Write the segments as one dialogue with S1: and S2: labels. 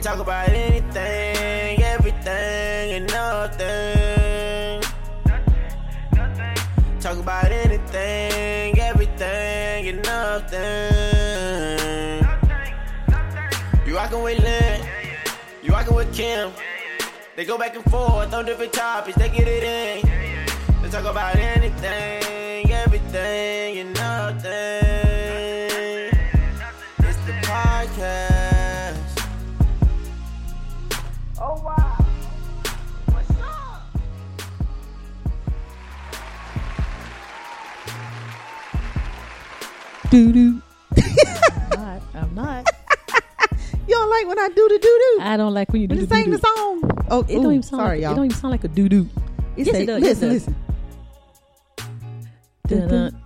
S1: talk about anything, everything, and nothing. Talk about anything, everything, and nothing. You rockin' with Lynn, you rockin' with Kim. They go back and forth on different topics, they get it in. They talk about anything, everything, and nothing. It's the podcast.
S2: Oh wow. What's up?
S3: doo doo.
S4: not. I'm not.
S3: You don't like when I do the doo doo.
S4: I don't like when you do
S3: When you
S4: the
S3: sing the
S4: doo-doo.
S3: song. Oh,
S4: It don't even sound
S3: sorry,
S4: like,
S3: y'all.
S4: It don't even sound like a doo doo.
S3: It
S4: Yes,
S3: say-
S4: it does, it
S3: Listen,
S4: does.
S3: listen.
S4: Dun-dun.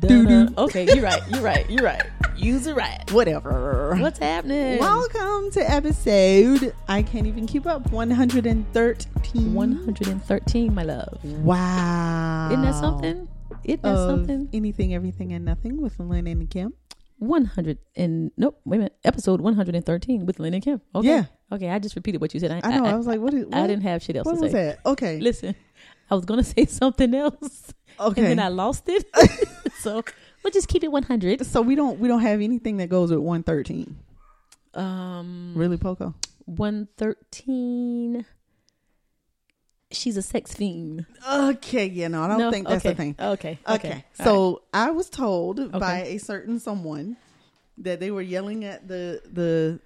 S3: Doo-doo.
S4: Dun-dun. Okay, you're right. You're right. You're right. Use it right.
S3: Whatever.
S4: What's happening?
S3: Welcome to episode. I can't even keep up. One hundred and thirteen.
S4: 113, my love.
S3: Wow.
S4: Isn't that something? Isn't that
S3: Of
S4: something?
S3: Anything, everything, and nothing with Lynn and Kim.
S4: 100 and nope. Wait a minute. Episode 113 with Lynn and Kim. Okay.
S3: Yeah.
S4: Okay. I just repeated what you said. I,
S3: I know. I, was like, what? Is, what
S4: I didn't have shit else
S3: What
S4: to
S3: was
S4: say.
S3: that? Okay.
S4: Listen, I was gonna say something else,
S3: okay.
S4: and then I lost it. so we'll just keep it 100.
S3: so we don't we don't have anything that goes with one thirteen.
S4: Um.
S3: Really, Poco.
S4: 113 she's a sex fiend
S3: Okay. Yeah. No, I don't think that's
S4: okay.
S3: the thing.
S4: okay
S3: Okay.
S4: All right.
S3: So I was told by
S4: Okay.
S3: a certain someone that they were yelling at the the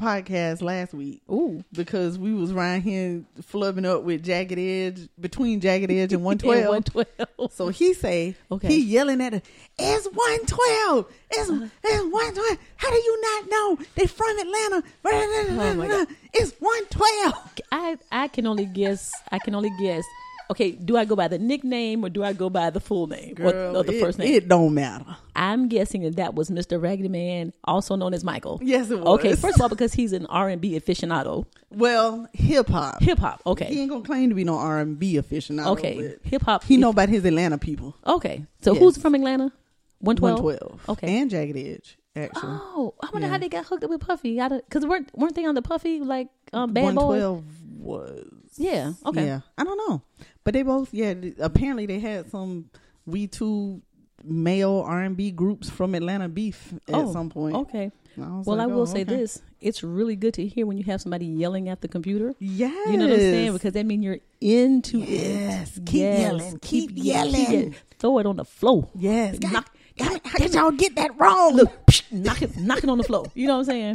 S3: podcast last week
S4: ooh
S3: because we was right here flubbing up with jagged edge between jagged edge and one
S4: And
S3: twelve.
S4: 112
S3: So he say
S4: Okay. Uh-huh.
S3: he yelling at it. It's one twelve. It's it's one twelve. How do you not know they from Atlanta?
S4: Oh, my God.
S3: It's one twelve.
S4: i i can only guess i can only guess okay do i go by the nickname or do i go by the full name or- or, the
S3: it,
S4: first name
S3: It don't matter.
S4: i'm guessing that that was mr raggedy man also known as michael
S3: Yes, it was.
S4: okay first of all because he's an r&b aficionado
S3: Well, hip hop.
S4: hip-hop okay
S3: He ain't gonna claim to be no R and B aficionado.
S4: okay
S3: but
S4: hip-hop
S3: he know about his Atlanta people.
S4: okay so
S3: Yes.
S4: who's from atlanta 112
S3: One twelve.
S4: okay
S3: and Jagged Edge actually.
S4: Oh, I wonder
S3: Yeah.
S4: how they got hooked up with Puffy. Because weren't weren't they on the Puffy like um, bad
S3: One
S4: boy?
S3: twelve was
S4: Yeah. Okay.
S3: yeah. I don't know, but they both yeah. th- Apparently they had some we two male R and B groups from Atlanta beef at
S4: Oh,
S3: some point.
S4: Okay.
S3: And was
S4: Well,
S3: like,
S4: I will
S3: oh,
S4: say
S3: okay.
S4: this: it's really good to hear when you have somebody yelling at the computer.
S3: Yes,
S4: You know what I'm saying? Because that means you're into
S3: yes,
S4: it.
S3: keep
S4: Yes.
S3: yelling, keep,
S4: keep
S3: yelling.
S4: yelling. Throw it on the floor.
S3: Yes, God,
S4: Knock-
S3: God, how did y'all get that wrong?
S4: Look, psh, knock it, knock it on the floor. You know what I'm saying?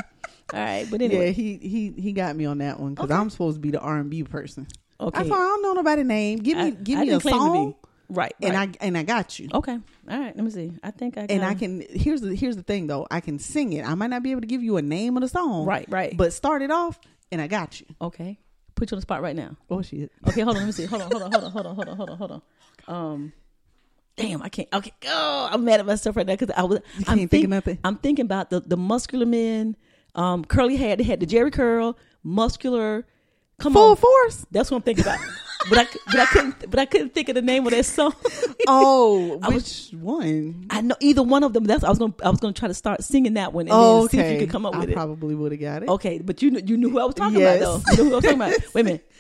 S4: All right. But
S3: Yeah,
S4: anyway,
S3: he he he got me on that one because I'm supposed to be the R and B person.
S4: okay.
S3: I thought I don't know nobody's name. Give me
S4: I-
S3: give
S4: I
S3: me a
S4: didn't claim to be-
S3: song,
S4: Right.
S3: and
S4: right.
S3: I and I got you.
S4: Okay. Um, All right. Let me see. I think I.
S3: And
S4: kinda-
S3: I can here's the here's the thing though. I can sing it. I might not be able to give you a name of the song.
S4: Right. Right.
S3: But start it off, and I got you.
S4: okay. Put you on the spot right now.
S3: Oh shit.
S4: Okay, hold on. Let me see. Hold on. Hold on. Hold on. Hold on. Hold on. Hold on. Hold on. Um, damn, I can't. Okay, oh, I'm mad at myself right now because I was.
S3: You
S4: I'm
S3: can't think of nothing?
S4: I'm thinking about the the muscular men, um, curly hair. They had the Jerry curl, muscular. Come
S3: Full
S4: on,
S3: force.
S4: that's what I'm thinking about. but I c- but I couldn't but I couldn't think of the name of that song.
S3: Oh,
S4: I
S3: which
S4: was-
S3: one?
S4: I know either one of them. That's I was gonna I was gonna try to start singing that one and
S3: Oh,
S4: then see if
S3: okay.
S4: you could come up
S3: I
S4: with it. Oh,
S3: probably would have got it.
S4: Okay, but you knew, you knew who I was talking
S3: Yes.
S4: about though. You knew who I was talking about. Wait a minute.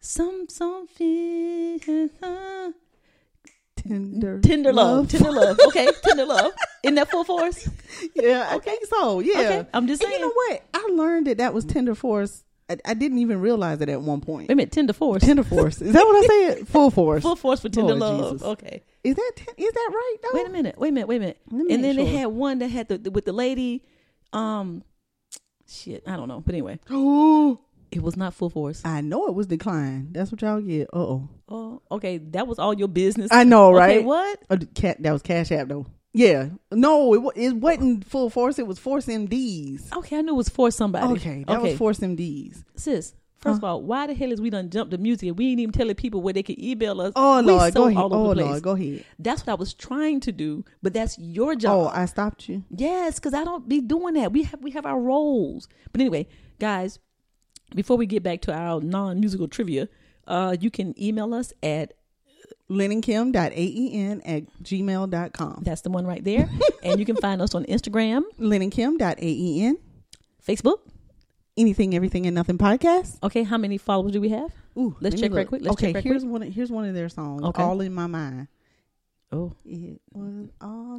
S4: Some some feel uh,
S3: Tender,
S4: Tender love. Tender love. Okay. Tender love. In that full force?
S3: yeah, I think so. Yeah,
S4: Okay, I'm just
S3: And
S4: saying.
S3: you know what? I learned that that was tender force. I, I didn't even realize it at one point.
S4: Wait a minute. Tender force.
S3: Tender force. Is that what I said? Full force.
S4: full force for tender
S3: Lord
S4: love.
S3: Jesus.
S4: Okay.
S3: Is that ten, is that right though?
S4: Wait a minute. Wait a minute. Wait a minute.
S3: Let me
S4: and
S3: make
S4: then they
S3: sure.
S4: had one that had the, the- with the lady. Um, shit. I don't know. But anyway,
S3: Ooh.
S4: it was not full force.
S3: I know it was declined. That's what y'all get. Uh oh.
S4: Oh, okay. That was all your business.
S3: I know,
S4: Okay,
S3: right?
S4: what?
S3: Oh, the cat that was Cash App though. Yeah. No, it wa- it wasn't full force. It was Force MDs.
S4: Okay, I knew it was for somebody.
S3: Okay, that was Force MDs.
S4: Sis, first of all, why the hell is we done jumped the music and we ain't even telling people where they can email us?
S3: Oh
S4: we
S3: lord,
S4: so
S3: go ahead.
S4: all
S3: oh
S4: over the place.
S3: lord, go ahead.
S4: That's what I was trying to do, but that's your job.
S3: Oh, I stopped you.
S4: Yes, because I don't be doing that. We have we have our roles. But anyway, guys, before we get back to our non musical trivia, uh, you can email us at
S3: LennonKim.aen E at gmail.com.
S4: that's the one right there, and you can find us on Instagram,
S3: E LennonKim.aen
S4: Facebook,
S3: anything, everything, and nothing podcast.
S4: Okay, how many followers do we have?
S3: Ooh,
S4: Let's
S3: let me
S4: check right
S3: look.
S4: quick. Let's
S3: okay,
S4: check right
S3: here's
S4: quick.
S3: one. Here's one of their songs.
S4: Okay.
S3: All in my mind.
S4: Oh,
S3: It was all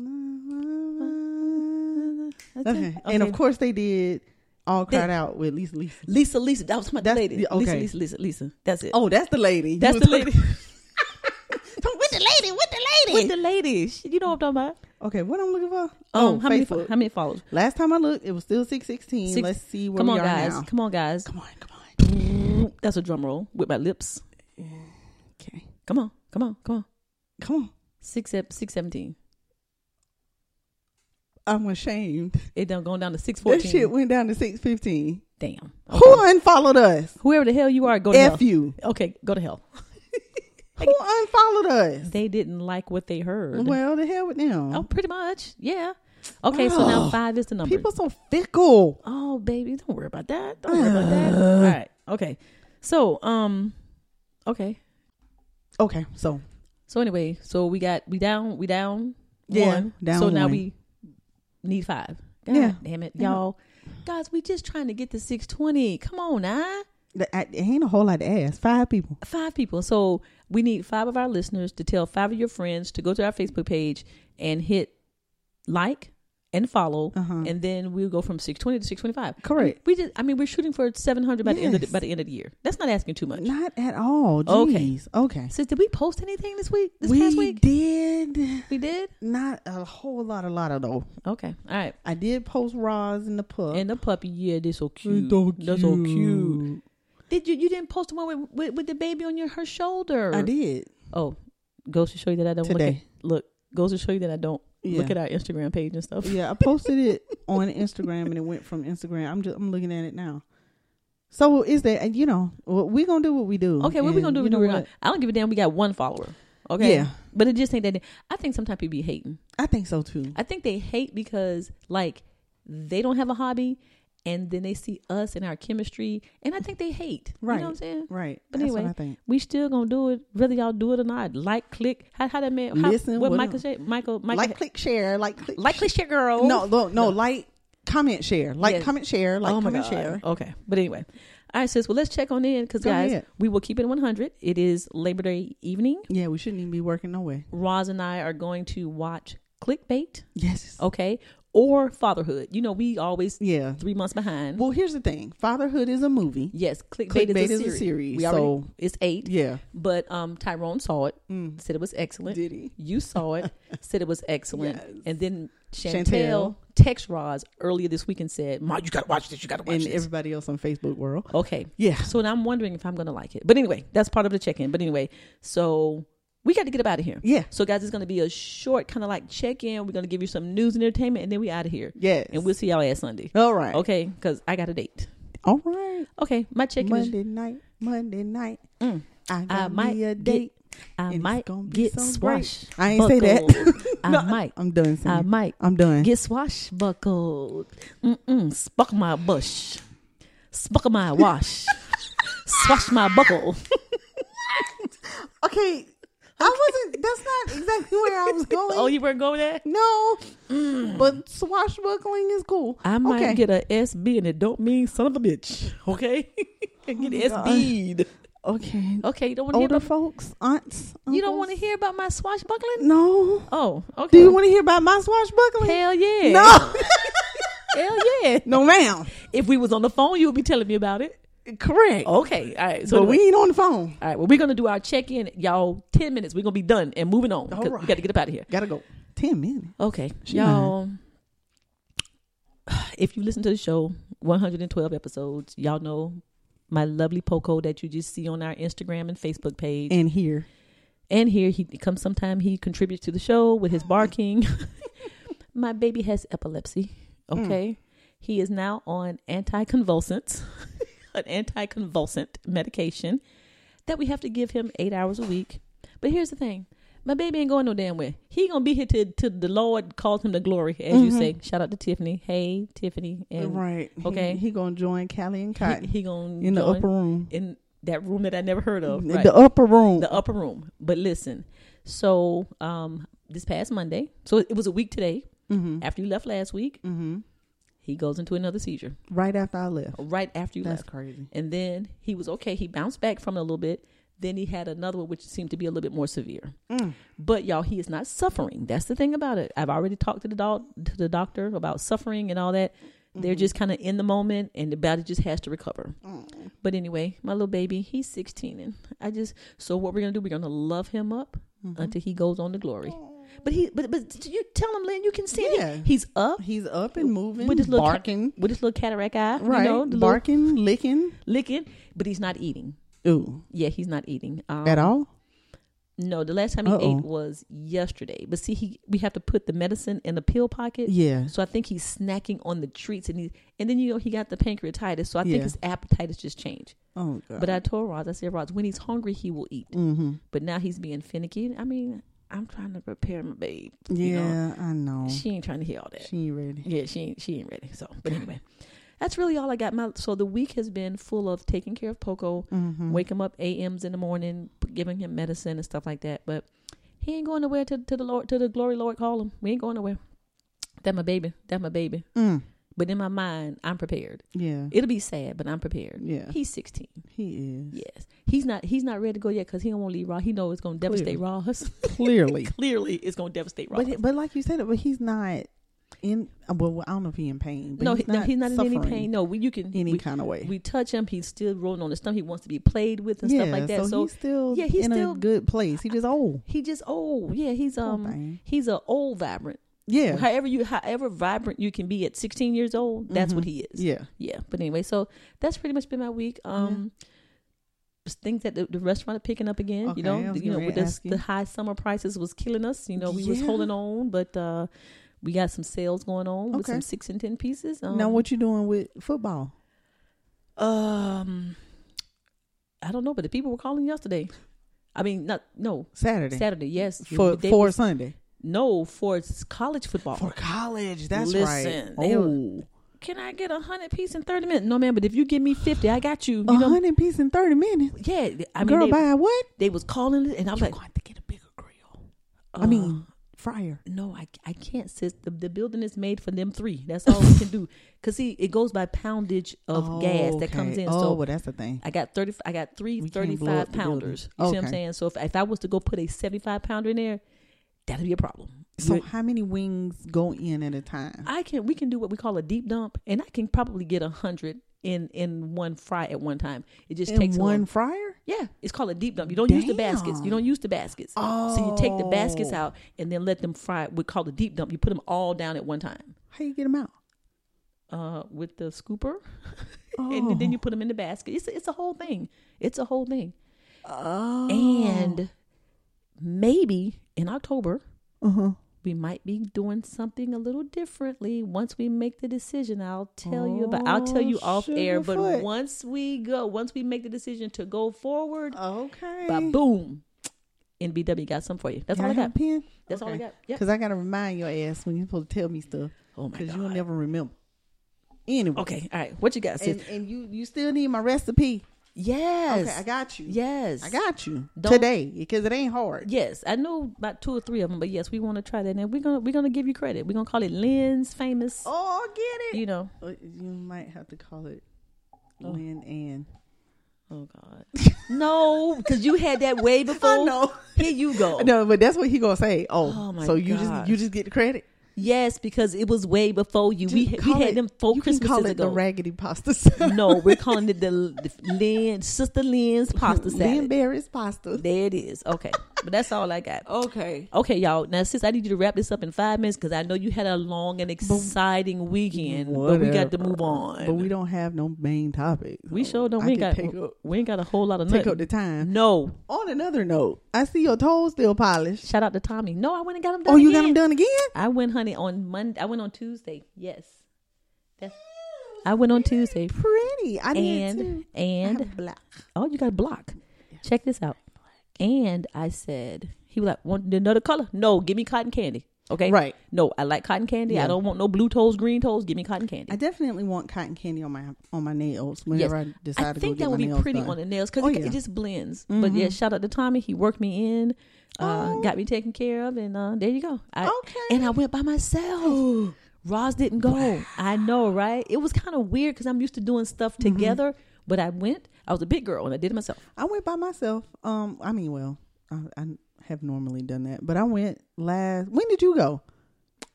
S3: in my mind. Okay.
S4: Okay.
S3: and of course they did. All
S4: That-
S3: cried out with Lisa. Lisa.
S4: Lisa, Lisa. That was my
S3: That's-
S4: lady.
S3: yeah,
S4: Lisa,
S3: okay.
S4: Lisa, Lisa, Lisa. That's it.
S3: Oh, that's the lady. You
S4: that's
S3: was
S4: the
S3: talking-
S4: lady.
S3: with the lady. With the lady.
S4: With the lady. She- You know what I'm talking about?
S3: okay, what I'm looking for?
S4: Oh,
S3: oh,
S4: how many? fo-
S3: Facebook.
S4: How many followers?
S3: Last time I looked, it was still six sixteen.
S4: Six-
S3: Let's see where
S4: Come
S3: we
S4: on,
S3: are
S4: guys.
S3: now.
S4: Come on, guys.
S3: Come on, come on.
S4: That's a drum roll with my lips.
S3: Okay,
S4: Come on, come on, come on.
S3: come on.
S4: Six, sep- six seventeen.
S3: I'm ashamed.
S4: It done going down to six
S3: That
S4: fourteen.
S3: shit went down to six fifteen.
S4: Damn.
S3: Who unfollowed us?
S4: Whoever the hell you are, go to hell.
S3: F you.
S4: Okay, go to hell.
S3: Who unfollowed us?
S4: They didn't like what they heard.
S3: Well, the hell with them.
S4: Oh, pretty much. Yeah. Okay, so now five is the number.
S3: People so fickle.
S4: oh, baby, don't worry about that. Don't worry about that. All right. Okay. So, um, okay.
S3: Okay, so
S4: So anyway, so we got we down we down
S3: Yeah,
S4: one.
S3: down
S4: so now
S3: one.
S4: we need five. God
S3: Yeah.
S4: damn it, y'all. Guys, we just trying to get to six twenty. Come on, now.
S3: the, I, it ain't a whole lot to ask. Five people.
S4: five people. So we need five of our listeners to tell five of your friends to go to our Facebook page and hit like and follow, and then we'll go from six twenty to six twenty five.
S3: Uh-huh. Correct.
S4: We just, I mean, we're shooting for seven hundred by the end of the,
S3: Yes.
S4: by the end of the year. That's not asking too much.
S3: Not at all.
S4: Okay.
S3: Jeez. Okay.
S4: Sis, did we post anything this week? This
S3: we
S4: past week,
S3: did
S4: we did.
S3: not a whole lot, a lot of though.
S4: Okay, all right.
S3: I did post Roz in the pub.
S4: And the puppy, yeah, they so cute.
S3: so
S4: That's so cute. Did you? You didn't post the one with with, with the baby on your her shoulder.
S3: I did.
S4: Oh, goes to show you that I don't
S3: Today.
S4: look at look. Goes to show you that I don't look
S3: Yeah.
S4: at our Instagram page and stuff.
S3: Yeah, I posted it on Instagram, and it went from Instagram. I'm just I'm looking at it now. So is that and, you know well, we gonna do what we do?
S4: Okay, what we
S3: And
S4: gonna do?
S3: you
S4: We do
S3: know
S4: what?
S3: what?
S4: Not. I don't give a damn. We got one follower. Okay,
S3: Yeah.
S4: but it just ain't that. I think sometimes people be hating.
S3: I think so too.
S4: I think they hate because like they don't have a hobby, and then they see us and our chemistry, and I think they hate.
S3: Right.
S4: You know what I'm saying?
S3: Right.
S4: But
S3: That's
S4: anyway,
S3: what I think.
S4: we still gonna do it, whether y'all do it or not. Like, click. How, how that man? How,
S3: Listen,
S4: what
S3: what
S4: Michael?
S3: up?
S4: Say, Michael? Michael?
S3: Like, click, share. Like, click,
S4: like, click, share, girl.
S3: No, no, no, like, comment, share. Like,
S4: Yes.
S3: comment, share. Like,
S4: oh my
S3: comment,
S4: God.
S3: share.
S4: Okay. But anyway. All right, sis. Well, let's check on in because,
S3: Go
S4: guys,
S3: ahead.
S4: we will keep it 100. It is Labor Day evening.
S3: Yeah, we shouldn't even be working nowhere.
S4: Roz and I are going to watch Clickbait,
S3: Yes.
S4: okay, or Fatherhood. You know, we always
S3: Yeah.
S4: three months behind.
S3: Well, here's the thing. Fatherhood is a movie.
S4: yes, Clickbait,
S3: Clickbait
S4: is, a, series. We
S3: so-
S4: already, it's eight.
S3: Yeah. Mm.
S4: But um, Tyrone saw it, said it was excellent.
S3: Did he?
S4: You saw it, said it was excellent.
S3: Yes.
S4: And then Chantel,
S3: Chantel.
S4: text Roz earlier this week and said, "Ma, you got to watch this. You got to watch
S3: And
S4: this."
S3: everybody else on Facebook world.
S4: Okay.
S3: Yeah.
S4: So now I'm wondering if I'm going to like it. But anyway, that's part of the check in. But anyway, so we got to get up out of here.
S3: Yeah.
S4: So, guys, it's going to be a short kind of like check in. We're going to give you some news and entertainment, and then we out of here.
S3: Yes.
S4: And we'll see y'all at Sunday.
S3: All right.
S4: Okay. Because I got a date.
S3: All right.
S4: Okay. My check in is mm,
S3: Monday night. Monday night. I, got
S4: I might
S3: me a
S4: get-
S3: date.
S4: I
S3: and it's
S4: might
S3: gonna be
S4: get
S3: so
S4: swashed.
S3: great. I ain't say that.
S4: I
S3: No,
S4: might.
S3: I'm done.
S4: I
S3: Cindy.
S4: might
S3: I'm done.
S4: get swashbuckled. Mm-mm. Spuck my bush. Spuck my wash. Swash my buckle.
S3: okay. I wasn't. That's not exactly where I was going.
S4: Oh, you weren't going there?
S3: No, but swashbuckling is cool.
S4: I might
S3: okay.
S4: get a SB and it don't mean son of a bitch. Okay?
S3: Oh,
S4: and get SB'd.
S3: okay.
S4: Okay, Oh, you don't want to hear
S3: Older
S4: about
S3: folks, aunts.
S4: You don't
S3: uncles.
S4: want to hear about my swashbuckling?
S3: No.
S4: Oh, okay.
S3: Do you want to hear about my swashbuckling?
S4: Hell yeah.
S3: No.
S4: Hell yeah.
S3: no, ma'am.
S4: If we was on the phone, you would be telling me about it.
S3: Correct.
S4: Okay. All right. So
S3: but
S4: anyway.
S3: we ain't on the phone.
S4: All right. Well, we're going to do our check-in, y'all. 10 minutes. We're going to be done and moving on. 'cause
S3: All
S4: We got to get up out of here.
S3: Gotta go. Ten minutes.
S4: Okay,
S3: She
S4: y'all. If you listen to the show, 112 episodes, y'all know my lovely Poco that you just see on our Instagram and Facebook page. And,
S3: And here,
S4: here he comes sometime he contributes to the show with his barking. my baby has epilepsy. Okay. He is now on anticonvulsants, an anticonvulsant medication that we have to give him eight hours a week. But here's the thing. My baby ain't going no damn where. He gonna be here till, till the Lord calls him to glory, as you say. Shout out to Tiffany. Hey, Tiffany. And
S3: right?
S4: Okay.
S3: He, he gonna join Callie and Cotton
S4: he, he gonna
S3: in the
S4: join
S3: upper room.
S4: in that room that I never heard of.
S3: In
S4: right.
S3: The upper room.
S4: the upper room. But listen, so
S3: Mm-hmm.
S4: um, this past Monday, so it was a week today after you left last week. He goes into another seizure
S3: right after I left.
S4: right after you
S3: That's
S4: left.
S3: crazy.
S4: And then he was okay. He bounced back from it a little bit. Then he had another one, which seemed to be a little bit more severe. But y'all, he is not suffering. That's the thing about it. I've already talked to the doc- to the doctor about suffering and all that.
S3: Mm-hmm.
S4: They're just kind of in the moment, and the body just has to recover. But anyway, my little baby, he's 16, and I just so what we're gonna do? We're gonna love him up Mm-hmm.
S3: Mm-hmm.
S4: until he goes on to glory. But he, but but you tell him, Lynn, you can see it.
S3: Yeah.
S4: he's up
S3: He's up and moving,
S4: with his little ca-
S3: barking,
S4: with his little cataract eye,
S3: right?
S4: You know, the little-
S3: barking, licking.
S4: licking, but he's not eating.
S3: Ooh,
S4: Yeah, he's not eating um,
S3: at all?
S4: No, the last time he
S3: Uh-oh.
S4: ate was yesterday. But see, he we have to put the medicine in the pill pocket.
S3: Yeah.
S4: So I think he's snacking on the treats, and he and then you know he got the pancreatitis. So I think
S3: Yeah.
S4: his appetite has just changed.
S3: Oh god.
S4: But I told Roz, I said, Roz, when he's hungry, he will eat.
S3: mm-hmm.
S4: But now he's being finicky. I mean, I'm trying to prepare my babe.
S3: Yeah,
S4: You know,
S3: I know. She,
S4: she ain't trying to hear all that.
S3: ain't ready.
S4: Yeah, she ain't, she ain't ready. So, but anyway, that's really all I got. My so the week has been full of taking care of Poco,
S3: Mm-hmm.
S4: wake him up a.m.s in the morning, p- giving him medicine and stuff like that. But he ain't going nowhere to, to the Lord, to the glory Lord call him. We ain't going nowhere. That my baby. That my baby.
S3: Mm.
S4: But in my mind, I'm prepared.
S3: Yeah,
S4: It'll be sad, but I'm prepared.
S3: Yeah.
S4: he's 16.
S3: he is
S4: Yes, he's not. He's not ready to go yet because he don't want to leave Ross. He know it's gonna devastate Ross.
S3: clearly.
S4: Clearly, it's gonna devastate Ross.
S3: but he- but like you said, but he's not in. uh, Well, I don't know if he's in pain. But
S4: no,
S3: he's
S4: he-
S3: not
S4: no, he's not in any
S3: suffering
S4: pain. No, we, you can
S3: any
S4: we-
S3: kind of way.
S4: we touch him, he's still rolling on his stomach. He wants to be played with and stuff like that. So,
S3: he's still
S4: yeah, he's
S3: in
S4: still-
S3: a good place. He just old.
S4: he just old. Yeah, he's um
S3: thing.
S4: he's a old vibrant.
S3: Yeah,
S4: However you however vibrant you can be at 16 years old, that's what he is.
S3: Mm-hmm. yeah.
S4: Yeah. But anyway, so that's pretty much been my week. Um just Things that the, the restaurant are picking up again,
S3: Okay,
S4: you
S3: I
S4: know,
S3: was
S4: you know,
S3: gonna
S4: with this,
S3: ask you.
S4: the high summer prices was killing us. You know, we was
S3: Yeah.
S4: holding on, but uh we got some sales going on with
S3: Okay.
S4: some six and ten pieces. Um,
S3: now what you doing with football?
S4: Um, I don't know, but the people were calling yesterday. I mean, not no
S3: Saturday,
S4: Saturday. Yes,
S3: for
S4: But they
S3: for
S4: was-
S3: Sunday
S4: no for s- college football.
S3: for college. That's
S4: Listen,
S3: right.
S4: they
S3: Oh,
S4: Can I get a hundred piece in thirty minutes? No, man. But if you give me fifty, I got you. You
S3: a
S4: know,
S3: hundred piece in thirty minutes.
S4: yeah. I mean,
S3: Girl,
S4: they,
S3: buy what?
S4: they was calling it, and I'm
S3: I'm
S4: like, Uh,
S3: going to get a bigger grill. I mean, fryer.
S4: no, I I can't. Sis, the, the building is made for them three. That's all we can do. Cause see, it goes by poundage of gas that comes
S3: Okay.
S4: in.
S3: Oh,
S4: so
S3: well, that's the thing.
S4: I got thirty. I got three
S3: We can't blow up
S4: 35
S3: the building.
S4: pounders. You see what I'm
S3: Okay.
S4: saying? So if, if I was to go put a 75 pounder in there, that'd be a problem.
S3: So
S4: You're-
S3: how many wings go in at a time?
S4: I can. We can do what we call a deep dump, and I can probably get a hundred in in one fry at one time. It just
S3: in
S4: takes
S3: one
S4: Long.
S3: fryer?
S4: Yeah, it's called a deep dump. You don't use the baskets. You
S3: Damn.
S4: don't use the baskets. So you take the baskets
S3: Oh.
S4: out and then let them fry. We call the deep dump. You put them all down at one time
S3: How you get them out?
S4: uh, with the scooper, and then you put them in the basket. It's it's a whole thing. It's a whole thing.
S3: Oh,
S4: And maybe in October,
S3: uh-huh.
S4: we might be doing something a little differently. Once we make the decision, I'll tell you about I'll tell you
S3: Oh,
S4: off air. But
S3: Sugarfoot.
S4: once we go, once we make the decision to go forward,
S3: okay.
S4: ba boom. NBW got some for you. That's
S3: Y'all
S4: all I
S3: have
S4: got.
S3: a pen?
S4: That's all I got. Yep.
S3: Because I got to remind your ass when you're supposed to tell me stuff.
S4: Oh my
S3: you'll
S4: God.
S3: never remember. Anyway.
S4: Okay. All right. What you got, sis?
S3: And, and you, you still need my recipe.
S4: yes.
S3: Okay, I got you.
S4: Yes.
S3: I got you
S4: Don't-
S3: today because it ain't hard.
S4: Yes, I know about two or three of them, but yes, we want to try that, and we're gonna we're gonna give you credit. We're gonna call it Lynn's famous.
S3: Oh, get it.
S4: You know.
S3: Uh, You might have to call it Lynn Ann.
S4: Oh God. no, because you had that way before.
S3: know.
S4: Here you go.
S3: No, but that's what he gonna say. Oh,
S4: Oh, my
S3: so you
S4: gosh.
S3: just you just get the credit.
S4: Yes, because it was way before you. we
S3: Just
S4: we
S3: call
S4: had
S3: it-
S4: them four
S3: you can
S4: Christmases
S3: call it
S4: ago.
S3: the raggedy pasta salad.
S4: no, we're calling it the, the Lynn Sister Lynn's pasta salad.
S3: Linberry's pasta.
S4: there it is. Okay, but that's all I got.
S3: Okay.
S4: Okay, y'all. Now, sis, I need you to wrap this up in five minutes because I know you had a long and exciting weekend, but we got to move on.
S3: But we don't have no main topic.
S4: We
S3: so
S4: sure don't.
S3: I
S4: We ain't
S3: can
S4: got
S3: take up,
S4: we ain't got a whole lot of
S3: take
S4: nothing.
S3: up the time.
S4: No.
S3: On another note, I see your toes still polished.
S4: Shout out to Tommy. No, I went and got him done.
S3: Oh, you
S4: again.
S3: got them done again?
S4: I went, honey, on Monday. I went on Tuesday. Yes. That's. I went on Tuesday.
S3: Pretty. I did
S4: And
S3: too. I
S4: and
S3: have black.
S4: oh, you got a block. Check this out. And I said he was like, want another color? No, give me cotton candy. Okay.
S3: Right.
S4: No, I like cotton candy. I
S3: Yeah.
S4: don't want no blue toes, green toes. Give me cotton candy.
S3: I definitely want cotton candy on my on my nails whenever I decide
S4: I
S3: to go
S4: think
S3: get
S4: that would
S3: my
S4: be
S3: nails
S4: pretty
S3: done.
S4: on the nails because
S3: Oh,
S4: it,
S3: yeah. Mm-hmm.
S4: it just blends. But yeah, shout out to Tommy. He worked me in, uh, got me taken care of, and uh, there you go. I,
S3: Okay.
S4: And I went by myself. Roz didn't go. I know, right? It was kind of weird because I'm used to doing stuff
S3: Mm-hmm.
S4: together, but I went. I was a big girl and I did it myself.
S3: I went by myself. Um, I mean, well, I, I have normally done that, but I went last. When did you go?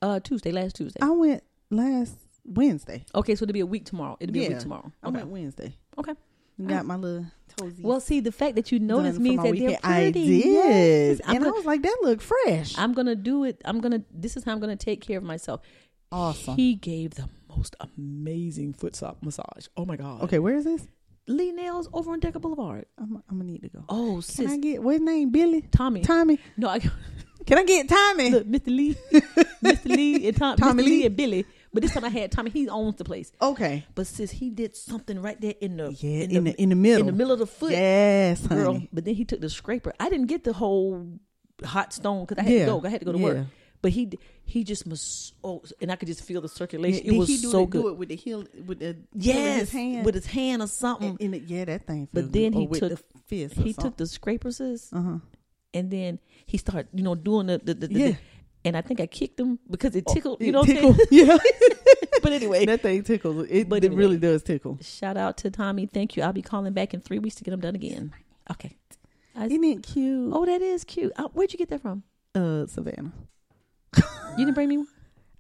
S4: Uh, Tuesday, last Tuesday.
S3: I went last Wednesday.
S4: okay, so it'll be a week tomorrow. It'll be a
S3: Yeah.
S4: week tomorrow.
S3: I
S4: Okay.
S3: went Wednesday.
S4: Okay.
S3: And Got my little toesies.
S4: Well, see, the fact that you noticed
S3: done for
S4: means
S3: my
S4: that
S3: weekend.
S4: they're pretty.
S3: I did,
S4: Yes. I'm,
S3: and I
S4: gonna,
S3: was like, that look fresh.
S4: I'm gonna do it. I'm gonna. This is how I'm gonna take care of myself.
S3: Awesome.
S4: He gave the most amazing foot sock massage. Oh my god.
S3: okay, where is this?
S4: Lee Nails over on Decker Boulevard.
S3: I'm, I'm gonna need to go.
S4: Oh,
S3: Can
S4: sis.
S3: I get what's his name? Billy,
S4: Tommy.
S3: Tommy.
S4: no, I,
S3: Can I get Tommy?
S4: look, Mr. Lee, Mr. Lee, and Tom,
S3: Tommy
S4: Mr. Lee
S3: Lee.
S4: and Billy. But this time I had Tommy. He owns the place.
S3: Okay.
S4: But sis, he did something right there in the
S3: Yeah, in, the, in the middle.
S4: in the middle of the foot,
S3: Yes, honey.
S4: girl. But then he took the scraper. I didn't get the whole hot stone because I had
S3: Yeah,
S4: to go. I had to go to
S3: yeah.
S4: work. But he he just was oh, and I could just feel the
S3: Yeah,
S4: circulation.
S3: did
S4: it was
S3: he do
S4: so
S3: the- do
S4: good.
S3: it with the heel, with the heel in
S4: yes,
S3: his hand,
S4: with his hand or something.
S3: in the, yeah, that thing.
S4: But
S3: feels
S4: then
S3: good. Or
S4: he
S3: with
S4: took-
S3: the fist.
S4: he took the scrapers, sis,
S3: uh huh.
S4: and then he started, you know, doing the, the, the, the-
S3: Yeah. Oh,
S4: and I think I kicked him because it tickled. you
S3: It
S4: know, what I'm saying?
S3: tickle. yeah.
S4: but anyway,
S3: that thing tickles. It,
S4: But
S3: it
S4: anyway.
S3: really does tickle.
S4: shout out to Tommy. Thank you. I'll be calling back in three weeks to get him done again. Okay. I-
S3: Isn't it cute?
S4: oh, that is cute. Uh, where'd you get that from?
S3: Uh, Savannah.
S4: You didn't bring me one.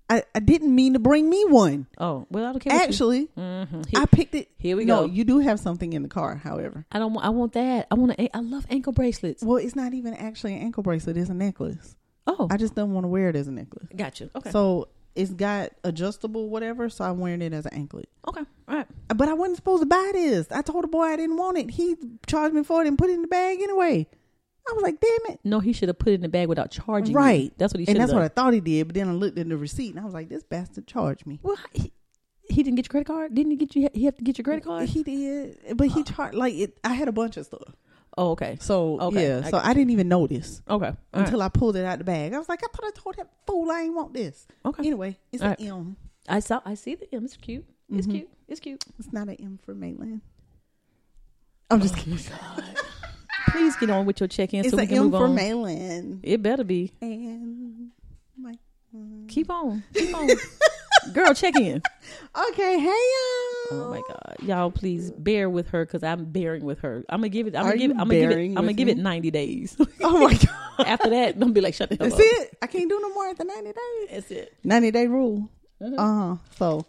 S3: I, I didn't mean to bring me one.
S4: Oh, well, I don't care.
S3: Actually,
S4: hmm
S3: I picked it.
S4: here we
S3: no,
S4: go.
S3: you do have something in the car, however.
S4: I don't want. I want that. I want. A, I love ankle bracelets.
S3: Well, it's not even actually an ankle bracelet. It's a necklace.
S4: Oh,
S3: I just don't want to wear it as a necklace.
S4: got you. Okay.
S3: So it's got adjustable whatever, so I'm wearing it as an anklet.
S4: okay. All right.
S3: But I wasn't supposed to buy this. I told the boy I didn't want it. He charged me for it and put it in the bag anyway. I was like, damn it.
S4: No, he should have put it in the bag without charging. you.
S3: Right.
S4: That's what he should
S3: And
S4: have
S3: that's
S4: done.
S3: what I thought he did. But then I looked at the receipt and I was like, this bastard charged me.
S4: well, he, he didn't get your credit card. Didn't he get you? He have to get your credit card.
S3: He did. But he charged, like, it, I had a bunch of stuff.
S4: Oh, okay.
S3: So,
S4: Okay,
S3: yeah.
S4: I
S3: so
S4: got
S3: I didn't even notice
S4: Okay. All right.
S3: until I pulled it out the bag. I was like, I thought I told that fool I ain't want this.
S4: Okay.
S3: Anyway, it's
S4: All
S3: an
S4: right.
S3: M.
S4: I saw. I see the M. It's cute. It's
S3: Mm-hmm.
S4: cute. It's cute.
S3: It's not an M for Maitland. I'm just kidding.
S4: Please get on with your check in
S3: It's
S4: Oh. so we
S3: an
S4: can
S3: M
S4: move
S3: for
S4: on.
S3: Maitland.
S4: It better be.
S3: And my mm.
S4: Keep on. Keep on. Girl, check in.
S3: Okay, hey y'all.
S4: Oh my God, y'all! Please bear with her because I'm bearing with her. I'm gonna give it. I'm
S3: Are
S4: gonna give it.
S3: you
S4: I'm gonna give it.
S3: bearing
S4: I'm gonna
S3: with
S4: give it
S3: me?
S4: 90 days.
S3: Oh my god.
S4: After that, don't be like shut the hell
S3: That's
S4: up.
S3: it. I can't do no more at the 90 days.
S4: That's it.
S3: 90 day rule.
S4: Mhm.
S3: Uh huh. So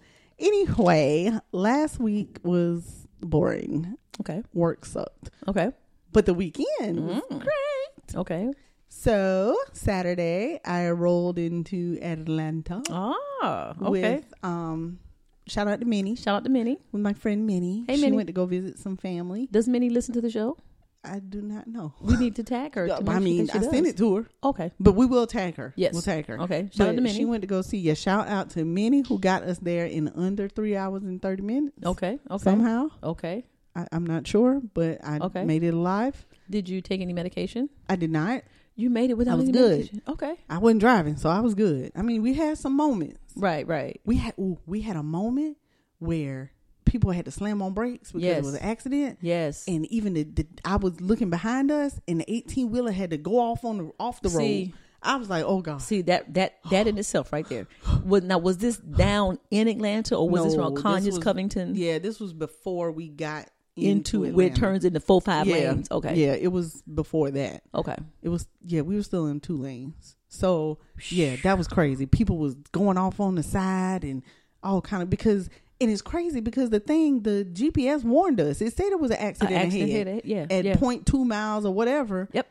S3: anyway, last week was boring.
S4: Okay.
S3: Work sucked.
S4: Okay.
S3: But the weekend was
S4: Mm.
S3: great.
S4: Okay.
S3: So Saturday I rolled into Atlanta
S4: Ah. Okay.
S3: with um shout out to Minnie.
S4: Shout out to Minnie.
S3: With my friend Minnie.
S4: Hey,
S3: she
S4: Minnie.
S3: went to go visit some family.
S4: Does Minnie listen to the show?
S3: I do not know.
S4: We need to tag her. To make
S3: I
S4: sure
S3: mean,
S4: that she
S3: I
S4: does.
S3: sent it to her.
S4: Okay.
S3: But we will tag her.
S4: Yes.
S3: We'll tag her.
S4: Okay. Shout out
S3: But
S4: to Minnie.
S3: She went to go see you. Shout out to Minnie who got us there in under three hours and 30 minutes.
S4: okay. Okay.
S3: Somehow.
S4: Okay.
S3: I, I'm not sure, but I
S4: Okay.
S3: made it alive.
S4: Did you take any medication?
S3: I did not.
S4: You made it without
S3: was
S4: any
S3: good.
S4: medication. Okay.
S3: I wasn't driving, so I was good. I mean, we had some moments.
S4: Right. Right.
S3: We had ooh, we had a moment where people had to slam on brakes because
S4: Yes.
S3: it was an accident.
S4: Yes.
S3: And even the, the I was looking behind us, and the 18 wheeler had to go off on the off the
S4: See.
S3: road. I was like, oh god.
S4: See that that that in itself right there. Was now was this down in Atlanta or was this
S3: No,
S4: around
S3: this
S4: Conyers
S3: was-
S4: Covington
S3: Yeah, this was before we got
S4: into
S3: into,
S4: where it
S3: Atlanta.
S4: turns into four five
S3: yeah.
S4: lanes? Okay.
S3: Yeah, it was before that.
S4: Okay.
S3: It was yeah, we were still in two lanes. So yeah, that was crazy. People was going off on the side and all kind of because and it's crazy because the thing the GPS warned us. It said it was an accident,
S4: accident
S3: ahead
S4: hit it, yeah,
S3: at
S4: yeah.
S3: point two miles or whatever.
S4: Yep.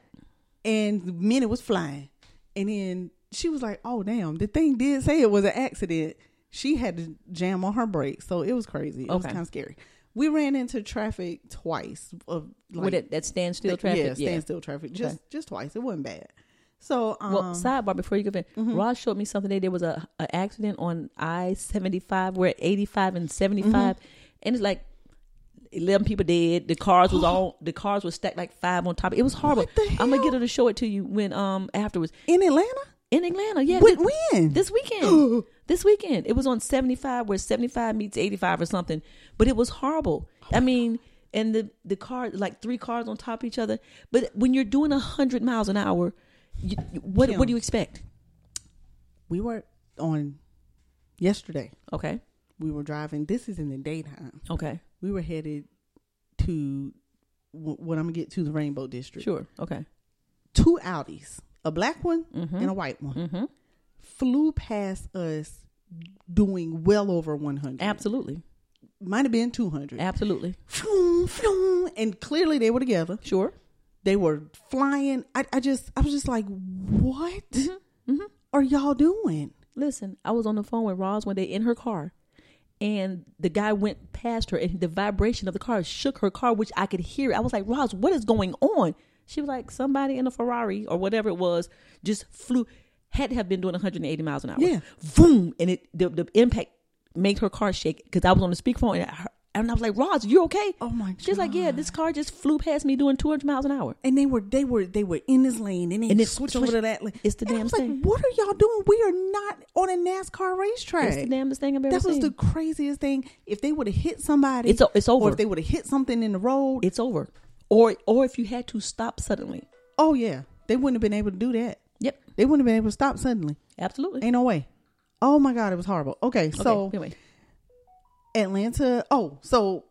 S3: And the minute was flying, and then she was like, "Oh damn, the thing did say it was an accident." She had to jam on her brakes, so it was crazy. It was
S4: Okay.
S3: kind of scary. We ran into traffic twice of like
S4: With it, that standstill
S3: th-
S4: traffic.
S3: Yeah, standstill traffic. Just
S4: Okay.
S3: just twice. It wasn't bad. So um, Mm-hmm.
S4: Well, sidebar before you go in, Ross showed me something today. There was a, a accident on I seventy five. We're at eighty five and seventy
S3: Mm-hmm.
S4: and it's like eleven people dead. The cars was all the cars were stacked like five on top. It was horrible.
S3: What the
S4: I'm gonna
S3: hell?
S4: get her to show it to you when um afterwards
S3: in Atlanta,
S4: in Atlanta. Yeah,
S3: When-
S4: thi-
S3: when?
S4: this weekend. this weekend it was on seventy five where seventy five meets eighty five or something. But it was horrible. I mean. And the the car like three cars on top of each other, but when you're doing hundred miles an hour, you, you- what what do you expect?
S3: we were on Yesterday,
S4: Okay.
S3: we were driving. This is in the daytime.
S4: Okay.
S3: We were headed to w- what I'm gonna get to the Rainbow District.
S4: Sure. Okay.
S3: Two Audis, a black one
S4: Mhm.
S3: and a white one,
S4: Mm-hmm.
S3: flew past us, doing well over 100.
S4: Absolutely.
S3: Might have been 200.
S4: Absolutely.
S3: Floom, floom, and clearly they were together.
S4: Sure.
S3: They were flying. I, I just, I was just like, what
S4: Mm-hmm.
S3: are y'all doing?
S4: Listen, I was on the phone with Roz one day in her car, and the guy went past her, and the vibration of the car shook her car, which I could hear. I was like, Roz, what is going on? She was like, somebody in a Ferrari or whatever it was just flew, had to have been doing 180 miles an hour.
S3: Yeah.
S4: Boom. And it the, the impact made her car shake because I was on the speakerphone, and I, heard- and I was like, Roz, you okay?
S3: Oh my
S4: She's like, yeah, this car just flew past me doing 200 miles an hour.
S3: And they were, they were, they were in this lane, and they
S4: And
S3: and
S4: it
S3: switched
S4: switched-
S3: over to that lane.
S4: it's the
S3: And I
S4: damn
S3: was
S4: thing.
S3: Like, what are y'all doing? We are not on a NASCAR racetrack.
S4: It's the damnedest thing I've ever
S3: that was
S4: seen.
S3: the craziest thing. If they would have hit somebody,
S4: It's o- it's
S3: Or
S4: over.
S3: if they would have hit something in the road,
S4: it's over. Or or if you had to stop suddenly.
S3: oh yeah, they wouldn't have been able to do that.
S4: Yep.
S3: They wouldn't have been able to stop suddenly.
S4: Absolutely.
S3: Ain't no way. Oh my god, it was horrible. Okay, so
S4: okay, anyway.
S3: Atlanta. Oh, so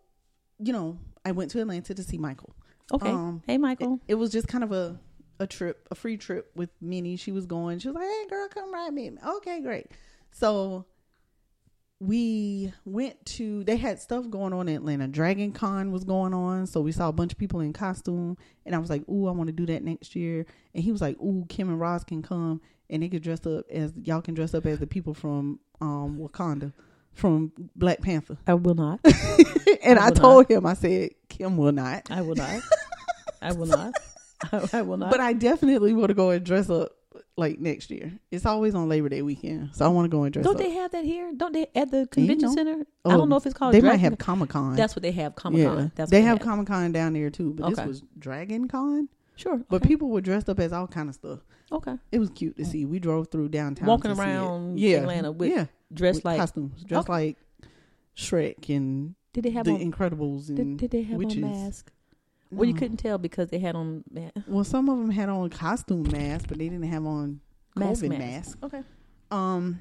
S3: you know, I went to Atlanta to see Michael.
S4: Okay.
S3: um,
S4: hey Michael.
S3: It was just kind of a a trip, a free trip with Minnie. She was going. She was like, "Hey, girl, come ride me." Okay, great. So we went to. They had stuff going on in Atlanta. Dragon Con was going on, so we saw a bunch of people in costume. And I was like, "Ooh, I want to do that next year." And he was like, "Ooh, Kim and Roz can come, and they could dress up as y'all can dress up as the people from um Wakanda." From Black Panther,
S4: I will not.
S3: and I,
S4: will
S3: told him, I said, Kim will not.
S4: I will not. I will not. I, I will not.
S3: But I definitely want to go and dress up like next year. It's always on Labor Day weekend, so I want to go and dress
S4: don't
S3: up.
S4: they have that here? Don't they at the convention
S3: know.
S4: center?
S3: Oh,
S4: I don't know if it's called.
S3: They might
S4: Dragon-
S3: have Comic Con.
S4: That's what they have. Comic Con. That's
S3: they
S4: what
S3: have Comic Con down there too. But this
S4: Okay.
S3: was Dragon Con.
S4: Sure.
S3: But
S4: okay.
S3: people were dressed up as all kind of stuff.
S4: okay.
S3: It was cute to see. We drove through downtown,
S4: Walking
S3: to see it.
S4: around
S3: yeah,
S4: Atlanta with
S3: yeah,
S4: dressed
S3: with
S4: like.
S3: costumes, dressed
S4: Okay.
S3: like Shrek and
S4: Did they have
S3: the
S4: on?
S3: Incredibles and
S4: Did, did they have
S3: witches.
S4: on mask? Well, you
S3: No.
S4: couldn't tell because they had on ma-
S3: Well, some of them had on costume masks, but they didn't have on
S4: mask.
S3: COVID
S4: mask.
S3: masks.
S4: Okay.
S3: um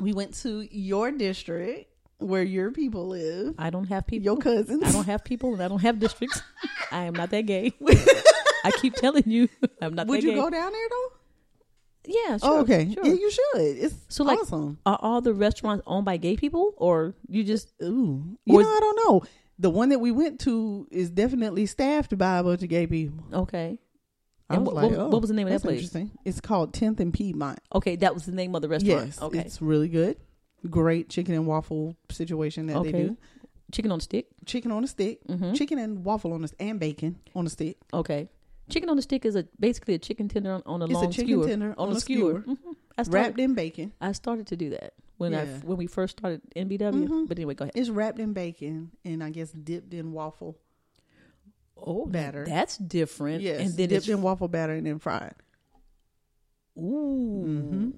S3: we went to your district where your people live
S4: I don't have people.
S3: your cousins
S4: I don't have people, and I don't have districts. I am not that gay. I keep telling you, I'm not.
S3: would
S4: that
S3: you
S4: gay.
S3: go down there though
S4: Yeah. Sure,
S3: oh, okay
S4: Sure.
S3: yeah you should it's
S4: So, like-
S3: awesome
S4: Are all the restaurants owned by gay people, or you just
S3: ooh you
S4: Or-
S3: know i don't know the one that we went to is definitely staffed by a bunch of gay people
S4: okay?
S3: I
S4: And
S3: was
S4: what-
S3: like,
S4: what-
S3: oh,
S4: what was the name of that
S3: that's
S4: place?
S3: interesting it's called 10th and piedmont
S4: Okay, that was the name of the restaurant.
S3: yes
S4: okay,
S3: it's really good great chicken and waffle situation that they
S4: Okay.
S3: do
S4: chicken on a stick.
S3: chicken on a stick
S4: hmm
S3: chicken and waffle on a and bacon on a stick
S4: okay, chicken on a stick is a basically a chicken tender on, on a
S3: It's a
S4: long
S3: chicken
S4: skewer
S3: tender
S4: on,
S3: on
S4: a
S3: a
S4: skewer. Mhm. I
S3: wrapped
S4: started.
S3: in bacon
S4: I started to do that when I
S3: Yeah.
S4: when we first started NBW.
S3: Mhm.
S4: But anyway, go ahead.
S3: It's wrapped in bacon and I guess dipped in waffle
S4: Oh,
S3: batter.
S4: That's different.
S3: yes,
S4: and then it's
S3: dipped in waffle batter and then fried.
S4: ooh,
S3: Mhm.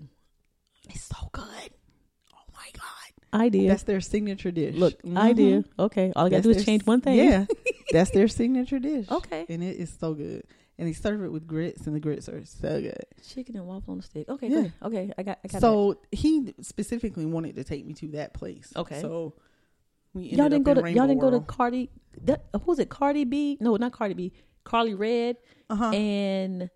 S4: it's so good.
S3: Oh my god,
S4: Idea.
S3: that's their signature dish.
S4: Look,
S3: Mhm.
S4: idea. Okay, all I gotta
S3: That's
S4: do is
S3: their-
S4: change one thing.
S3: Yeah, that's their signature dish.
S4: Okay.
S3: and it is so good. And they serve it with grits, and the grits are so good.
S4: Chicken and waffle on a stick. Okay,
S3: Yeah.
S4: good. Okay, I got. I got
S3: So he specifically wanted to take me to that place.
S4: Okay.
S3: so we
S4: that. y'all
S3: ended
S4: didn't go
S3: up
S4: to
S3: in
S4: y'all didn't
S3: Rainbow
S4: go to
S3: World.
S4: Cardi. That, who was it? Cardi B? No, not Cardi B. Carly Red
S3: uh-huh.
S4: and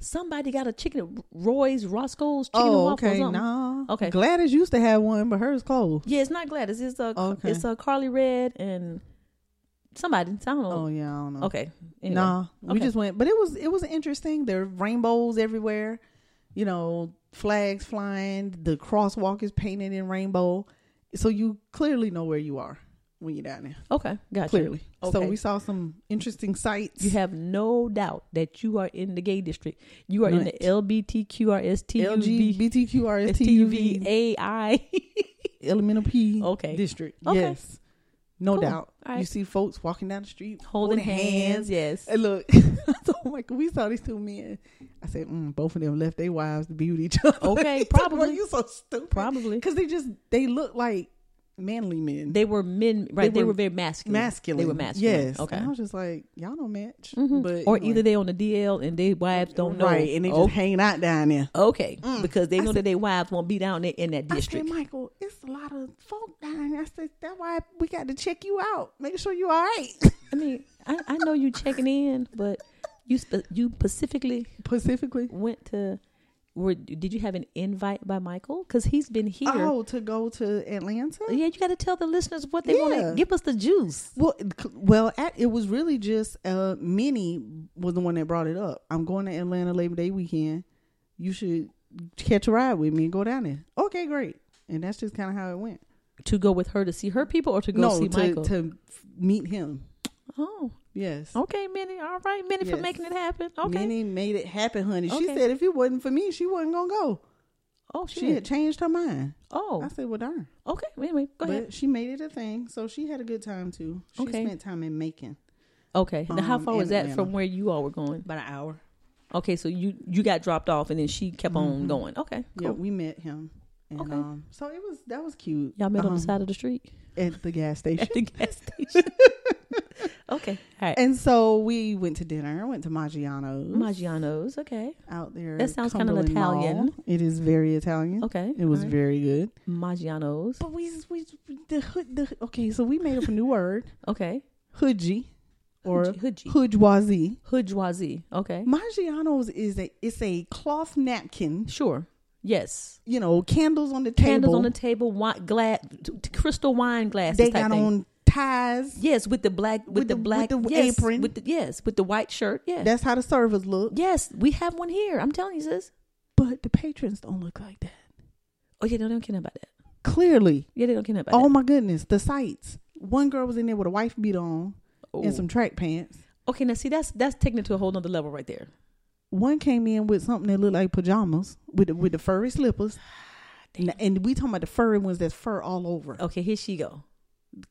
S4: somebody got a chicken. Roy's Roscoe's chicken and
S3: oh,
S4: waffle. or
S3: okay,
S4: something.
S3: nah.
S4: Okay.
S3: Gladys used to have one, but hers closed.
S4: Yeah, it's not Gladys. It's a
S3: Okay.
S4: it's a Carly Red and somebody. I don't know.
S3: Oh yeah, I don't know.
S4: Okay. Anyway.
S3: Nah, we
S4: Okay.
S3: just went, but it was it was interesting. There are rainbows everywhere, you know, flags flying. The crosswalk is painted in rainbow, so you clearly know where you are when you're down there.
S4: Okay. Gotcha.
S3: Clearly,
S4: Okay.
S3: so we saw some interesting sights.
S4: You have no doubt that you are in the gay district. You are in the
S3: Right.
S4: LBTQRSTUV
S3: LGBTQRSTUV
S4: STUVAI.
S3: elemental P
S4: Okay.
S3: district.
S4: Okay.
S3: Yes, no
S4: Cool.
S3: doubt.
S4: All right.
S3: You see folks walking down the street
S4: Holding hands, yes.
S3: And look, I told Michael, we saw these two men. I said, mm, both of them left their wives to be with each other.
S4: Okay,
S3: He said, "Bro,
S4: probably.
S3: you so stupid.
S4: Probably.
S3: because they just they look like manly men.
S4: They were men, right? They,
S3: were
S4: were, very masculine.
S3: masculine.
S4: They were masculine.
S3: Yes.
S4: Okay.
S3: And I was just like, y'all don't match.
S4: Mhm.
S3: But
S4: or
S3: you know,
S4: either they on the DL and their wives don't know.
S3: right, and they
S4: Oh,
S3: just hanging out down there.
S4: okay, because they
S3: I
S4: know
S3: said-
S4: that their wives won't be down there in that
S3: I
S4: district.
S3: said, Michael, it's a lot of folk down. there. I said that's why we got to check you out, make sure you all right.
S4: I mean, I, I know you checking in, but you spe- you specifically
S3: Specifically,
S4: went to. Were did you have an invite by Michael? Because he's been here.
S3: oh, to go to Atlanta.
S4: Yeah, you got to tell the listeners what they want
S3: Yeah.
S4: to give us the juice.
S3: Well, it c- well, at, it was really just uh, Minnie was the one that brought it up. I'm going to Atlanta Labor Day weekend. You should catch a ride with me and go down there. Okay, great. And that's just kind of how it went.
S4: to go with her to see her people or to go
S3: no,
S4: see
S3: to
S4: Michael?
S3: to f- meet him.
S4: oh,
S3: Yes.
S4: okay, Minnie. All right, Minnie for
S3: Yes.
S4: making it happen. Okay.
S3: Minnie made it happen, honey. She
S4: Okay.
S3: said if it wasn't for me, she wasn't gonna go.
S4: Oh
S3: She
S4: shit.
S3: had changed her mind.
S4: Oh,
S3: I said, well, darn.
S4: okay. Anyway, go ahead.
S3: But she made it a thing, so she had a good time too. She
S4: Okay.
S3: spent time in Macon,
S4: Okay. now, how
S3: um,
S4: far
S3: in
S4: was that
S3: Atlanta.
S4: from where you all were going?
S3: about an hour.
S4: Okay, so you you got dropped off and then she kept
S3: Mm-hmm.
S4: on going. Okay,
S3: Yeah,
S4: cool.
S3: we met him. And,
S4: Okay.
S3: um, so it was that was cute.
S4: Y'all met on
S3: Um,
S4: the side of the street
S3: at the gas station.
S4: at the gas station. okay, all right.
S3: and so we went to dinner. Went to Maggiano's
S4: Maggiano's. Okay,
S3: out there.
S4: That sounds kinda
S3: Cumberland Mall.
S4: Italian.
S3: It is very Italian.
S4: okay.
S3: It was
S4: all right.
S3: very good.
S4: Maggiano's.
S3: But we we the hood the okay. So we made up a new word,
S4: Okay,
S3: hoodgy, or
S4: Hoodji.
S3: hoodwazi.
S4: Hoodwazi. Okay,
S3: Maggiano's is a it's a cloth napkin.
S4: sure. Yes.
S3: You know, candles on the table.
S4: Candles on the table, wine, glass, crystal wine glasses.
S3: They
S4: type
S3: got
S4: thing.
S3: on ties.
S4: Yes, with the black with,
S3: With
S4: the,
S3: the- with
S4: black
S3: the
S4: yes,
S3: apron.
S4: With the, yes, with the white shirt. Yes.
S3: That's how the servers look.
S4: yes, we have one here. I'm telling you, sis.
S3: But the patrons don't look like that.
S4: Oh yeah, they don't care about that.
S3: Clearly.
S4: Yeah, they don't care about
S3: Oh
S4: that.
S3: my goodness, the sights. One girl was in there with a wife beat on
S4: Oh.
S3: and some track pants.
S4: okay, now see that's that's taking it to a whole nother level right there.
S3: One came in with something that looked like pajamas with the, with the furry slippers. And, and we talking about the furry ones that's fur all over.
S4: Okay, here she go.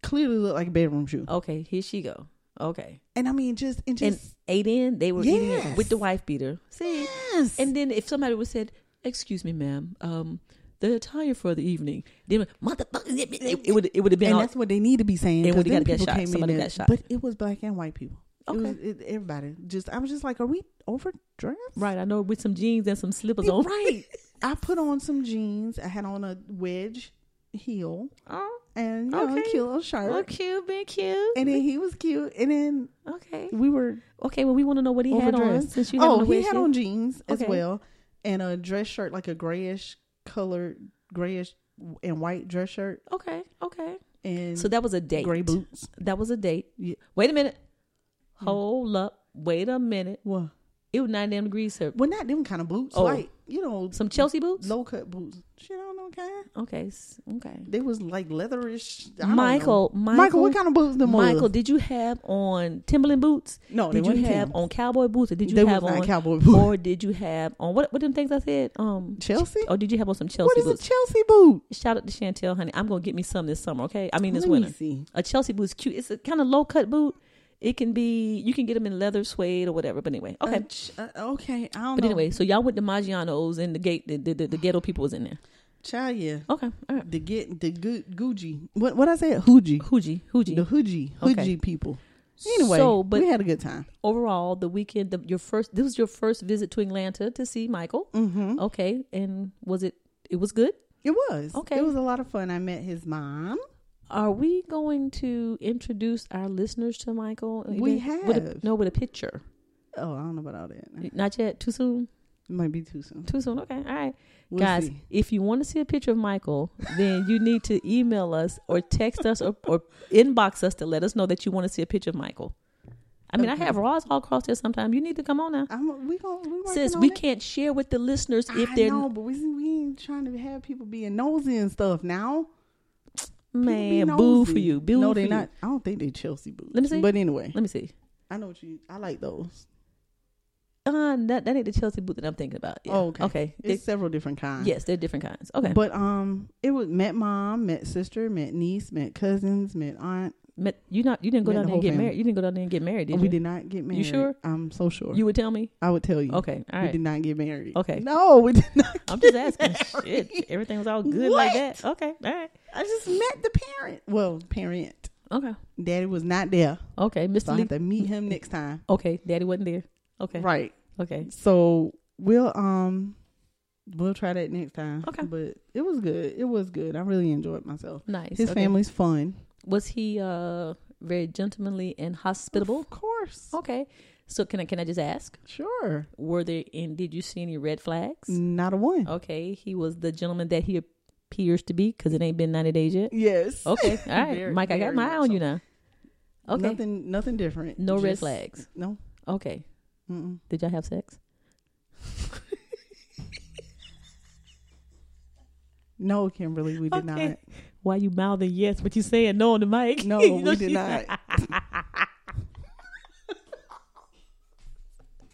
S3: Clearly look like a bedroom shoe.
S4: Okay, here she go. Okay,
S3: And I mean just and
S4: Oh. and
S3: just
S4: ate in. They were eating it
S3: Yes.
S4: with the wife beater. See,
S3: Yes.
S4: and then if somebody would said, "Excuse me, ma'am, um, the attire for the evening," then motherfucker, it would it would have been
S3: and
S4: all,
S3: that's what they need to be saying.
S4: And
S3: 'cause
S4: we
S3: them
S4: gotta get
S3: people
S4: shot.
S3: came in
S4: Somebody
S3: there-
S4: got shot.
S3: But it was black and white people. It
S4: Okay.
S3: was it, everybody. Just I was just like, are we overdressed?
S4: right. I know with some jeans and some slippers on.
S3: Right. I put on some jeans. I had on a wedge heel
S4: Oh,
S3: and you know a
S4: Okay.
S3: cute little shirt.
S4: look cute, been cute.
S3: And then he was cute. And then
S4: okay.
S3: we were
S4: Okay, well, we want to know what he had on
S3: overdressed.
S4: since you haven't
S3: oh, he
S4: noticed
S3: had
S4: it.
S3: on jeans as
S4: Okay.
S3: well, and a dress shirt, like a grayish colored, grayish and white dress shirt,
S4: Okay, okay.
S3: and
S4: So that was a date.
S3: gray boots.
S4: That was a date.
S3: Yeah.
S4: Wait a minute. Hold up. Wait a minute.
S3: What?
S4: It was nine damn degrees. Sir.
S3: Well, not them kind of boots.
S4: Oh.
S3: Like you know,
S4: Some Chelsea boots.
S3: low cut boots. Shit, I don't know what kind.
S4: Okay, s- okay.
S3: They was like leatherish. I don't
S4: Michael,
S3: know.
S4: Michael,
S3: what kind of boots? Them was?
S4: Michael, did you have on Timberland boots?
S3: No, they
S4: did you
S3: weren't
S4: have
S3: Timbs.
S4: on cowboy boots, or did you
S3: They
S4: have
S3: was not
S4: on
S3: cowboy boots.
S4: or did you have on what? What them things I said? Um,
S3: Chelsea?
S4: Or did you have on some Chelsea
S3: What is
S4: boots?
S3: a Chelsea boot?
S4: Shout out to Chantel, honey. I'm gonna get me some this summer. Okay, I mean this
S3: Let me
S4: winter.
S3: see.
S4: A Chelsea boot's cute. It's a kind of low cut boot. It can be you can get them in leather, suede, or whatever. But anyway, okay.
S3: A ch- uh, okay, I don't
S4: but
S3: know.
S4: anyway, so y'all went to Maggiano's and the gate the, the, the, the ghetto people was in there.
S3: Child, yeah.
S4: Okay, all right.
S3: The get the good Gucci. What what I said? Hooji.
S4: Hooji, Hooji.
S3: The Hooji. Hooji
S4: Okay.
S3: people. Anyway,
S4: So, but-
S3: we had a good time.
S4: Overall, the weekend, the, your first this was your first visit to Atlanta to see Michael.
S3: Mm-hmm.
S4: Okay, and was it it was good?
S3: It was
S4: Okay.
S3: It was a lot of fun. I met his mom.
S4: Are we going to introduce our listeners to Michael?
S3: We
S4: Even- with a-
S3: have.
S4: no with a picture.
S3: Oh, I don't know about all that. It
S4: Not yet. Too soon.
S3: might be too soon.
S4: Too soon. Okay. All right.
S3: We'll
S4: Guys,
S3: see.
S4: if you want to see a picture of Michael, then you need to email us or text us or, or inbox us to let us know that you want to see a picture of Michael. I mean, I have Roz all across there sometime. You need to come on now.
S3: I'm, we gon' we working
S4: Sis,
S3: on
S4: we
S3: it.
S4: can't share with the listeners if
S3: I
S4: they're
S3: know, but we we ain't trying to have people being nosy and stuff now. People be
S4: man boo
S3: nosy.
S4: for you. Boo
S3: no,
S4: for
S3: they
S4: you.
S3: not. I don't think they Chelsea boots.
S4: Let me see.
S3: But anyway,
S4: Let me see.
S3: I know what you. I like those.
S4: Uh, that, that ain't the Chelsea boot that I'm thinking about. Yeah.
S3: Oh, okay.
S4: Okay. They-
S3: It's several different kinds.
S4: yes, they're different kinds. Okay.
S3: But um, it was met mom, met sister, met niece, met cousins, met aunt,
S4: met you not you didn't go
S3: Met
S4: down
S3: the
S4: there and
S3: whole
S4: get
S3: family. Oh,
S4: married. You didn't go down there and get married, did
S3: we
S4: you?
S3: did not get married.
S4: sure?
S3: I'm so sure.
S4: You would tell me.
S3: I would tell you.
S4: Okay, all
S3: We
S4: right.
S3: did not get married.
S4: Okay.
S3: No, we did not.
S4: I'm just
S3: get
S4: asking.
S3: married.
S4: Shit, everything was all good like that. Okay, all right.
S3: I just met the parent. Well, parent.
S4: Okay,
S3: Daddy was not there.
S4: okay, Mr.
S3: So I
S4: Lee.
S3: have to meet him next time.
S4: Okay, Daddy wasn't there. Okay,
S3: Right.
S4: Okay,
S3: So we'll um we'll try that next time.
S4: Okay.
S3: But it was good. It was good. I really enjoyed myself.
S4: nice.
S3: His
S4: Okay.
S3: family's fun.
S4: was he uh very gentlemanly and hospitable.
S3: Of course.
S4: Okay, so can I can I just ask?
S3: Sure.
S4: Were there and did you see any red flags?
S3: Not a one.
S4: Okay, he was the gentleman that he appears to be because it ain't been 90 days yet.
S3: Yes.
S4: Okay, all right,
S3: Very-
S4: Mike, I got
S3: very
S4: my eye
S3: much
S4: on
S3: so.
S4: you now. Okay,
S3: Nothing nothing different.
S4: no red
S3: Just-
S4: flags.
S3: No.
S4: Okay,
S3: Mm-mm.
S4: did y'all have sex?
S3: No, Kimberly, we did
S4: Okay.
S3: not.
S4: Why you mouthing yes, but you saying no on the mic?
S3: No,
S4: You
S3: we
S4: know
S3: did
S4: she-
S3: not.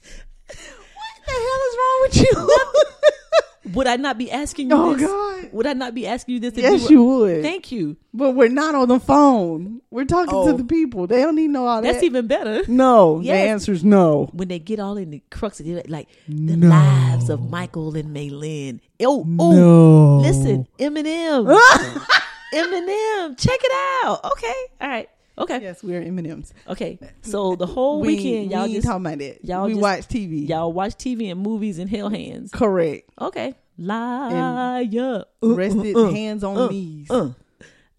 S4: the hell is wrong with you? would I not be asking you?
S3: Oh
S4: this?
S3: God.
S4: Would I not be asking you this? if
S3: Yes,
S4: were-
S3: you would.
S4: Thank you.
S3: but we're not on the phone. We're talking
S4: Oh.
S3: to the people. They don't need to know all
S4: That's
S3: that.
S4: even better.
S3: no.
S4: Yes.
S3: The answer's no.
S4: When they get all in the crux of it, like the
S3: No.
S4: lives of Michael and Maylin. Oh, oh,
S3: No.
S4: listen, Eminem, Eminem, check it out. Okay, all right, okay,
S3: Yes, we're M&Ms.
S4: okay. So the whole
S3: we,
S4: weekend,
S3: we
S4: y'all
S3: ain't
S4: just
S3: talking about that.
S4: y'all
S3: we
S4: just-
S3: watch TV.
S4: y'all watch TV and movies and hell hands.
S3: Correct.
S4: Okay, liar, Uh,
S3: Rested
S4: uh, uh,
S3: hands on
S4: uh,
S3: knees.
S4: uh.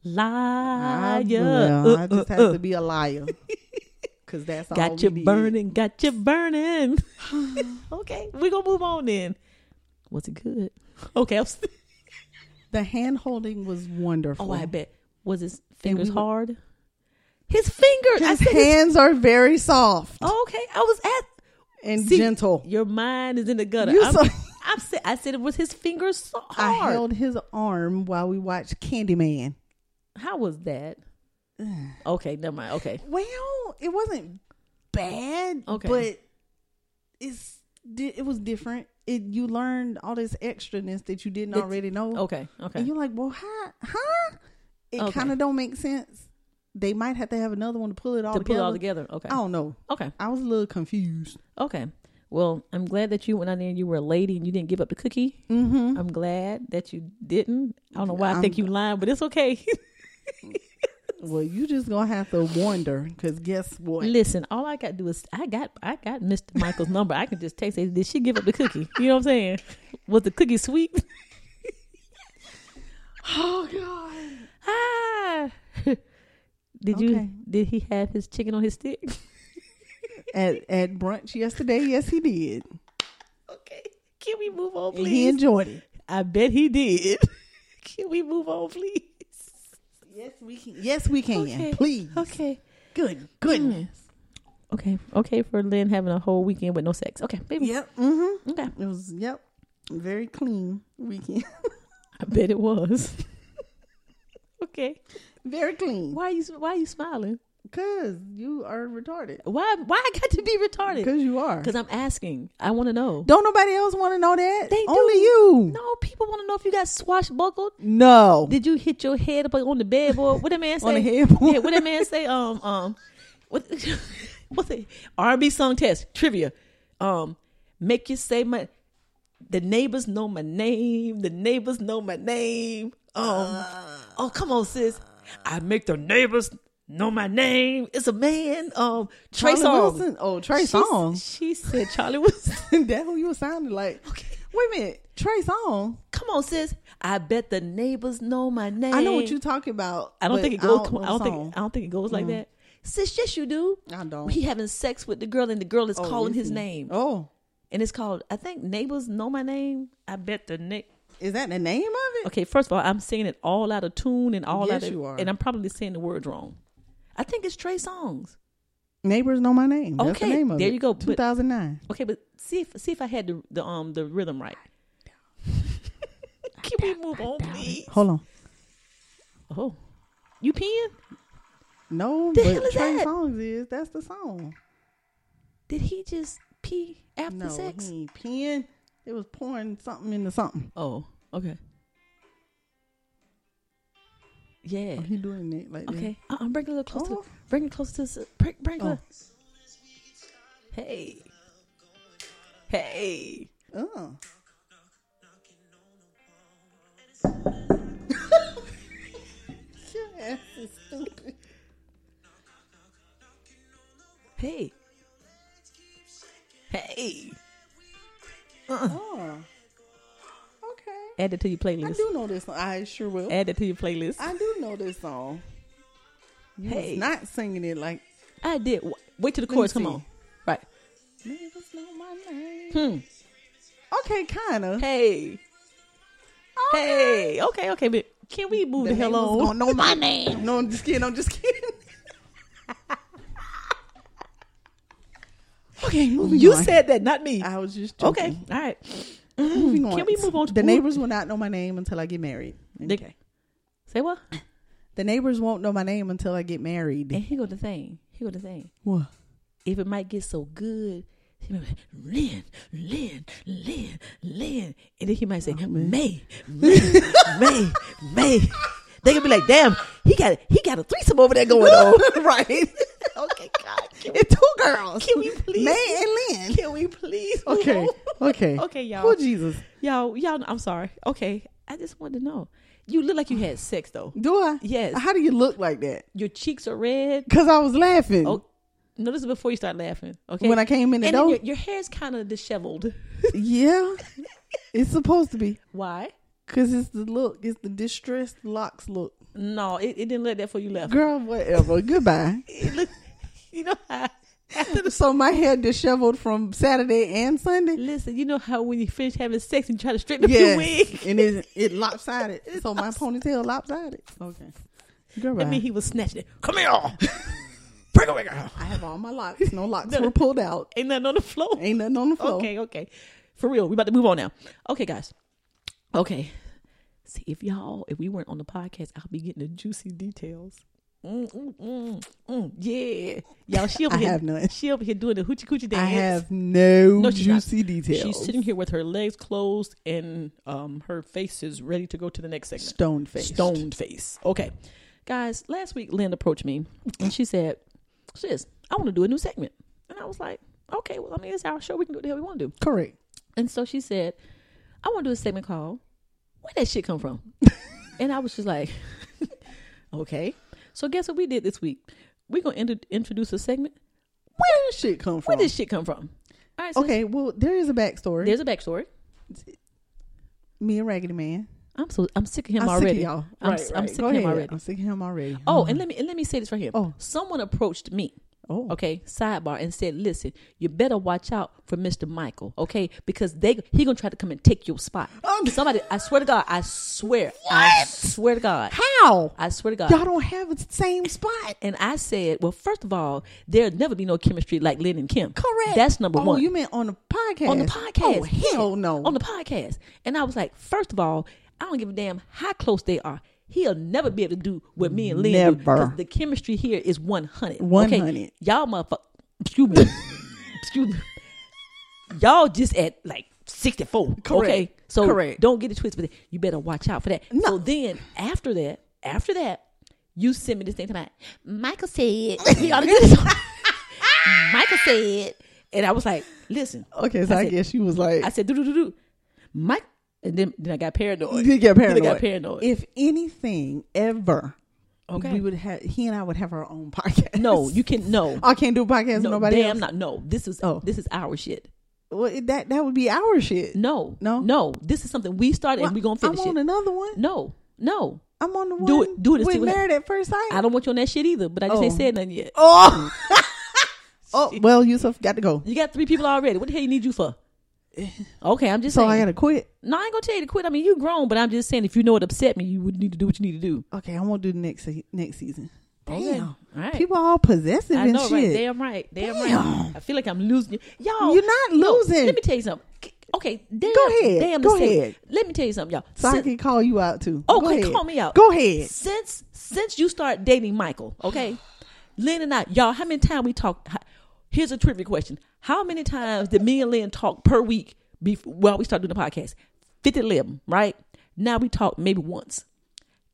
S3: I,
S4: liar.
S3: well,
S4: Uh,
S3: I
S4: uh,
S3: just have
S4: uh.
S3: to be a liar. Cause that's all
S4: Got you
S3: we did.
S4: burning, got you burning. okay, we're gonna move on then. Was it good? Okay, I'm st-
S3: The hand holding was wonderful.
S4: oh, I bet. Was his fingers
S3: we were-
S4: hard? His fingers. I
S3: His
S4: said his-
S3: hands are very soft
S4: Oh, okay, I was at.
S3: and
S4: See,
S3: gentle.
S4: Your mind is in the gutter.
S3: You
S4: I'm,
S3: so-
S4: I'm sa- I said it was his fingers so
S3: I
S4: hard.
S3: held his arm while we watched Candyman.
S4: How was that? okay, never mind. Okay,
S3: Well, it wasn't bad,
S4: Okay.
S3: but it's di- it was different. It you learned all this extraness that you didn't
S4: That's-
S3: already know.
S4: okay, okay.
S3: And you're like, well, huh? huh? It
S4: Okay.
S3: kind of don't make sense. They might have to have another one to pull it all
S4: to pull
S3: together.
S4: it all together. Okay,
S3: I don't know.
S4: okay,
S3: I was a little confused.
S4: okay. Well, I'm glad that you went out there and you were a lady and you didn't give up the cookie.
S3: Mm-hmm.
S4: I'm glad that you didn't. I don't know why I think
S3: I'm-
S4: you lying, but it's okay.
S3: Well, you just gonna have to wonder because guess what?
S4: Listen, all I got to do is I got I got Mr. Michael's number. I can just text. Her, Did she give up the cookie? You know what I'm saying? Was the cookie sweet?
S3: Oh God!
S4: ah. Did you?
S3: Okay.
S4: Did he have his chicken on his stick?
S3: At at brunch yesterday, yes, he did.
S4: okay. Can we move on,
S3: And He
S4: Oh, please?
S3: enjoyed it.
S4: I bet he did. can we move on, please?
S3: Yes, we can. Yes, we can.
S4: Okay.
S3: Please.
S4: Okay. Mm.
S3: Good goodness.
S4: Okay. Okay. For Lynn having a whole weekend with no sex. Okay, baby.
S3: Yep. Mm-hmm.
S4: Okay.
S3: It was yep. Very clean weekend.
S4: I bet it was. okay.
S3: Very clean.
S4: Why are you Why are you smiling?
S3: Because you are retarded.
S4: Why Why I got to be retarded?
S3: Because you are.
S4: Because I'm asking. I want to know.
S3: Don't nobody else want to know that.
S4: They
S3: Only
S4: do.
S3: you.
S4: No, people want to know if you got swashbuckled.
S3: No.
S4: Did you hit your head up on the bedboard? What that man say?
S3: On the headboard.
S4: Yeah. What that man say? Um. Um. What? What's it? R&B song test trivia. Um. Make you say my. The neighbors know my name. The neighbors know my name. Um.
S3: Uh.
S4: Oh, come on, sis. I make the neighbors know my name. It's a man. Um. Trey
S3: Charlie
S4: Songz.
S3: Wilson. Oh, Trey
S4: She s-
S3: Songz.
S4: She said Charlie Wilson.
S3: that who you sounded like.
S4: Okay.
S3: Wait a minute. Trey Songz.
S4: Come on, sis. I bet the neighbors know my name.
S3: I know what you're talking about.
S4: I don't
S3: but
S4: think it goes. I
S3: don't
S4: don't,
S3: know Mm.
S4: think. I don't think it goes like that. Sis, yes, you do.
S3: I don't.
S4: He having sex with the girl, and the girl is
S3: Oh,
S4: calling
S3: you
S4: his
S3: see.
S4: name,
S3: Oh,
S4: and it's called. I think neighbors know my name. I bet the neigh
S3: is that the name of it?
S4: Okay, first of all, I'm saying it all out of tune and all out
S3: Yes,
S4: of,
S3: you are.
S4: and I'm probably saying the words wrong. I think it's Trey Songs.
S3: Neighbors know my name. That's
S4: Okay,
S3: the name of
S4: there
S3: it.
S4: you go, but-
S3: 2009.
S4: Okay, but see if see if I had the, the um the rhythm right. Can we move on, please?
S3: Hold on.
S4: Oh, you peeing?
S3: No,
S4: The
S3: but
S4: hell is
S3: Trey
S4: that?
S3: Songz is. That's the song.
S4: Did he just pee after
S3: No,
S4: sex?
S3: he ain't peeing. It was pouring something into something.
S4: Oh, okay. Yeah.
S3: Oh, he doing it like
S4: Okay. Uh, I'm bringing it a little closer.
S3: Oh.
S4: To, bring it closer to. s- Bring, bring
S3: Oh.
S4: it. Hey. Hey.
S3: that. Oh. Your ass is stupid.
S4: Hey. Hey.
S3: Oh. Okay.
S4: Add it to your
S3: I
S4: playlist.
S3: do know this song. I sure will.
S4: Add it to your playlist. I,
S3: I do know this song. You
S4: Hey.
S3: was not singing it like
S4: did. Wa- Wait till the
S3: me
S4: chorus. Come
S3: see.
S4: on. Right.
S3: niggas know my name.
S4: Hmm.
S3: Okay, kinda.
S4: Hey. Hey. Okay. Okay. But can we move the, hell on?
S3: No, know my name. No, I'm just kidding. I'm just kidding. okay, moving
S4: You
S3: on.
S4: said that, not me.
S3: I was just joking.
S4: okay. All right.
S3: Moving on.
S4: Can we move on to
S3: the neighbors will not know my name until I get married.
S4: The- Say what?
S3: The neighbors won't know my name until I get married.
S4: And here go the thing. Here go the thing.
S3: What?
S4: if it might get so good, he might be like, Lynn, Lynn, Lynn, Lynn. And then he might say, May, May, May, May. They gonna be like, damn, he got he got a threesome over there going on. right. okay, God. Can,
S3: It's two girls.
S4: can we please
S3: May and Lynn.
S4: Can we please move
S3: Okay.
S4: on?
S3: Okay.
S4: Okay, y'all.
S3: Oh Jesus.
S4: Y'all, y'all I'm sorry. Okay. I just wanted to know. You look like you had sex though.
S3: Do I?
S4: Yes.
S3: How do you look like that?
S4: Your cheeks are red.
S3: Cause I was laughing
S4: Oh, no, this is before you start laughing. Okay.
S3: when I came in the
S4: and then
S3: door.
S4: your, your hair's kind of disheveled.
S3: yeah, it's supposed to be
S4: Why?
S3: because it's the look. It's the distressed locks look.
S4: No, it, it didn't let that for you left.
S3: Girl, whatever. Goodbye.
S4: It look, you know how after the
S3: So my hair disheveled from Saturday and Sunday.
S4: listen, you know how when you finish having sex and you try to straighten up your wig.
S3: Yes, and it it lopsided. So my ponytail lopsided. Okay. Goodbye.
S4: I mean, he was snatching it. Come here, bring away, girl.
S3: I have all my locks. No locks
S4: No.
S3: were pulled out.
S4: Ain't nothing on the floor.
S3: Ain't nothing on the floor.
S4: Okay, okay, for real. We about to move on now. Okay, guys. Okay, see if y'all, if we weren't on the podcast, I'll be getting the juicy details. Mm, mm, mm, mm, yeah, y'all. She over
S3: I
S4: here.
S3: have none.
S4: She over here doing the hoochie coochie dance.
S3: I have no,
S4: No, she's not.
S3: juicy details.
S4: She's sitting here with her legs closed and um her face is ready to go to the next segment.
S3: stone faced.
S4: Stoned face. Okay. Guys, last week Lynn approached me and she said, Sis, I want to do a new segment. And I was like, Okay, well, I mean, it's our show. We can do what the hell we want to do.
S3: Correct.
S4: And so she said, I want to do a segment called Where That Shit Come From? and I was just like, Okay. So guess what we did this week? We're going to introduce a segment.
S3: Where did shit come
S4: Where
S3: from?
S4: did shit come from? All right. So
S3: okay, well, there is a backstory.
S4: There's a backstory.
S3: Me and Raggedy Man.
S4: I'm so I'm sick of him
S3: I'm
S4: already.
S3: sick of y'all.
S4: I'm,
S3: right,
S4: s-
S3: right.
S4: I'm sick
S3: Go
S4: of him
S3: ahead.
S4: already.
S3: I'm sick of him already.
S4: Oh, and let me and let me say this right here.
S3: Oh.
S4: someone approached me.
S3: oh,
S4: Okay, sidebar, and said, "Listen, you better watch out for Mister Michael. Okay, because they he gonna try to come and take your spot.
S3: Um,
S4: Somebody, I swear to God, I swear, I swear to God,
S3: how?
S4: I uh, swear to God,
S3: Y'all don't have the same spot.
S4: and I said, well, first of all, there'll never be no chemistry like Lynn and Kim.
S3: Correct.
S4: That's number
S3: oh,
S4: one.
S3: You meant on the podcast.
S4: on the podcast.
S3: Oh hell
S4: Yeah,
S3: no.
S4: On the podcast. And I was like, first of all, I don't give a damn how close they are. He'll never be able to do what me and Lynn do,
S3: Never.
S4: 'cause the chemistry here is 100.
S3: 100.
S4: Okay? Y'all motherfucker. Excuse me. Excuse me. Y'all just at like 64. Okay.
S3: Correct.
S4: So
S3: Correct.
S4: don't get it twisted. But you better watch out for that.
S3: No.
S4: So then after that, after that, you send me this thing tonight. Michael said, we ought to do this. Michael said, and I was like, listen.
S3: okay, so I,
S4: said-
S3: guess she was like,
S4: I said, do do do do. Mike, and then then I got paranoid.
S3: You get
S4: Then
S3: paranoid.
S4: I got paranoid.
S3: If anything ever,
S4: Okay.
S3: we would have. He and I would have our own podcast.
S4: no, you can no.
S3: I can't do a podcast
S4: no
S3: with Oh, nobody
S4: damn
S3: else.
S4: not no. This is
S3: Oh.
S4: this is our shit.
S3: Well, it- that that would be our shit.
S4: No,
S3: No?
S4: no. This is something we started
S3: Well,
S4: and we gonna finish
S3: I'm
S4: it.
S3: on another one.
S4: no, no.
S3: I'm on the one.
S4: Do it- do it and
S3: With
S4: see what
S3: married at first sight.
S4: I don't want you on that shit either. But I just
S3: Oh.
S4: ain't said nothing yet.
S3: Oh.
S4: Mm.
S3: oh well, Yusuf got to go.
S4: You got three people already. What the hell you need you for? Okay, I'm just
S3: So
S4: saying.
S3: I gotta quit.
S4: no, I ain't gonna tell you to quit. I mean, you grown, but I'm just saying if you know it upset me, you would need to do what you need to do.
S3: Okay, I won't do the next se- next season. Damn,
S4: Okay. All right.
S3: people are all possessive
S4: I
S3: and
S4: know, right?
S3: shit.
S4: Damn right. Damn, right.
S3: Damn.
S4: I feel like I'm losing. Y'all,
S3: You're not
S4: look,
S3: losing.
S4: let me tell you something. K- Okay, damn.
S3: Go ahead.
S4: Damn
S3: Go
S4: the same.
S3: ahead.
S4: Let me tell you something, y'all.
S3: So I
S4: Sin-
S3: can call you out too.
S4: oh,
S3: Go
S4: okay,
S3: ahead.
S4: call me out.
S3: Go ahead.
S4: Since since you start dating Michael, okay, Lynn and I, y'all, how many times we talk? how- Here's a trivia question: How many times did me and Lynn talk per week before while we started doing the podcast? Fifty eleven, right? Now we talk maybe once.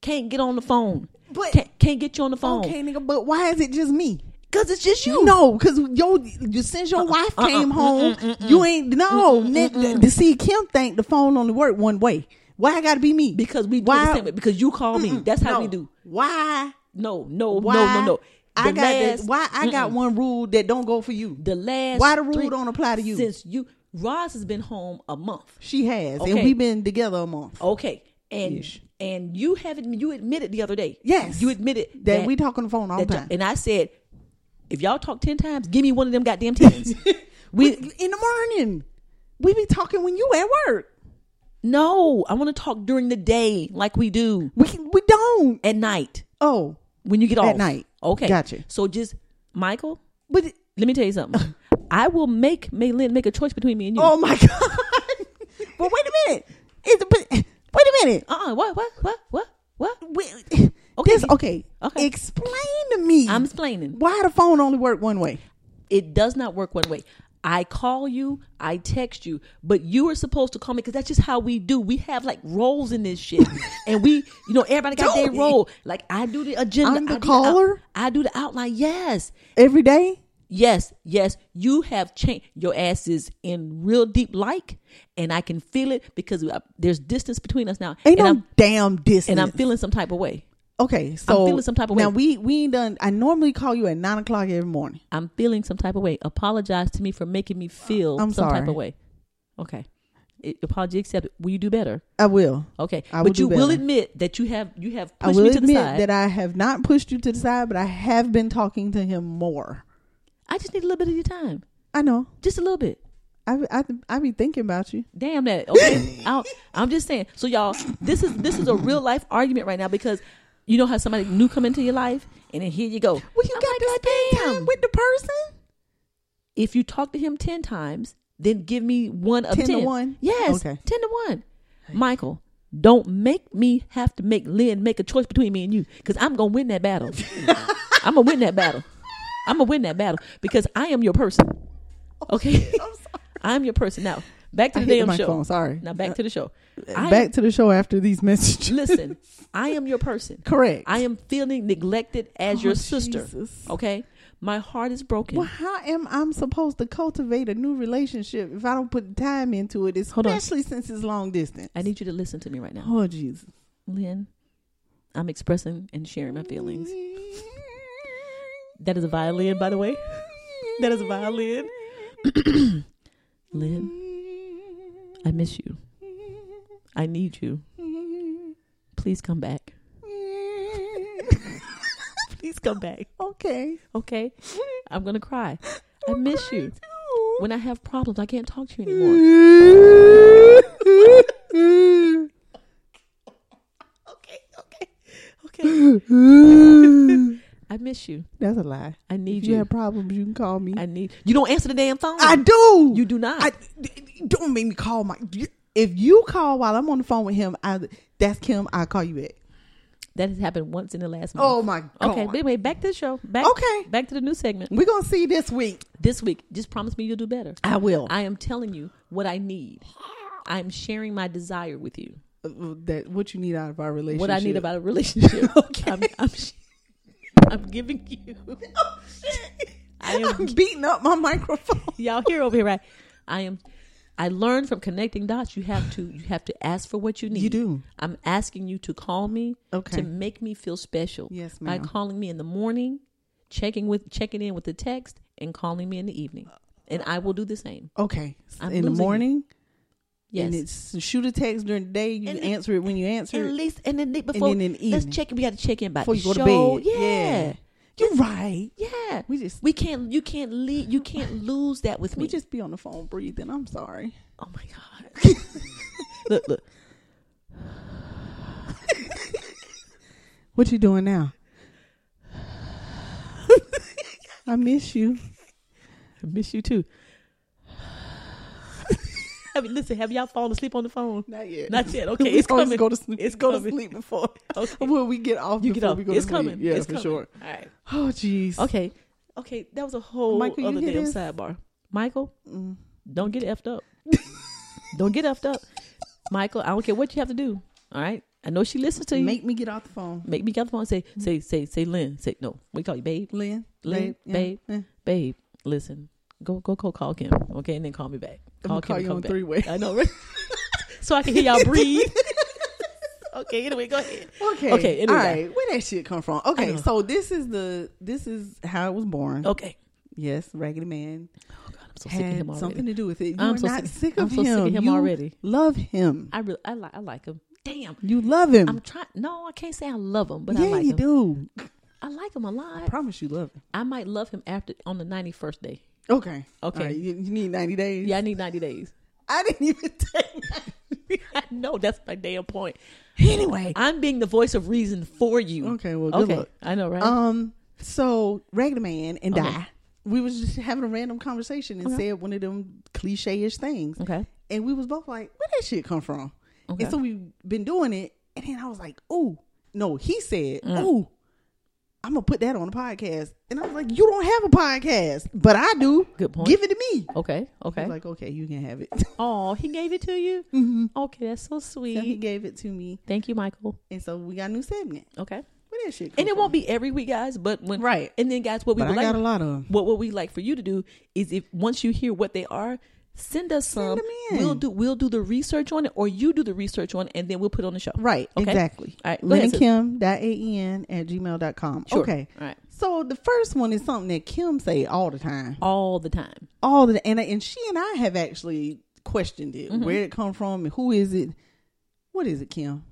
S4: Can't get on the phone.
S3: But-
S4: can't, can't get you on the phone.
S3: Okay, nigga, but why is it just me?
S4: Cause it's just you. Uh,
S3: No, because yo, you- since your wife
S4: mm,
S3: came home, you ain't no. Nick, to see Kim think the phone only worked one way. Why I gotta be me?
S4: Because we do
S3: why, Mm,
S4: the same way. Because you call me. That's how
S3: no.
S4: we do.
S3: Why?
S4: No, no,
S3: Why?
S4: no, no, no.
S3: I
S4: The
S3: got this.
S4: last-
S3: Why I got one rule that don't go for you.
S4: the last
S3: Why the rule
S4: three-
S3: don't apply to you?
S4: Since you Roz has been home a month.
S3: She has, and
S4: Okay. Oh,
S3: we've been together a month.
S4: Okay. And and you haven't you admitted the other day.
S3: Yes.
S4: You admitted
S3: that, we talk on the phone all the
S4: that-
S3: time.
S4: And I said, if y'all talk ten times, give me one of them goddamn tens.
S3: we in the morning. We be talking when you at work.
S4: no, I want to talk during the day like we do
S3: We we don't.
S4: at night
S3: Oh,
S4: when you get off
S3: night.
S4: Okay,
S3: Gotcha.
S4: So just Michael,
S3: but
S4: let me tell you something. I will make Maylin make a choice between me and you.
S3: oh my god. but wait a minute. It's but, wait a minute.
S4: Uh uh What? What? What? What? What?
S3: Wait,
S4: Okay,
S3: this,
S4: you-
S3: okay.
S4: okay.
S3: Explain to me.
S4: I'm explaining.
S3: why the phone only work one way.
S4: It does not work one way. I call you, I text you, but you are supposed to call me because that's just how we do. We have like roles in this shit, and we, you know, everybody got their
S3: Don't-
S4: role. Like I do the agenda.
S3: I'm the
S4: I do out-
S3: caller?
S4: I do the outline. Yes,
S3: Every day.
S4: yes, yes. You have changed. Your ass is in real deep like, and I can feel it because we- there's distance between us now,
S3: Ain't
S4: and
S3: no
S4: I'm
S3: damn distance.
S4: and I'm feeling some type of way.
S3: okay. So
S4: feeling some type of
S3: now
S4: way.
S3: we we ain't done. I normally call you at nine o'clock every morning.
S4: I'm feeling some type of way. Apologize to me for making me feel
S3: I'm
S4: some type
S3: sorry.
S4: of way. Okay. It, apology accepted. Will you do better?
S3: I will.
S4: Okay.
S3: I will
S4: but
S3: do
S4: you will
S3: better.
S4: admit that you have you have
S3: I
S4: pushed
S3: will
S4: me to the
S3: admit
S4: side.
S3: that I have not pushed you to the side, but I have been talking to him more.
S4: I, just need a little bit of your time.
S3: I know.
S4: Just a little bit.
S3: I I I be thinking about you.
S4: Damn that. Okay. I'll, I'm just saying. So y'all, this is this is a real life argument right now because you know how somebody new come into your life and then here you go.
S3: Well, you
S4: I'm
S3: got
S4: like,
S3: to spend
S4: "Goddamn."
S3: time with the person.
S4: if you talk to him 10 times, then give me one of 10.
S3: 10 to one?
S4: Yes.
S3: Okay.
S4: 10 to 1. Michael, don't make me have to make Lynn make a choice between me and you because I'm going to win that battle. I'm going to win that battle. I'm going to win that battle because I am your person. Okay? I'm your person. Now, back to
S3: I
S4: the
S3: hit
S4: damn
S3: my
S4: show.
S3: phone. Sorry.
S4: Now, back to the show. I am-
S3: Back to the show after these messages.
S4: listen, I am your person.
S3: Correct.
S4: I am feeling neglected as
S3: Oh,
S4: your sister.
S3: Jesus.
S4: Okay? My heart is broken.
S3: Well, how am I supposed to cultivate a new relationship if I don't put time into it,
S4: Hold on.
S3: especially since it's long distance?
S4: I need you to listen to me right now.
S3: Oh Jesus!
S4: Lynn, I'm expressing and sharing my feelings. That is a violin, by the way. That is a violin. Lynn, I miss you. I need you. Please come back. Please come back.
S3: okay.
S4: Okay? I'm going to cry. I miss you. When I have problems, I can't talk to you anymore.
S3: okay. Mm,
S4: Okay? I miss you.
S3: That's a lie.
S4: I need
S3: If you
S4: you.
S3: have problems, you can call me.
S4: I need you. Don't answer the damn phone.
S3: I do.
S4: You do not.
S3: I, don't make me call my. If you call while I'm on the phone with him, I that's Kim. I'll call you back.
S4: that has happened once in the last month.
S3: Oh my god.
S4: Okay, but anyway, back to the show. Back,
S3: Okay.
S4: Back to the new segment.
S3: We're gonna see this week. Uh,
S4: This week, just promise me you'll do better.
S3: I will.
S4: I am telling you what I need. I'm sharing my desire with you.
S3: uh, that what you need out of our relationship.
S4: What I need about a relationship. okay. I'm, I'm, sh- I'm giving you. I am-
S3: Oh, I'm beating up my microphone.
S4: Y'all here over here, right? I am. I learned from connecting dots. You have to. You have to ask for what you need.
S3: do.
S4: I'm asking you to call me.
S3: Okay.
S4: To make me feel special.
S3: Yes,
S4: By
S3: ma'am.
S4: calling me in the morning, checking with checking in with the text, and calling me in the evening, and I will do the same.
S3: Okay.
S4: I'm
S3: in the
S4: losing you.
S3: morning,
S4: Yes.
S3: and it's shoot a text during the day. You
S4: And-
S3: answer it when you answer
S4: at
S3: it
S4: least and then the- before
S3: then in the
S4: let's
S3: evening.
S4: check in. We got to check in by
S3: before you
S4: the
S3: go to
S4: show.
S3: bed.
S4: Yeah.
S3: You're right.
S4: yeah,
S3: We just-
S4: we can't you can't leave you can't lose that with me.
S3: We just be on the phone breathing. I'm sorry.
S4: oh my god. look look.
S3: What you doing now? I miss you.
S4: I miss you too. I mean, listen, have y'all fallen asleep on the phone?
S3: Not yet.
S4: Not yet. Okay,
S3: We
S4: it's
S3: always
S4: coming.
S3: Go to sleep.
S4: It's
S3: go to
S4: coming.
S3: sleep before.
S4: Okay.
S3: When we get off,
S4: You get
S3: before
S4: up.
S3: We go to
S4: It's
S3: sleep.
S4: coming.
S3: Yeah,
S4: it's
S3: for
S4: coming.
S3: sure.
S4: All right.
S3: Oh, jeez.
S4: Okay. Okay. That was a whole
S3: Michael, you
S4: other
S3: hear
S4: damn
S3: this?
S4: sidebar. Michael,
S3: Mm.
S4: don't get effed up. don't get effed up. Michael, I don't care what you have to do. All right. I know she listens to you. Make,
S3: Make me get off the phone.
S4: me get the phone and say, say, say, say, Lynn. Say, no, we call you babe,
S3: Lynn,
S4: Lynn,
S3: yeah,
S4: babe.
S3: yeah.
S4: babe. Listen, go, go, go, call Kim, okay, and then call me back.
S3: I'm gonna call
S4: and
S3: you on
S4: me back.
S3: three way.
S4: I know, right? so I can hear y'all breathe. okay, anyway, go ahead.
S3: Okay.
S4: Okay, anyway.
S3: All right. Where that shit come from? Okay.
S4: know.
S3: So this is the this is how it was born.
S4: Okay.
S3: Yes, Raggedy Man
S4: Oh God, I'm so sick of him
S3: had
S4: already.
S3: something to do with it. You
S4: I'm
S3: are
S4: so
S3: not
S4: sick-
S3: sick,
S4: I'm
S3: of
S4: so
S3: him.
S4: sick of him
S3: You
S4: already.
S3: Love him.
S4: I really, I like, I like him. Damn,
S3: You love him.
S4: I'm trying. No, I can't say I love him, but
S3: yeah,
S4: I like
S3: you
S4: him.
S3: do.
S4: I like him a lot.
S3: I promise you love him.
S4: I might love him after on the 91st day.
S3: Okay.
S4: Okay.
S3: All right, You, you need ninety days.
S4: Yeah, I need 90 days.
S3: I didn't even take. 90.
S4: I know that's my damn point.
S3: anyway.
S4: I'm being the voice of reason for you.
S3: Okay, well, good
S4: okay,
S3: luck.
S4: I know, right?
S3: Um. So Raggedy Man and
S4: Okay.
S3: I, we was just having a random conversation and said one of them cliche-ish things.
S4: okay,
S3: and we was both like, "Where that shit come from?"
S4: Okay.
S3: And so we've been doing it, and then I was like, "Ooh, no," he said,
S4: Mm.
S3: "Ooh, I'm gonna put that on a podcast," and I was like, "You don't have a podcast, but I do.
S4: Good point.
S3: Give it to me."
S4: okay,
S3: He
S4: okay.
S3: was like, Mm-hmm. "Okay, you can have it."
S4: oh, he gave it to you? Okay, that's so
S3: so he
S4: sweet.
S3: gave it to me,
S4: Thank you, Michael.
S3: and so we got a new segment.
S4: Okay.
S3: Where that shit? Come
S4: And it won't be every week, guys, but when.
S3: Right.
S4: And then, guys, what we
S3: But
S4: would
S3: I
S4: like.
S3: got a lot of 'em.
S4: What, what we like for you to do is if once you hear what they are, send us some.
S3: 'em in.
S4: We'll do we'll do the research on it, or you do the research on it, and then we'll put it on the show.
S3: Right,
S4: Okay?
S3: exactly.
S4: All right, go ahead, sis.
S3: LynnandKim.an E at gmail.com.
S4: Sure.
S3: Okay.
S4: All right.
S3: So the first one is something that Kim say all the time.
S4: All the time.
S3: all of the and and she and I have actually questioned it.
S4: Mm-hmm.
S3: Where did it come from and who is it? What is it, Kim?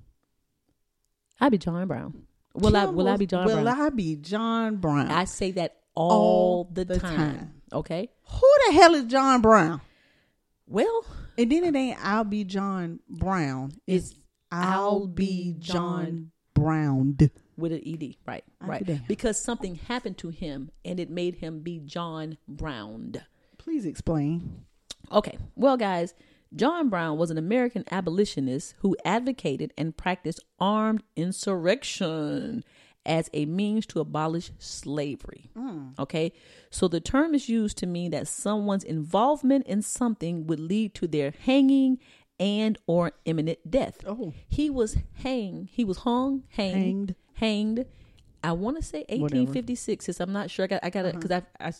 S4: I be John Brown. Will I
S3: Kim
S4: will I
S3: was-
S4: be John
S3: Will
S4: Brown?
S3: I be John Brown?
S4: I say that all,
S3: All
S4: the,
S3: the
S4: time.
S3: time.
S4: Okay.
S3: who the hell is John Brown?
S4: Well,
S3: And then it ain't I'll be John Brown. It's, I'll, be John Brown.
S4: with an ed, right?
S3: I'll be
S4: right.
S3: damned.
S4: Because something happened to him and it made him be John Brown.
S3: Please explain.
S4: Okay. Well, guys, John Brown was an American abolitionist who advocated and practiced armed insurrection as a means to abolish slavery. Okay. So the term is used to mean that someone's involvement in something would lead to their hanging and or imminent death.
S3: Oh.
S4: He was hanged. He was hung, hanged, hanged. I want to say 1856 since I'm not sure I got I got to cuz I I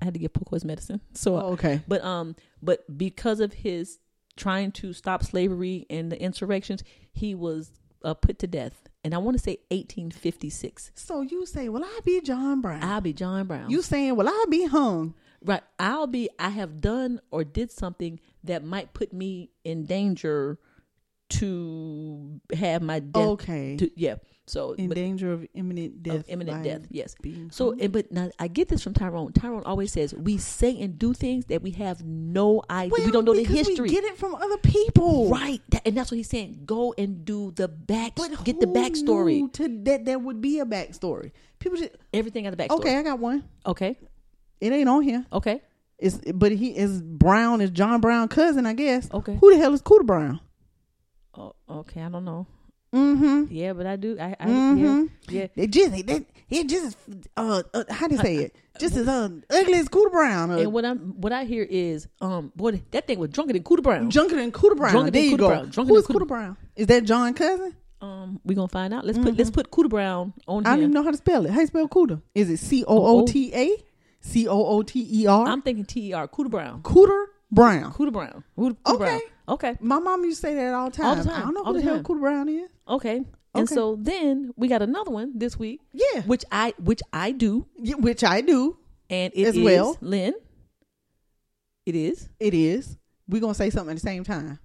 S4: I had to get Poco's medicine. So
S3: Oh, okay.
S4: but um, but because of his trying to stop slavery and the insurrections, he was uh, put to death. And I want to say 1856.
S3: So you say, Will I be John Brown?
S4: I'll be John Brown.
S3: you saying, Will I be hung?
S4: right? I'll be. I have done or did something that might put me in danger to have my death.
S3: Okay.
S4: To, yeah. So
S3: In
S4: but-
S3: danger of imminent death.
S4: of imminent
S3: by
S4: death. Yes.
S3: being
S4: So, and, but now I get this from Tyrone. Tyrone always says we say and do things that we have no idea. we
S3: Well,
S4: don't know the
S3: because
S4: history.
S3: We get it from other people,
S4: Right, That- and that's what he's saying. Go and do the back,
S3: But
S4: get the
S3: who
S4: backstory.
S3: knew To that, there would be a backstory. People just
S4: Everything on the backstory.
S3: okay. I got one.
S4: okay,
S3: It ain't on here.
S4: okay.
S3: It's but he is Brown is John Brown cousin, I guess.
S4: Okay.
S3: Who the hell is Cooter Brown?
S4: Oh, okay. I don't know.
S3: Mm-hmm.
S4: Yeah, but I do. I, I
S3: Mhm.
S4: yeah, yeah.
S3: It just that it just uh, uh how do you say it? Just as uh, ugly as Cooter Brown. Uh,
S4: And what I'm, what I hear is, um, boy, that thing was drunker than Cooter Brown.
S3: Junker than Cooter Brown.
S4: Drunker than
S3: there you
S4: Cooter
S3: go.
S4: Brown. Drunker
S3: Who
S4: than
S3: is
S4: Cooter-
S3: Cooter Brown? Is that John cousin?
S4: um, we gonna find out. Let's put let's put Cooter Brown on
S3: Mm-hmm. I don't
S4: here.
S3: even know how to spell it. How you spell Cooter? Is it C O O T A? C O O T E R?
S4: I'm thinking T E R Cooter Brown.
S3: Cooter Brown.
S4: Cooter Brown. Cooter, Cooter
S3: Okay.
S4: Brown. Okay.
S3: My mom used to say that all the time.
S4: All the time.
S3: I don't know
S4: All
S3: who the,
S4: the
S3: hell
S4: time.
S3: Cooter Brown is.
S4: Okay. And
S3: Okay.
S4: so then we got another one this week.
S3: Yeah.
S4: Which I which I do,
S3: Y- Which I do.
S4: and it is
S3: As well.
S4: Lynn. It is,
S3: It is. We're gonna say something at the same time.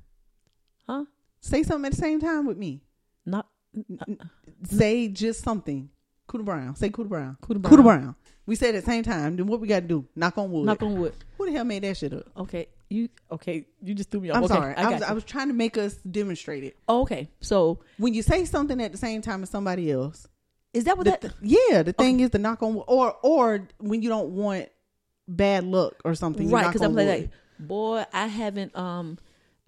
S4: huh?
S3: Say something at the same time with me.
S4: Not
S3: Say just something. Cooter Brown. Say Cooter Brown.
S4: Cooter Brown.
S3: Cooter Brown. We say it at the same time. Then what we gotta do? Knock on wood.
S4: Knock on wood.
S3: Who the hell made that shit up?
S4: Okay, you okay? You just threw me off.
S3: I'm
S4: Oh, okay,
S3: sorry. I,
S4: got
S3: was,
S4: you. Oh,
S3: I was trying to make us demonstrate it.
S4: okay, so
S3: When you say something at the same time as somebody else,
S4: is that what
S3: the
S4: that?
S3: th- yeah, the thing is the knock on wood. Or or when you don't want bad luck or something,
S4: right,
S3: Because
S4: because I'm like, like, boy, I haven't um.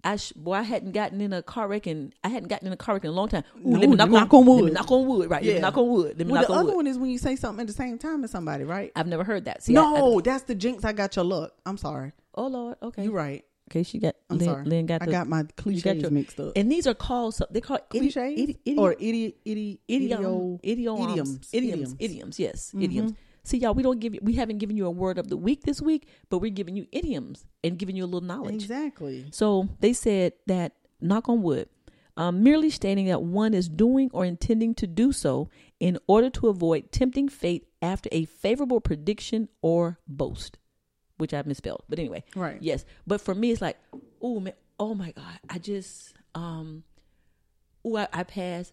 S4: I sh- boy, I hadn't gotten in a car wreck and I hadn't gotten in a car wreck in a long time. Ooh,
S3: No,
S4: let me
S3: you
S4: knock,
S3: knock
S4: on,
S3: on
S4: Let me
S3: wood.
S4: knock on wood. Right. Let me
S3: Yeah.
S4: knock on wood. Let me
S3: well,
S4: knock
S3: the
S4: on
S3: other
S4: wood.
S3: one is when you say something at the same time as somebody, right?
S4: I've never heard that. See, I- I-
S3: no, that's the jinx I got your luck. I'm sorry.
S4: oh Lord. Okay.
S3: You're right.
S4: Okay, she got
S3: I'm
S4: Lynn,
S3: sorry.
S4: Lynn got
S3: I
S4: the
S3: got my cliches
S4: your-
S3: mixed up.
S4: and these are called so they call it idi-
S3: cliches
S4: idi- idi-
S3: or idiot, idiot,
S4: idiom, idioms, idioms,
S3: idioms,
S4: idioms, Yes, idioms. See, y'all, we don't give you, we haven't given you a word of the week this week, but we're giving you idioms and giving you a little knowledge.
S3: Exactly.
S4: So they said that, knock on wood, um, merely stating that one is doing or intending to do so in order to avoid tempting fate after a favorable prediction or boast, which I've misspelled. But anyway,
S3: Right.
S4: Yes, but for me, it's like, oh man, oh my god, I just, um, oh I, I passed.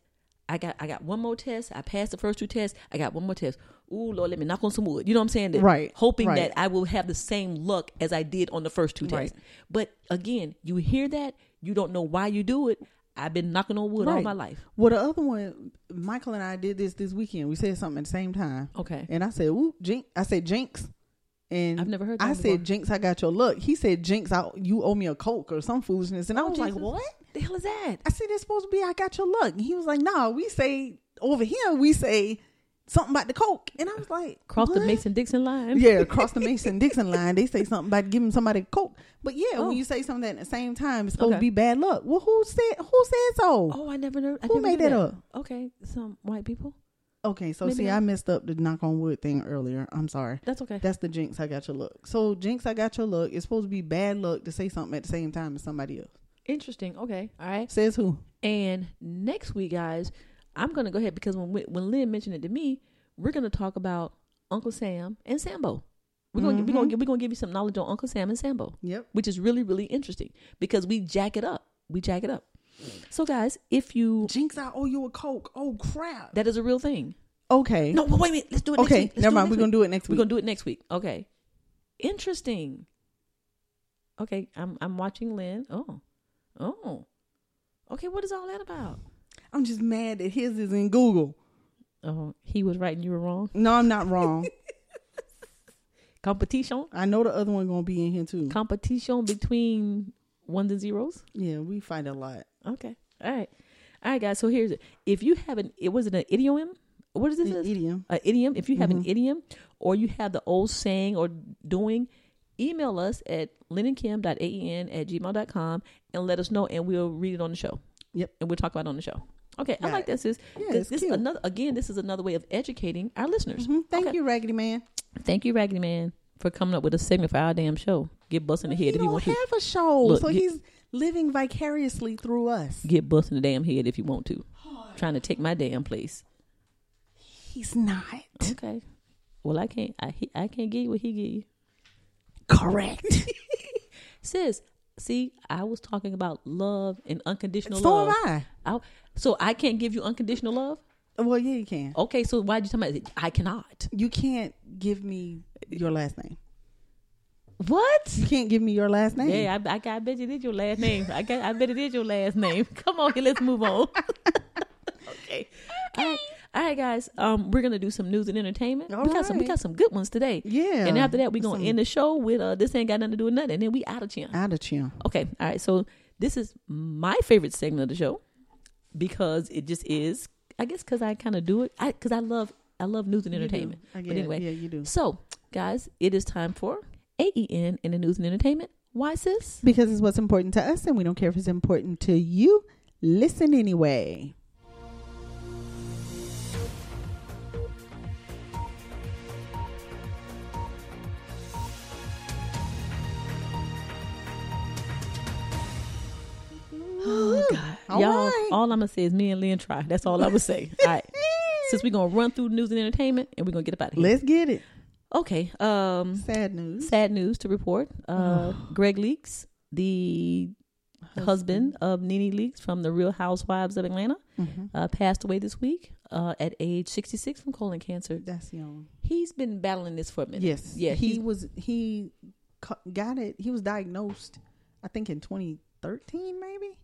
S4: I got I got one more test. I passed the first two tests. I got one more test. Ooh Lord, let me knock on some wood. You know what I'm saying? That-
S3: Right,
S4: Hoping
S3: right.
S4: that I will have the same luck as I did on the first two
S3: Right.
S4: tests. But again, you hear that, you don't know why you do it. I've been knocking on wood all
S3: Right.
S4: my life.
S3: Well, the other one, Michael and I did this this weekend. We said something at the same time.
S4: Okay.
S3: And I said, "Ooh, jinx!" I said, "Jinx." And
S4: I've never heard
S3: I
S4: that
S3: said,
S4: before.
S3: "Jinx, I got your luck." He said, "Jinx, I, you owe me a coke or some foolishness." And I was like,
S4: Oh, Jesus.
S3: "What?"
S4: The hell is that?
S3: I said, "It's supposed to be I got your luck." And he was like, "No, we say over here we say something about the coke." And I was like,
S4: Cross the
S3: "What?"
S4: Mason Dixon line.
S3: yeah, across the Mason Dixon line, they say something about giving somebody coke. But yeah,
S4: Oh.
S3: when you say something at the same time, it's supposed
S4: Okay.
S3: to be bad luck. Well, who said who said so?
S4: Oh, I never know. I
S3: Who
S4: never
S3: made
S4: knew
S3: that up?
S4: Okay, some white people.
S3: Okay, so
S4: Maybe
S3: see,
S4: not.
S3: I messed up the knock on wood thing earlier. I'm sorry.
S4: That's okay.
S3: That's the jinx. I got your luck. So jinx, I got your luck. It's supposed to be bad luck to say something at the same time as somebody else.
S4: Interesting. Okay. All right.
S3: Says who?
S4: And next week, guys, I'm gonna go ahead because when we, when Lynn mentioned it to me, we're gonna talk about Uncle Sam and Sambo. We're gonna we're gonna we're gonna give you some knowledge on Uncle Sam and Sambo,
S3: Yep.
S4: which is really really interesting because we jack it up. We jack it up. So guys, if you
S3: Jinx, I owe you a coke. Oh crap.
S4: that is a real thing.
S3: Okay.
S4: No, but wait a minute. Let's do it.
S3: Okay,
S4: Next week. Let's do
S3: never
S4: it
S3: mind. We're
S4: next
S3: gonna
S4: week.
S3: do it next
S4: We're
S3: week.
S4: gonna do it next week. Okay. Interesting. Okay, I'm I'm watching Lynn. Oh, oh. Okay, what is all that about?
S3: I'm just mad that his is in Google.
S4: Oh, he was right and you were wrong.
S3: No, I'm not wrong.
S4: competition
S3: I know the other one gonna be in here too.
S4: competition between ones and zeros
S3: Yeah, we fight a lot.
S4: okay all right all right guys so here's it if you have an it was it an idiom what is this
S3: An E- idiom. Mm-hmm.
S4: an idiom if you have an idiom or you have the old saying or doing email us at lennonkim.aen E at gmail.com and let us know and we'll read it on the show
S3: Yep.
S4: and we'll talk about it on the show okay i
S3: Got
S4: like
S3: it.
S4: that sis
S3: Yeah,
S4: 'Cause
S3: it's
S4: this
S3: cute.
S4: is another again this is another way of educating our listeners
S3: Mhm. Thank
S4: Okay.
S3: you, Raggedy Man.
S4: thank you raggedy man for coming up with a segment for our damn show get busting the
S3: He
S4: head if you
S3: don't
S4: want to
S3: have a show,
S4: Look,
S3: so
S4: get-
S3: he's living vicariously through us.
S4: get bust in the damn head if you want to. Trying to take my damn place.
S3: He's not
S4: Okay. Well, I can't. I he, I can't give you what he give you.
S3: correct.
S4: Sis, see, I was talking about love and unconditional
S3: so
S4: love.
S3: am I.
S4: I. So I can't give you unconditional love.
S3: Well, yeah, you can.
S4: Okay. So why would you tell me I cannot?
S3: You can't give me your last name.
S4: What?
S3: You can't give me your last name.
S4: Yeah, I, I, I bet it is your last name. I got, I bet it is your last name. Come on, here, let's move on. okay. All right. All right, guys. Um, we're gonna do some news and entertainment.
S3: All
S4: we got some. We
S3: right.
S4: got some good ones today.
S3: Yeah.
S4: And after that, we're gonna
S3: Some-
S4: end the show with uh, this ain't got nothing to do with nothing. And then we out of chin.
S3: Out of chin.
S4: Okay. All right. So this is my favorite segment of the show because it just is. I guess because I kind of do it. I because I love I love news and
S3: do.
S4: entertainment.
S3: I
S4: But
S3: get it.
S4: anyway,
S3: Yeah, you do.
S4: So guys, it is time for AEN in the news and entertainment. Why, sis?
S3: Because it's what's important to us, and we don't care if it's important to you. Listen anyway.
S4: Oh God,
S3: All
S4: y'all!
S3: right.
S4: All I'm gonna say is me and Lynn try. That's all I would say. all right. Since we're gonna run through news and entertainment, and we're gonna get up out of here.
S3: Let's get it.
S4: Okay. Um.
S3: Sad news.
S4: sad news to report. Uh, Greg Leeks, the husband. of Nene Leeks from The Real Housewives of Atlanta,
S3: Mm-hmm.
S4: uh, passed away this week uh, at age 66 from colon cancer.
S3: That's young.
S4: He's been battling this for a minute.
S3: Yes.
S4: Yeah.
S3: He
S4: He,
S3: was. He cu- got it. He was diagnosed. I think in 2013, maybe.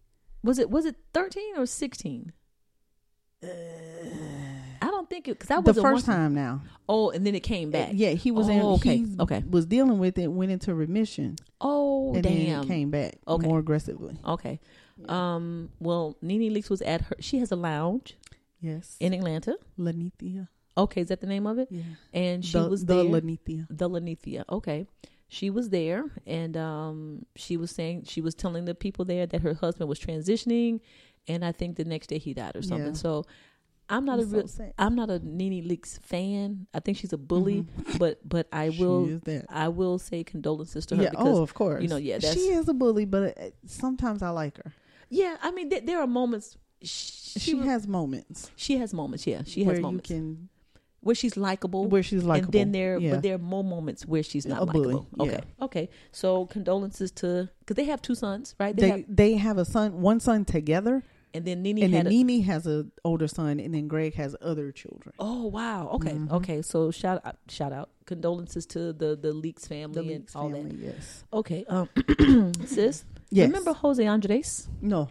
S4: was it was it 13 or 16? I don't think it because Uh, that was
S3: The first time now. Uh,
S4: Oh, and then it came back.
S3: Yeah, he was in.
S4: Oh, okay.
S3: he
S4: okay.
S3: Was dealing with it. Went into remission.
S4: Oh,
S3: and then
S4: damn.
S3: it came back
S4: Okay.
S3: more aggressively.
S4: Okay. Um. Well, Nene Leaks was at her. She has a lounge
S3: Yes.
S4: in Atlanta.
S3: Lanithia.
S4: Okay, is that the name of it?
S3: Yeah.
S4: And she
S3: the,
S4: was
S3: the
S4: there.
S3: Lanithia.
S4: the Lanithia. Okay. she was there and um, she was saying she was telling the people there that her husband was transitioning and i think the next day he died or something
S3: Yeah.
S4: so i'm not
S3: That's
S4: a real
S3: so sad.
S4: i'm not a nene leaks fan i think she's a bully but but i
S3: Mm-hmm. She
S4: will
S3: is that.
S4: i will say condolences to her
S3: yeah.
S4: because
S3: Oh, of course.
S4: you know, yeah, that's-
S3: she is a bully, but uh, sometimes I like her.
S4: yeah i mean th- there are moments she,
S3: She, has moments
S4: she has moments yeah she
S3: where
S4: has moments
S3: you can
S4: where she's likable
S3: where she's likable.
S4: and then there
S3: yeah.
S4: but there are more moments where she's not
S3: A bully,
S4: likable okay okay so condolences to because they have two sons right
S3: they
S4: have,
S3: they have a son, one son together,
S4: and then Nene
S3: and
S4: had
S3: then
S4: a,
S3: Nene has an older son, and then Greg has other children.
S4: oh wow okay
S3: Mhm.
S4: okay so shout out shout out condolences to the the leaks family
S3: The
S4: and
S3: Leakes
S4: all
S3: family, yes,
S4: that okay um sis
S3: yes.
S4: remember Jose Andres
S3: No,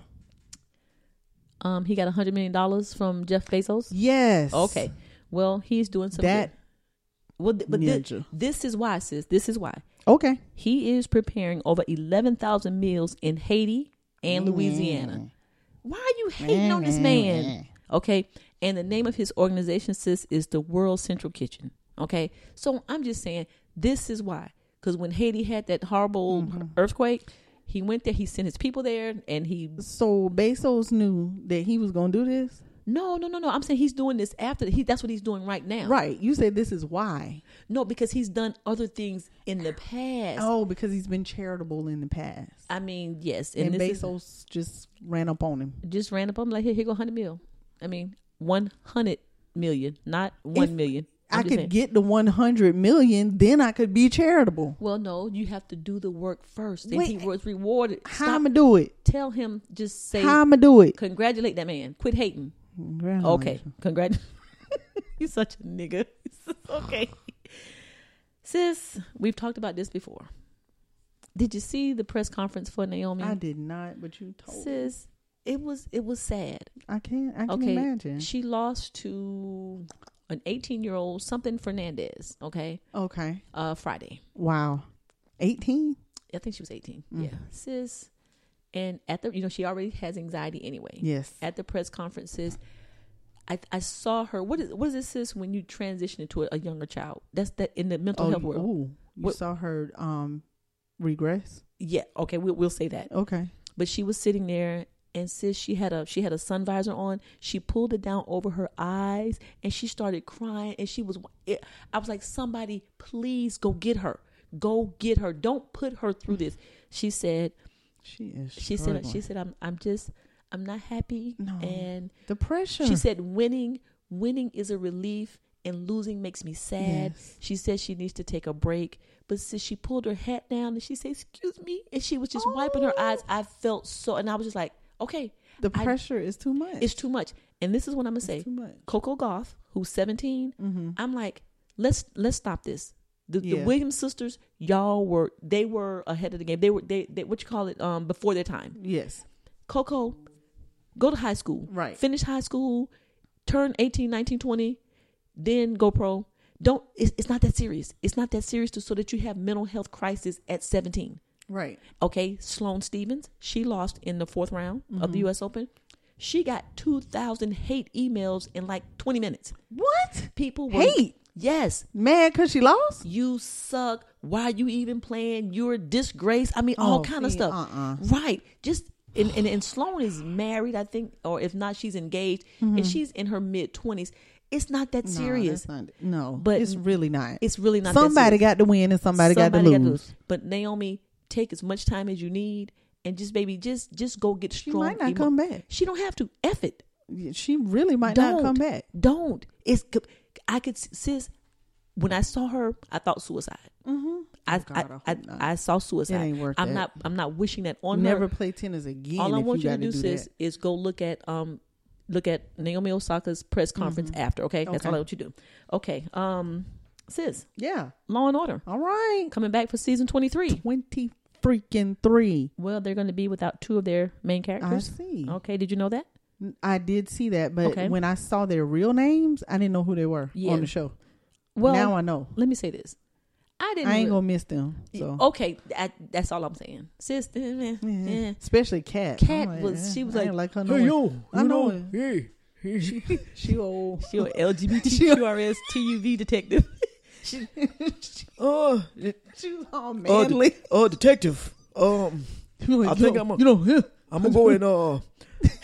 S4: um he got a hundred million dollars from Jeff Bezos
S3: yes.
S4: okay well he's doing some
S3: that
S4: good. well th- but thi-
S3: ninja.
S4: this is why sis this is why
S3: okay.
S4: he is preparing over 11,000 meals in Haiti and
S3: Mm.
S4: Louisiana. Why are you hating on this
S3: Mm-hmm.
S4: man? Okay. And the name of his organization, sis, is the World Central Kitchen. Okay. So I'm just saying, this is why. Because when Haiti had that horrible
S3: Mm-hmm.
S4: earthquake, he went there, he sent his people there, and he.
S3: So Bezos knew that he was gonna do this,
S4: No, no, no, no. I'm saying he's doing this after. He, that's what he's doing right now.
S3: right? You said this is why.
S4: No, because he's done other things in the past.
S3: Oh, because he's been charitable in the past,
S4: I mean, yes.
S3: and,
S4: this is-
S3: Bezos just ran up on him.
S4: just ran up. I'm like, here, here go hundred mil. I mean, one hundred million, not one
S3: If
S4: million. I'm
S3: I
S4: just
S3: could
S4: saying.
S3: get the one hundred million, then I could be charitable.
S4: Well, no, you have to do the work first. Then
S3: Wait,
S4: he was rewarded.
S3: How
S4: Stop.
S3: I'ma do it?
S4: Tell him. Just say,
S3: How Oh I'ma do it?
S4: congratulate that man. Quit hating. Okay, congrat. you such a nigga. okay, sis. We've talked about this before. Did you see the press conference for Naomi?
S3: I did not, but you told. me.
S4: Sis, it was it was sad.
S3: I can't. I can
S4: okay,
S3: imagine.
S4: she lost to an 18 year old something Fernandez. Okay,
S3: Okay.
S4: uh, Friday.
S3: Wow. Eighteen.
S4: I think she was 18.
S3: Mm.
S4: Yeah, sis. And at the, you know, she already has anxiety anyway.
S3: Yes.
S4: At the press conferences, I I saw her. What is what is this? Sis, when you transition into a, a younger child, that's that in the mental
S3: Oh,
S4: health
S3: you,
S4: world.
S3: ooh, you
S4: What-
S3: saw her um regress.
S4: Yeah. Okay. We'll we'll say that.
S3: Okay.
S4: But she was sitting there. And sis, she had a she had a sun visor on. She pulled it down over her eyes, and she started crying. And she was, it, I was like, somebody, please go get her, go get her. Don't put her through this. She said,
S3: She is.
S4: she said, she
S3: struggling.
S4: said, I'm, I'm just, I'm not happy.
S3: No.
S4: And
S3: the pressure.
S4: she said, winning, winning is a relief, and losing makes me sad.
S3: Yes.
S4: She said she needs to take a break. But since she pulled her hat down and she said, "Excuse me," and she was just wiping
S3: Oh.
S4: her eyes, I felt so, and I was just like, "Okay,
S3: the
S4: I-
S3: pressure is too much.
S4: it's too much." And this is what I'm gonna say:
S3: too much. Mm-hmm.
S4: Coco Goff, who's 17, I'm like, let's let's stop this. The, the
S3: Yeah.
S4: Williams sisters, y'all were they were ahead of the game. They were they, they what you call it um before their time.
S3: Yes.
S4: Coco, go to high school.
S3: Right.
S4: Finish high school, turn 18, 19, 20, then go pro. Don't it's, it's not that serious. It's not that serious to so that you have mental health crisis at 17.
S3: Right.
S4: Okay, Sloane Stevens, she lost in the fourth round of
S3: Mm-hmm.
S4: the US Open. She got 2,000 hate emails in like 20 minutes.
S3: What?
S4: People were
S3: Hate.
S4: Yes,
S3: Mad because she lost.
S4: you suck. Why are you even playing? You're a disgrace. I mean, all
S3: Oh,
S4: kind of
S3: see,
S4: stuff.
S3: uh-uh.
S4: Right. Just and, and and Sloan is married, I think, or if not, she's engaged, and she's in her mid twenties. It's not that
S3: No,
S4: serious.
S3: Mm-hmm. that's not- no,
S4: But-
S3: but it's really not.
S4: it's really not.
S3: somebody
S4: that serious.
S3: got to win and somebody, got to lose.
S4: But Naomi, take as much time as you need, and just baby, just just go get
S3: She
S4: strong.
S3: might not
S4: emo-
S3: come back.
S4: She don't have to. F it.
S3: She really might not
S4: Don't.
S3: come back.
S4: Don't. It's. c- I could s- sis. When I saw her, I thought suicide. I,
S3: Mm-hmm. God,
S4: I,
S3: I hope
S4: I,
S3: not.
S4: I saw suicide.
S3: ain't worth
S4: I'm
S3: that.
S4: not. I'm not wishing that on her.
S3: Never play tennis again.
S4: All I
S3: if
S4: want you, to
S3: you, gotta
S4: do, sis,
S3: that.
S4: is go look at um look at Naomi Osaka's press conference after. Okay? that's
S3: Mm-hmm. Okay.
S4: all I want you to do. Okay, um, sis,
S3: Yeah.
S4: Law and Order
S3: All right.
S4: coming back for season twenty three.
S3: Twenty freaking three.
S4: Well, they're going to be without two of their main
S3: I
S4: characters.
S3: see.
S4: Okay, did you know that?
S3: I did see that, but
S4: Okay.
S3: when I saw their real names, I didn't know who they were
S4: Yeah.
S3: on the show.
S4: Well,
S3: now I know.
S4: let me say this. I didn't. Oh,
S3: I ain't
S4: re-
S3: gonna miss them. So
S4: Okay, I, that's all I'm saying, sis. eh,
S3: Yeah.
S4: eh.
S3: especially Cat.
S4: Kat was- she was
S3: I ain't
S4: like,
S3: like her no I know it.
S5: Hey.
S3: She old.
S4: She an LGBTQRS TUV detective.
S3: she,
S5: Oh, de-
S3: she was
S4: Uh,
S3: all
S5: oh, de-
S3: manly.
S5: oh, detective. Um,
S3: She was like,
S5: I
S3: you
S5: think
S3: know,
S5: I'm a-
S3: you know, yeah.
S5: I'm gonna go and uh,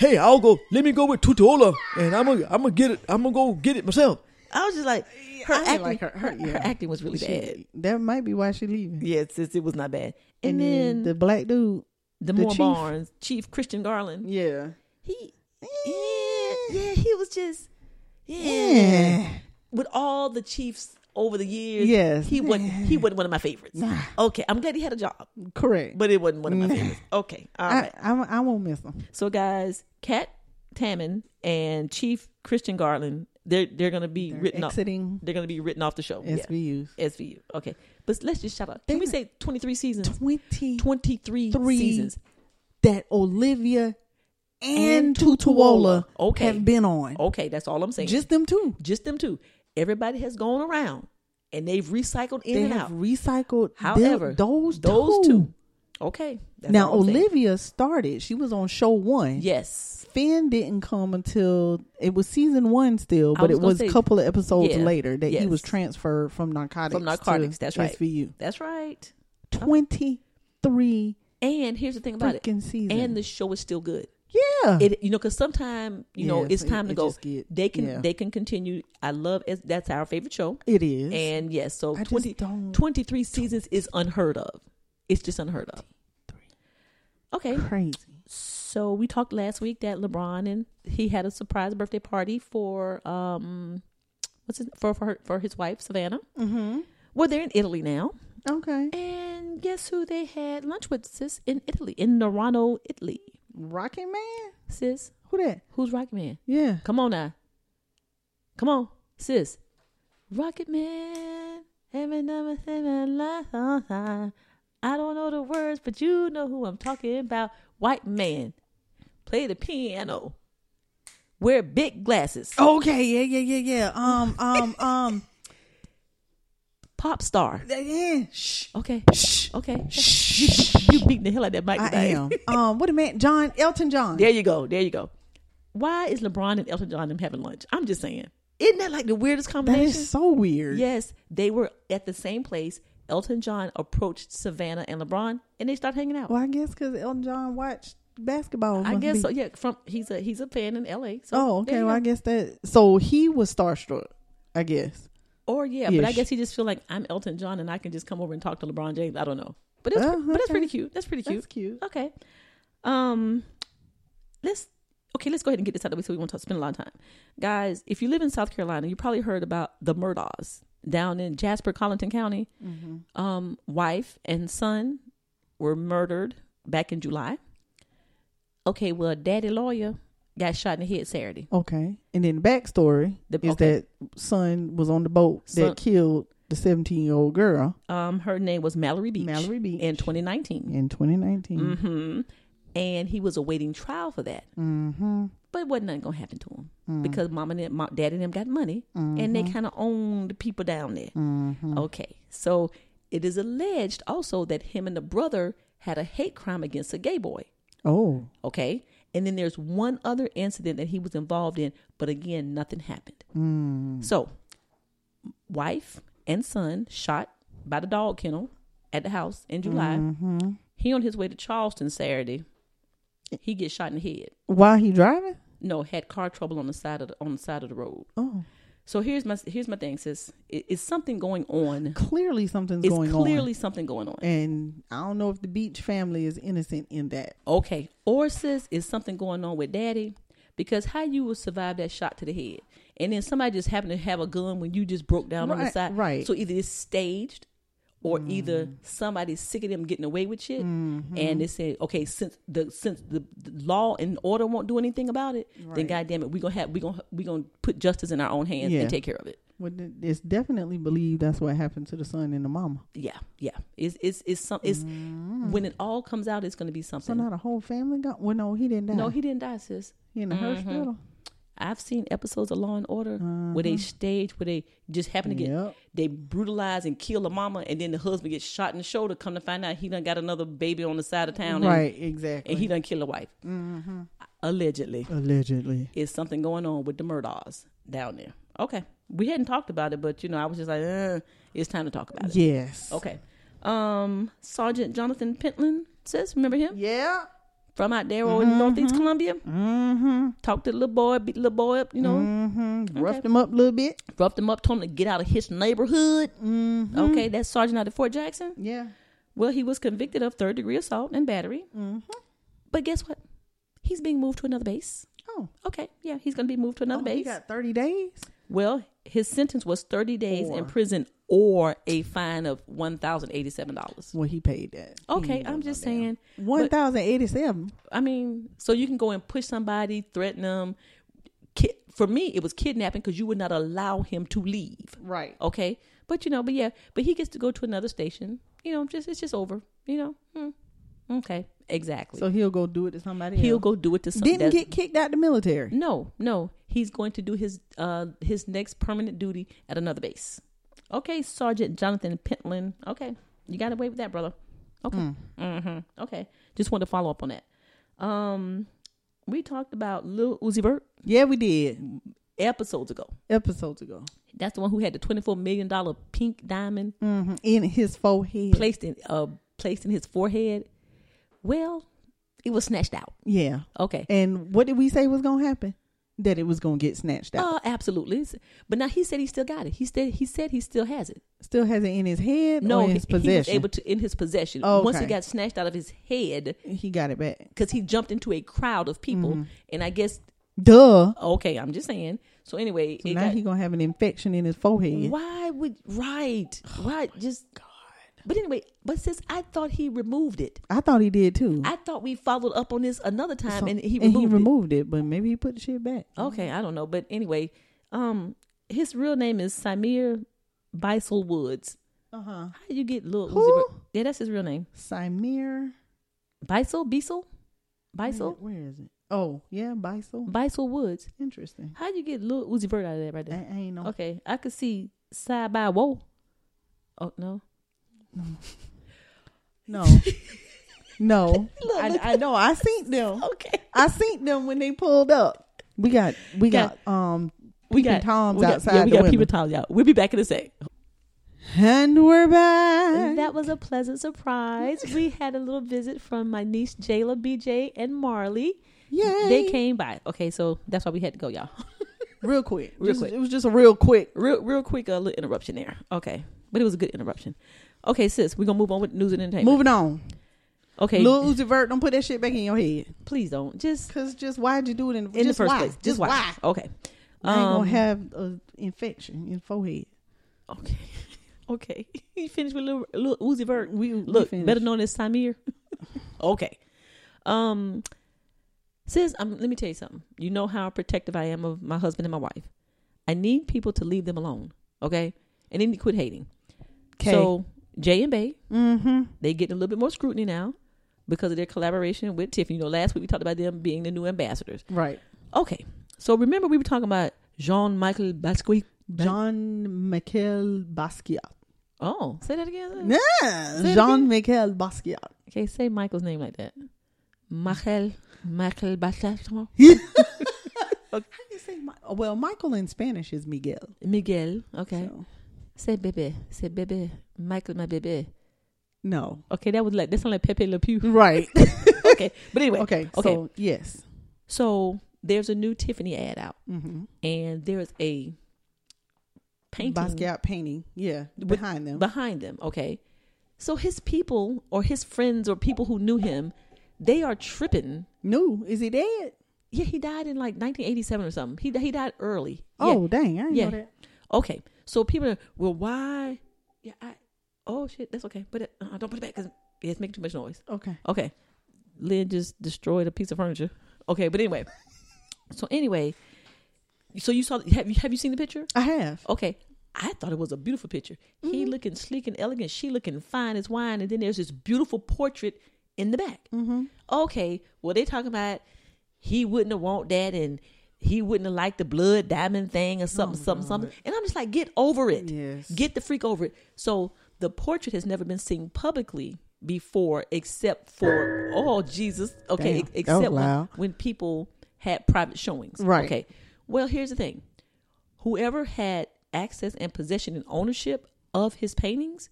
S5: hey, I'll go. Let me go with Tutuola, and I'm gonna I'm gonna get it. I'm gonna go get it myself.
S4: I was just like, her
S3: I didn't
S4: acting,
S3: like
S4: her,
S3: her-
S4: her,
S3: her- yeah.
S4: acting was really bad.
S3: She- that might be why she leaving.
S4: Yes, it, it was not bad. And,
S3: And, then,
S4: then
S3: the black dude,
S4: the,
S3: the
S4: Moore
S3: chief-
S4: Barnes, Chief Christian Garland,
S3: yeah,
S4: he, yeah, yeah, he was just, yeah.
S3: yeah,
S4: With all the chiefs over the years,
S3: Yes.
S4: he wasn't he wasn't one of my favorites.
S3: Nah.
S4: Okay, I'm glad he had a job,
S3: correct.
S4: but um, it wasn't one of my favorites. Okay, all right.
S3: I, I I won't miss him.
S4: So guys, Kat Tammin and Chief Christian Garland, they're they're gonna be written off.
S3: Exiting
S4: They're gonna be written off the show. Yeah.
S3: SVUs.
S4: SVU. Okay, but let's just shout out. Can we say twenty three seasons?
S3: Twenty
S4: Twenty three
S3: Three.
S4: seasons.
S3: that Olivia
S4: And
S3: and, Tutuola
S4: Tutuola. Okay. Oh,
S3: have been on.
S4: Okay, that's all I'm saying. Just
S3: Just them two.
S4: just them two. Everybody has gone around and they've recycled in
S3: They
S4: and out.
S3: have recycled. them-
S4: However,
S3: those
S4: those
S3: two.
S4: two. Okay. that's
S3: Now
S4: all I'm saying.
S3: Olivia started. She was on show one.
S4: Yes.
S3: Finn didn't come until it was season one still,
S4: I
S3: but
S4: was
S3: it
S4: gonna
S3: was
S4: say-
S3: a couple of episodes
S4: yeah,
S3: later that
S4: yes.
S3: he was transferred from narcotics.
S4: From narcotics.
S3: to
S4: That's right.
S3: SVU.
S4: That's right.
S3: Twenty three
S4: And here's the thing about it.
S3: freaking seasons.
S4: And the show is still good.
S3: yeah,
S4: it you know because sometimes you know
S3: Yes,
S4: it's
S3: it-
S4: time to
S3: it
S4: go
S3: just get-
S4: they can
S3: yeah.
S4: they can continue i love it that's our favorite show
S3: it is.
S4: and yes so
S3: I just
S4: 20,
S3: don't-
S4: 23 seasons is unheard of it's just unheard of okay
S3: crazy.
S4: so we talked last week that lebron and he had a surprise birthday party for um what's his for for, her, for his wife savannah
S3: Mm-hmm.
S4: well they're in italy now
S3: Okay,
S4: and guess who they had lunch with sis in italy in Norano, italy
S3: Rocket Man.
S4: sis
S3: Who that?
S4: who's rocky man
S3: Yeah.
S4: Come on now. Come on, sis. Rocket Man. Every number thing I love, uh, uh. I don't know the words, but you know who I'm talking about. White man. Play the piano. Wear big glasses.
S3: Okay. Yeah. Yeah. Yeah. Yeah. Um. Um. Um.
S4: Pop star.
S3: yeah. Shh.
S4: Okay.
S3: Shh.
S4: Okay.
S3: Shh.
S4: You beating the hell out of that mic
S3: I
S4: today.
S3: am. Um. What a man. John Elton John.
S4: There you go. There you go. Why is LeBron and Elton John them having lunch? I'm just saying. Isn't that like the weirdest
S3: That
S4: combination?
S3: is so weird.
S4: Yes, they were at the same place. Elton John approached Savannah and LeBron, and they start hanging out.
S3: Well, I guess because Elton John watched basketball.
S4: I
S3: must
S4: guess
S3: be.
S4: so. Yeah, from he's a he's a fan in L.A. So
S3: Oh,
S4: there
S3: okay.
S4: you
S3: Well, I
S4: go.
S3: guess that. So he was starstruck. I guess.
S4: or yeah, but I
S3: Ish.
S4: guess he just feel like I'm Elton John, and I can just come over and talk to LeBron James. I don't know, but it's
S3: Oh,
S4: but that's
S3: okay.
S4: pretty cute. That's pretty cute.
S3: That's cute.
S4: Okay, um, let's okay. Let's go ahead and get this out of the way so we won't talk, spend a lot of time, guys. If you live in South Carolina, you probably heard about the Murdaws down in Jasper, Collington County.
S3: Mm-hmm.
S4: um, wife and son were murdered back in July. Okay, well, daddy lawyer got shot in the head Saturday.
S3: Okay. And then the backstory
S4: The-
S3: is
S4: okay.
S3: that son was on the boat
S4: Son-
S3: that killed the 17 year old girl
S4: Um, her name was Mallory Beach.
S3: Mallory Beach.
S4: in 2019.
S3: in 2019.
S4: hmm And he was awaiting trial for that,
S3: Mm-hmm.
S4: but it wasn't nothing gonna happen to him because mom and them, mom, dad and them got money, and they kind of owned the people down there.
S3: Mm-hmm.
S4: Okay, so it is alleged also that him and the brother had a hate crime against a gay boy.
S3: Oh.
S4: okay and then there's one other incident that he was involved in but again nothing happened so wife and son shot by the dog kennel at the house in july he on his way to charleston saturday he gets shot in the head
S3: While he driving?
S4: no had car trouble on the side of the, on the side of the road
S3: Oh.
S4: so here's my here's my thing sis it, it's something going on
S3: Clearly something's
S4: it's
S3: going
S4: clearly something going on
S3: on. And I don't know if the Beach family is innocent in that.
S4: Okay, or sis is something going on with daddy because how you will survive that shot to the head and then somebody just happened to have a gun when you just broke down on the
S3: Right,
S4: side.
S3: right. Mm.
S4: So either it's staged or either somebody's sick of them getting away with shit
S3: Mm-hmm.
S4: and they say, okay, since the since the, the law and order won't do anything about it, then
S3: Right.
S4: goddamn it, we're gonna have we gonna we gonna put justice in our own hands
S3: Yeah.
S4: and take care of it.
S3: Well, th- it's definitely believed that's what happened to the son and the mama.
S4: Yeah, yeah. It's it's it's some it's when it all comes out it's gonna be
S3: So
S4: something.
S3: not a whole family got. Well, no, he didn't die.
S4: no, he Mm-hmm. didn't die, sis.
S3: He in the hospital.
S4: I've seen episodes of Law and Order where they stage where they just happen to get
S3: Uh-huh. Yep.
S4: they brutalize and kill a mama, and then the husband gets shot in the shoulder. Come to find out, he done got another baby on the side of town, and-
S3: Right, Mm-hmm.
S4: And,
S3: exactly.
S4: he done killed a wife, allegedly.
S3: Allegedly.
S4: Is something going on with the Murdaws down there? Okay, We hadn't talked about it, but you know, I was just like, eh, it's time to talk about it.
S3: Yes.
S4: Okay. Um, Sergeant Jonathan Pentland says, remember him?
S3: Yeah.
S4: From out there over in Northeast Columbia. Mm-hmm. Talked to the little boy, beat the little boy up, you know,
S3: Mm-hmm. Roughed him up a little bit. Mm-hmm.
S4: roughed him up, told him to get out of his neighborhood. Okay, that's Sergeant out of Fort Jackson.
S3: Yeah.
S4: Well, he was convicted of third degree assault and battery.
S3: Mm-hmm.
S4: But guess what? He's being moved to another base.
S3: Oh.
S4: Okay, yeah, he's going to be moved to another
S3: oh,
S4: base.
S3: he got thirty days.
S4: Well, his sentence was 30 days
S3: Or-
S4: in prison or a fine of $1,087.
S3: Well, he paid that.
S4: Okay, I'm just saying.
S3: One thousand eighty-seven.
S4: I mean, so you can go and push somebody, threaten them. Ki- For me, it was kidnapping because you would not allow him to leave.
S3: Right.
S4: Okay, but you know, but yeah, but he gets to go to another station. You know, just it's just over. You know, hmm. okay, exactly.
S3: So he'll go do it to somebody.
S4: He'll
S3: else.
S4: go do it to somebody.
S3: Didn't get kicked out the military.
S4: No, no. He's going to do his uh his next permanent duty at another base. Okay, Sergeant Jonathan Pentland. Okay. You got away with that, brother. Okay.
S3: Mm.
S4: Mm-hmm. Okay. Just wanted to follow up on that. Um we talked about Lil Uzi Vert
S3: Yeah, we did
S4: episodes ago.
S3: episodes ago.
S4: That's the one who had the twenty four million dollar pink diamond
S3: hmm In his forehead.
S4: placed in uh placed in his forehead. Well, it was snatched out.
S3: yeah.
S4: Okay.
S3: And what did we say was gonna happen? That it was gonna get snatched out.
S4: Oh, absolutely. But now he said he still got it. He said he said he still has it.
S3: Still has it in his head.
S4: No,
S3: or in his
S4: he, he was
S3: possession. He,
S4: able to in his possession.
S3: Oh,
S4: Once he
S3: okay.
S4: got snatched out of his head,
S3: got it back.
S4: because he jumped into a crowd of people,
S3: Mm-hmm.
S4: and I guess
S3: Duh.
S4: okay, I'm just saying. So anyway,
S3: So
S4: it
S3: now
S4: got-
S3: he gonna have an infection in his forehead.
S4: why would right, right, just Oh God. But anyway, but since I thought he removed it,
S3: I thought he did too.
S4: I thought we followed up on this another time,
S3: So-
S4: and he removed, it.
S3: it. but maybe he put the shit back.
S4: Okay, I don't know, but anyway, um, his real name is Samir Bisel Woods.
S3: Uh huh.
S4: How do you get little? Uzi
S3: Who?
S4: Vert? Yeah, that's his real name.
S3: Simir.
S4: Bisel, Bisel, Bisel,
S3: Where where is it? Oh yeah, Bisel.
S4: Bisel Woods.
S3: Interesting.
S4: How you get little Uzi Vert out of that right
S3: I,
S4: there?
S3: I ain't know.
S4: Okay, I could see side by whoa. Oh no,
S3: No. no.
S4: Look,
S3: I,
S4: look.
S3: I know. I seen them.
S4: okay.
S3: I seen them when they pulled up. We got we
S4: Got-
S3: got, um
S4: We
S3: peeping
S4: got
S3: toms
S4: we got,
S3: outside
S4: Yeah, we
S3: the
S4: got peeping
S3: window.
S4: toms out. We'll be back in a sec.
S3: and we're back.
S4: That was a pleasant surprise. we had a little visit from my niece Jayla, BJ, and Marley.
S3: Yay.
S4: They came by. Okay, so that's why we had to go, y'all.
S3: real quick.
S4: Real
S3: Just-
S4: quick.
S3: It was just a real quick.
S4: real, real quick, a little interruption there. Okay, but it was a good interruption. Okay, sis, we're gonna move on with news and entertainment.
S3: Moving on.
S4: Okay,
S3: Lil Uzi Vert, don't put that shit back in your head.
S4: please don't just
S3: Cause just why'd you do it in,
S4: in
S3: just
S4: the first
S3: why?
S4: place. Just,
S3: Just
S4: why?
S3: why?
S4: Okay.
S3: I ain't
S4: Um,
S3: gonna have an infection in forehead.
S4: Okay. Okay. You finished with little, little Uzi Vert.
S3: We we
S4: Look,
S3: finished.
S4: better known as Samir. okay. Um sis, um, let me tell you something. You know how protective I am of my husband and my wife. I need people to leave them alone, okay? And then they quit hating.
S3: 'Kay.
S4: So Jay and Bay,
S3: Mm-hmm.
S4: they getting a little bit more scrutiny now because of their collaboration with Tiffany. You know, last week we talked about them being the new ambassadors.
S3: right.
S4: Okay. So remember we were talking about Jean Michael Basquiat.
S3: John Michael Basquiat.
S4: Oh, say that again.
S3: Yeah,
S4: it
S3: Jean Michael Basquiat.
S4: Okay, say Michael's name like that. Michael, Michael Basquiat,
S3: How do you say? Mi- well, Michael in Spanish is Miguel.
S4: Miguel. Okay,
S3: so-
S4: say Bebe, say Bebe, Michael, my Bebe.
S3: No.
S4: Okay, that was like that sounded like Pepe Le Pew.
S3: Right.
S4: okay, but anyway,
S3: okay.
S4: okay. So,
S3: So yes.
S4: there's a new Tiffany ad out,
S3: Mm-hmm.
S4: and there's a painting
S3: Basquiat painting. Yeah. Behind them.
S4: behind them. Okay, so his people or his friends or people who knew him, they are tripping.
S3: no. Is he dead?
S4: Yeah, he died in like 1987 or something. He he died early. Yeah.
S3: Oh dang! I didn't
S4: Yeah.
S3: know that.
S4: Okay, so people are well, why? Yeah, I. Oh shit, that's okay. Put it. Uh, don't put it back because it's making too much noise.
S3: Okay.
S4: Okay, Lynn just destroyed a piece of furniture. Okay, but anyway, so anyway, so you saw have you have you seen the picture?
S3: I have.
S4: Okay, I thought it was a beautiful picture.
S3: Mm-hmm.
S4: He looking sleek and elegant. She looking fine as wine. And then there's this beautiful portrait in the back. Okay, well they talking about he wouldn't have want that and. He wouldn't have liked the blood diamond thing or something, something, something. And I'm just like, get over it.
S3: Yes.
S4: Get the freak over it. So the portrait has never been seen publicly before, except for oh Jesus, okay,
S3: Damn, that was
S4: except when,
S3: loud.
S4: when people had private showings,
S3: Right.
S4: Okay. Well, here's the thing: whoever had access and possession and ownership of his paintings,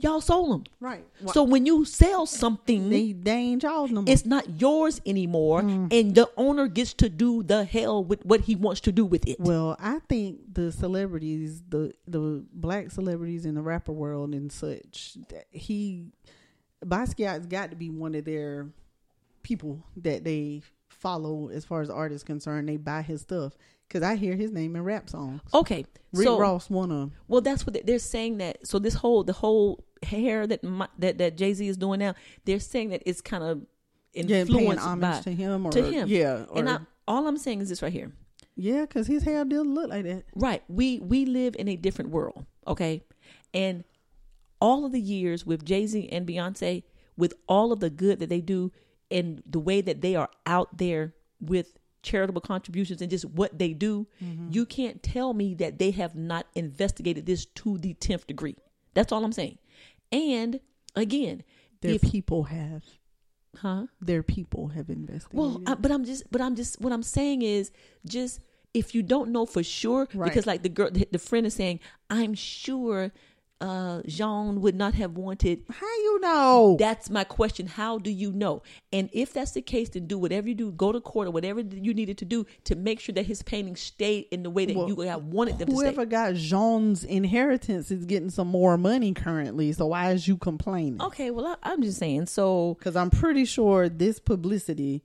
S4: y'all sold them.
S3: Right.
S4: So when you sell something,
S3: they, Mm. they ain't y'all no more.
S4: it's not yours anymore, and the owner gets to do the hell with what he wants to do with it.
S3: Well, I think the celebrities, the the black celebrities in the rapper world and such, that he Basquiat's got to be one of their people that they follow as far as artists concerned. They buy his stuff because I hear his name in rap songs.
S4: okay,
S3: Rick
S4: so
S3: Ross, one of 'em.
S4: well, that's what they- they're saying that. So this whole the whole hair that my, that that Jay Z is doing now, they're saying that it's kind of
S3: yeah, paying
S4: influenced
S3: homage
S4: by
S3: to him or
S4: to him.
S3: yeah, or,
S4: and I, all I'm saying is this right here.
S3: yeah, because his hair did look like that.
S4: Right. We we live in a different world, okay? And all of the years with Jay-Z and Beyonce, with all of the good that they do and the way that they are out there with charitable contributions and just what they do, you can't tell me that they have not investigated this to the 10th degree. That's all I'm saying. And again,
S3: Their
S4: if,
S3: people have
S4: huh?
S3: their people have invested.
S4: Well, uh, I, but I'm just, but I'm just, what I'm saying is just if you don't know for sure,
S3: Right.
S4: because like the girl, the, the friend is saying, I'm sure uh Jean would not have wanted.
S3: How you know?
S4: That's my question. How do you know? And if that's the case, then do whatever you do, go to court or whatever you needed to do to make sure that his painting stayed in the way that
S3: Well,
S4: you have wanted them to stay.
S3: Whoever got Jean's inheritance is getting some more money currently. So why is you complaining?
S4: Okay, well, I, I'm just saying. So
S3: Because I'm pretty sure this publicity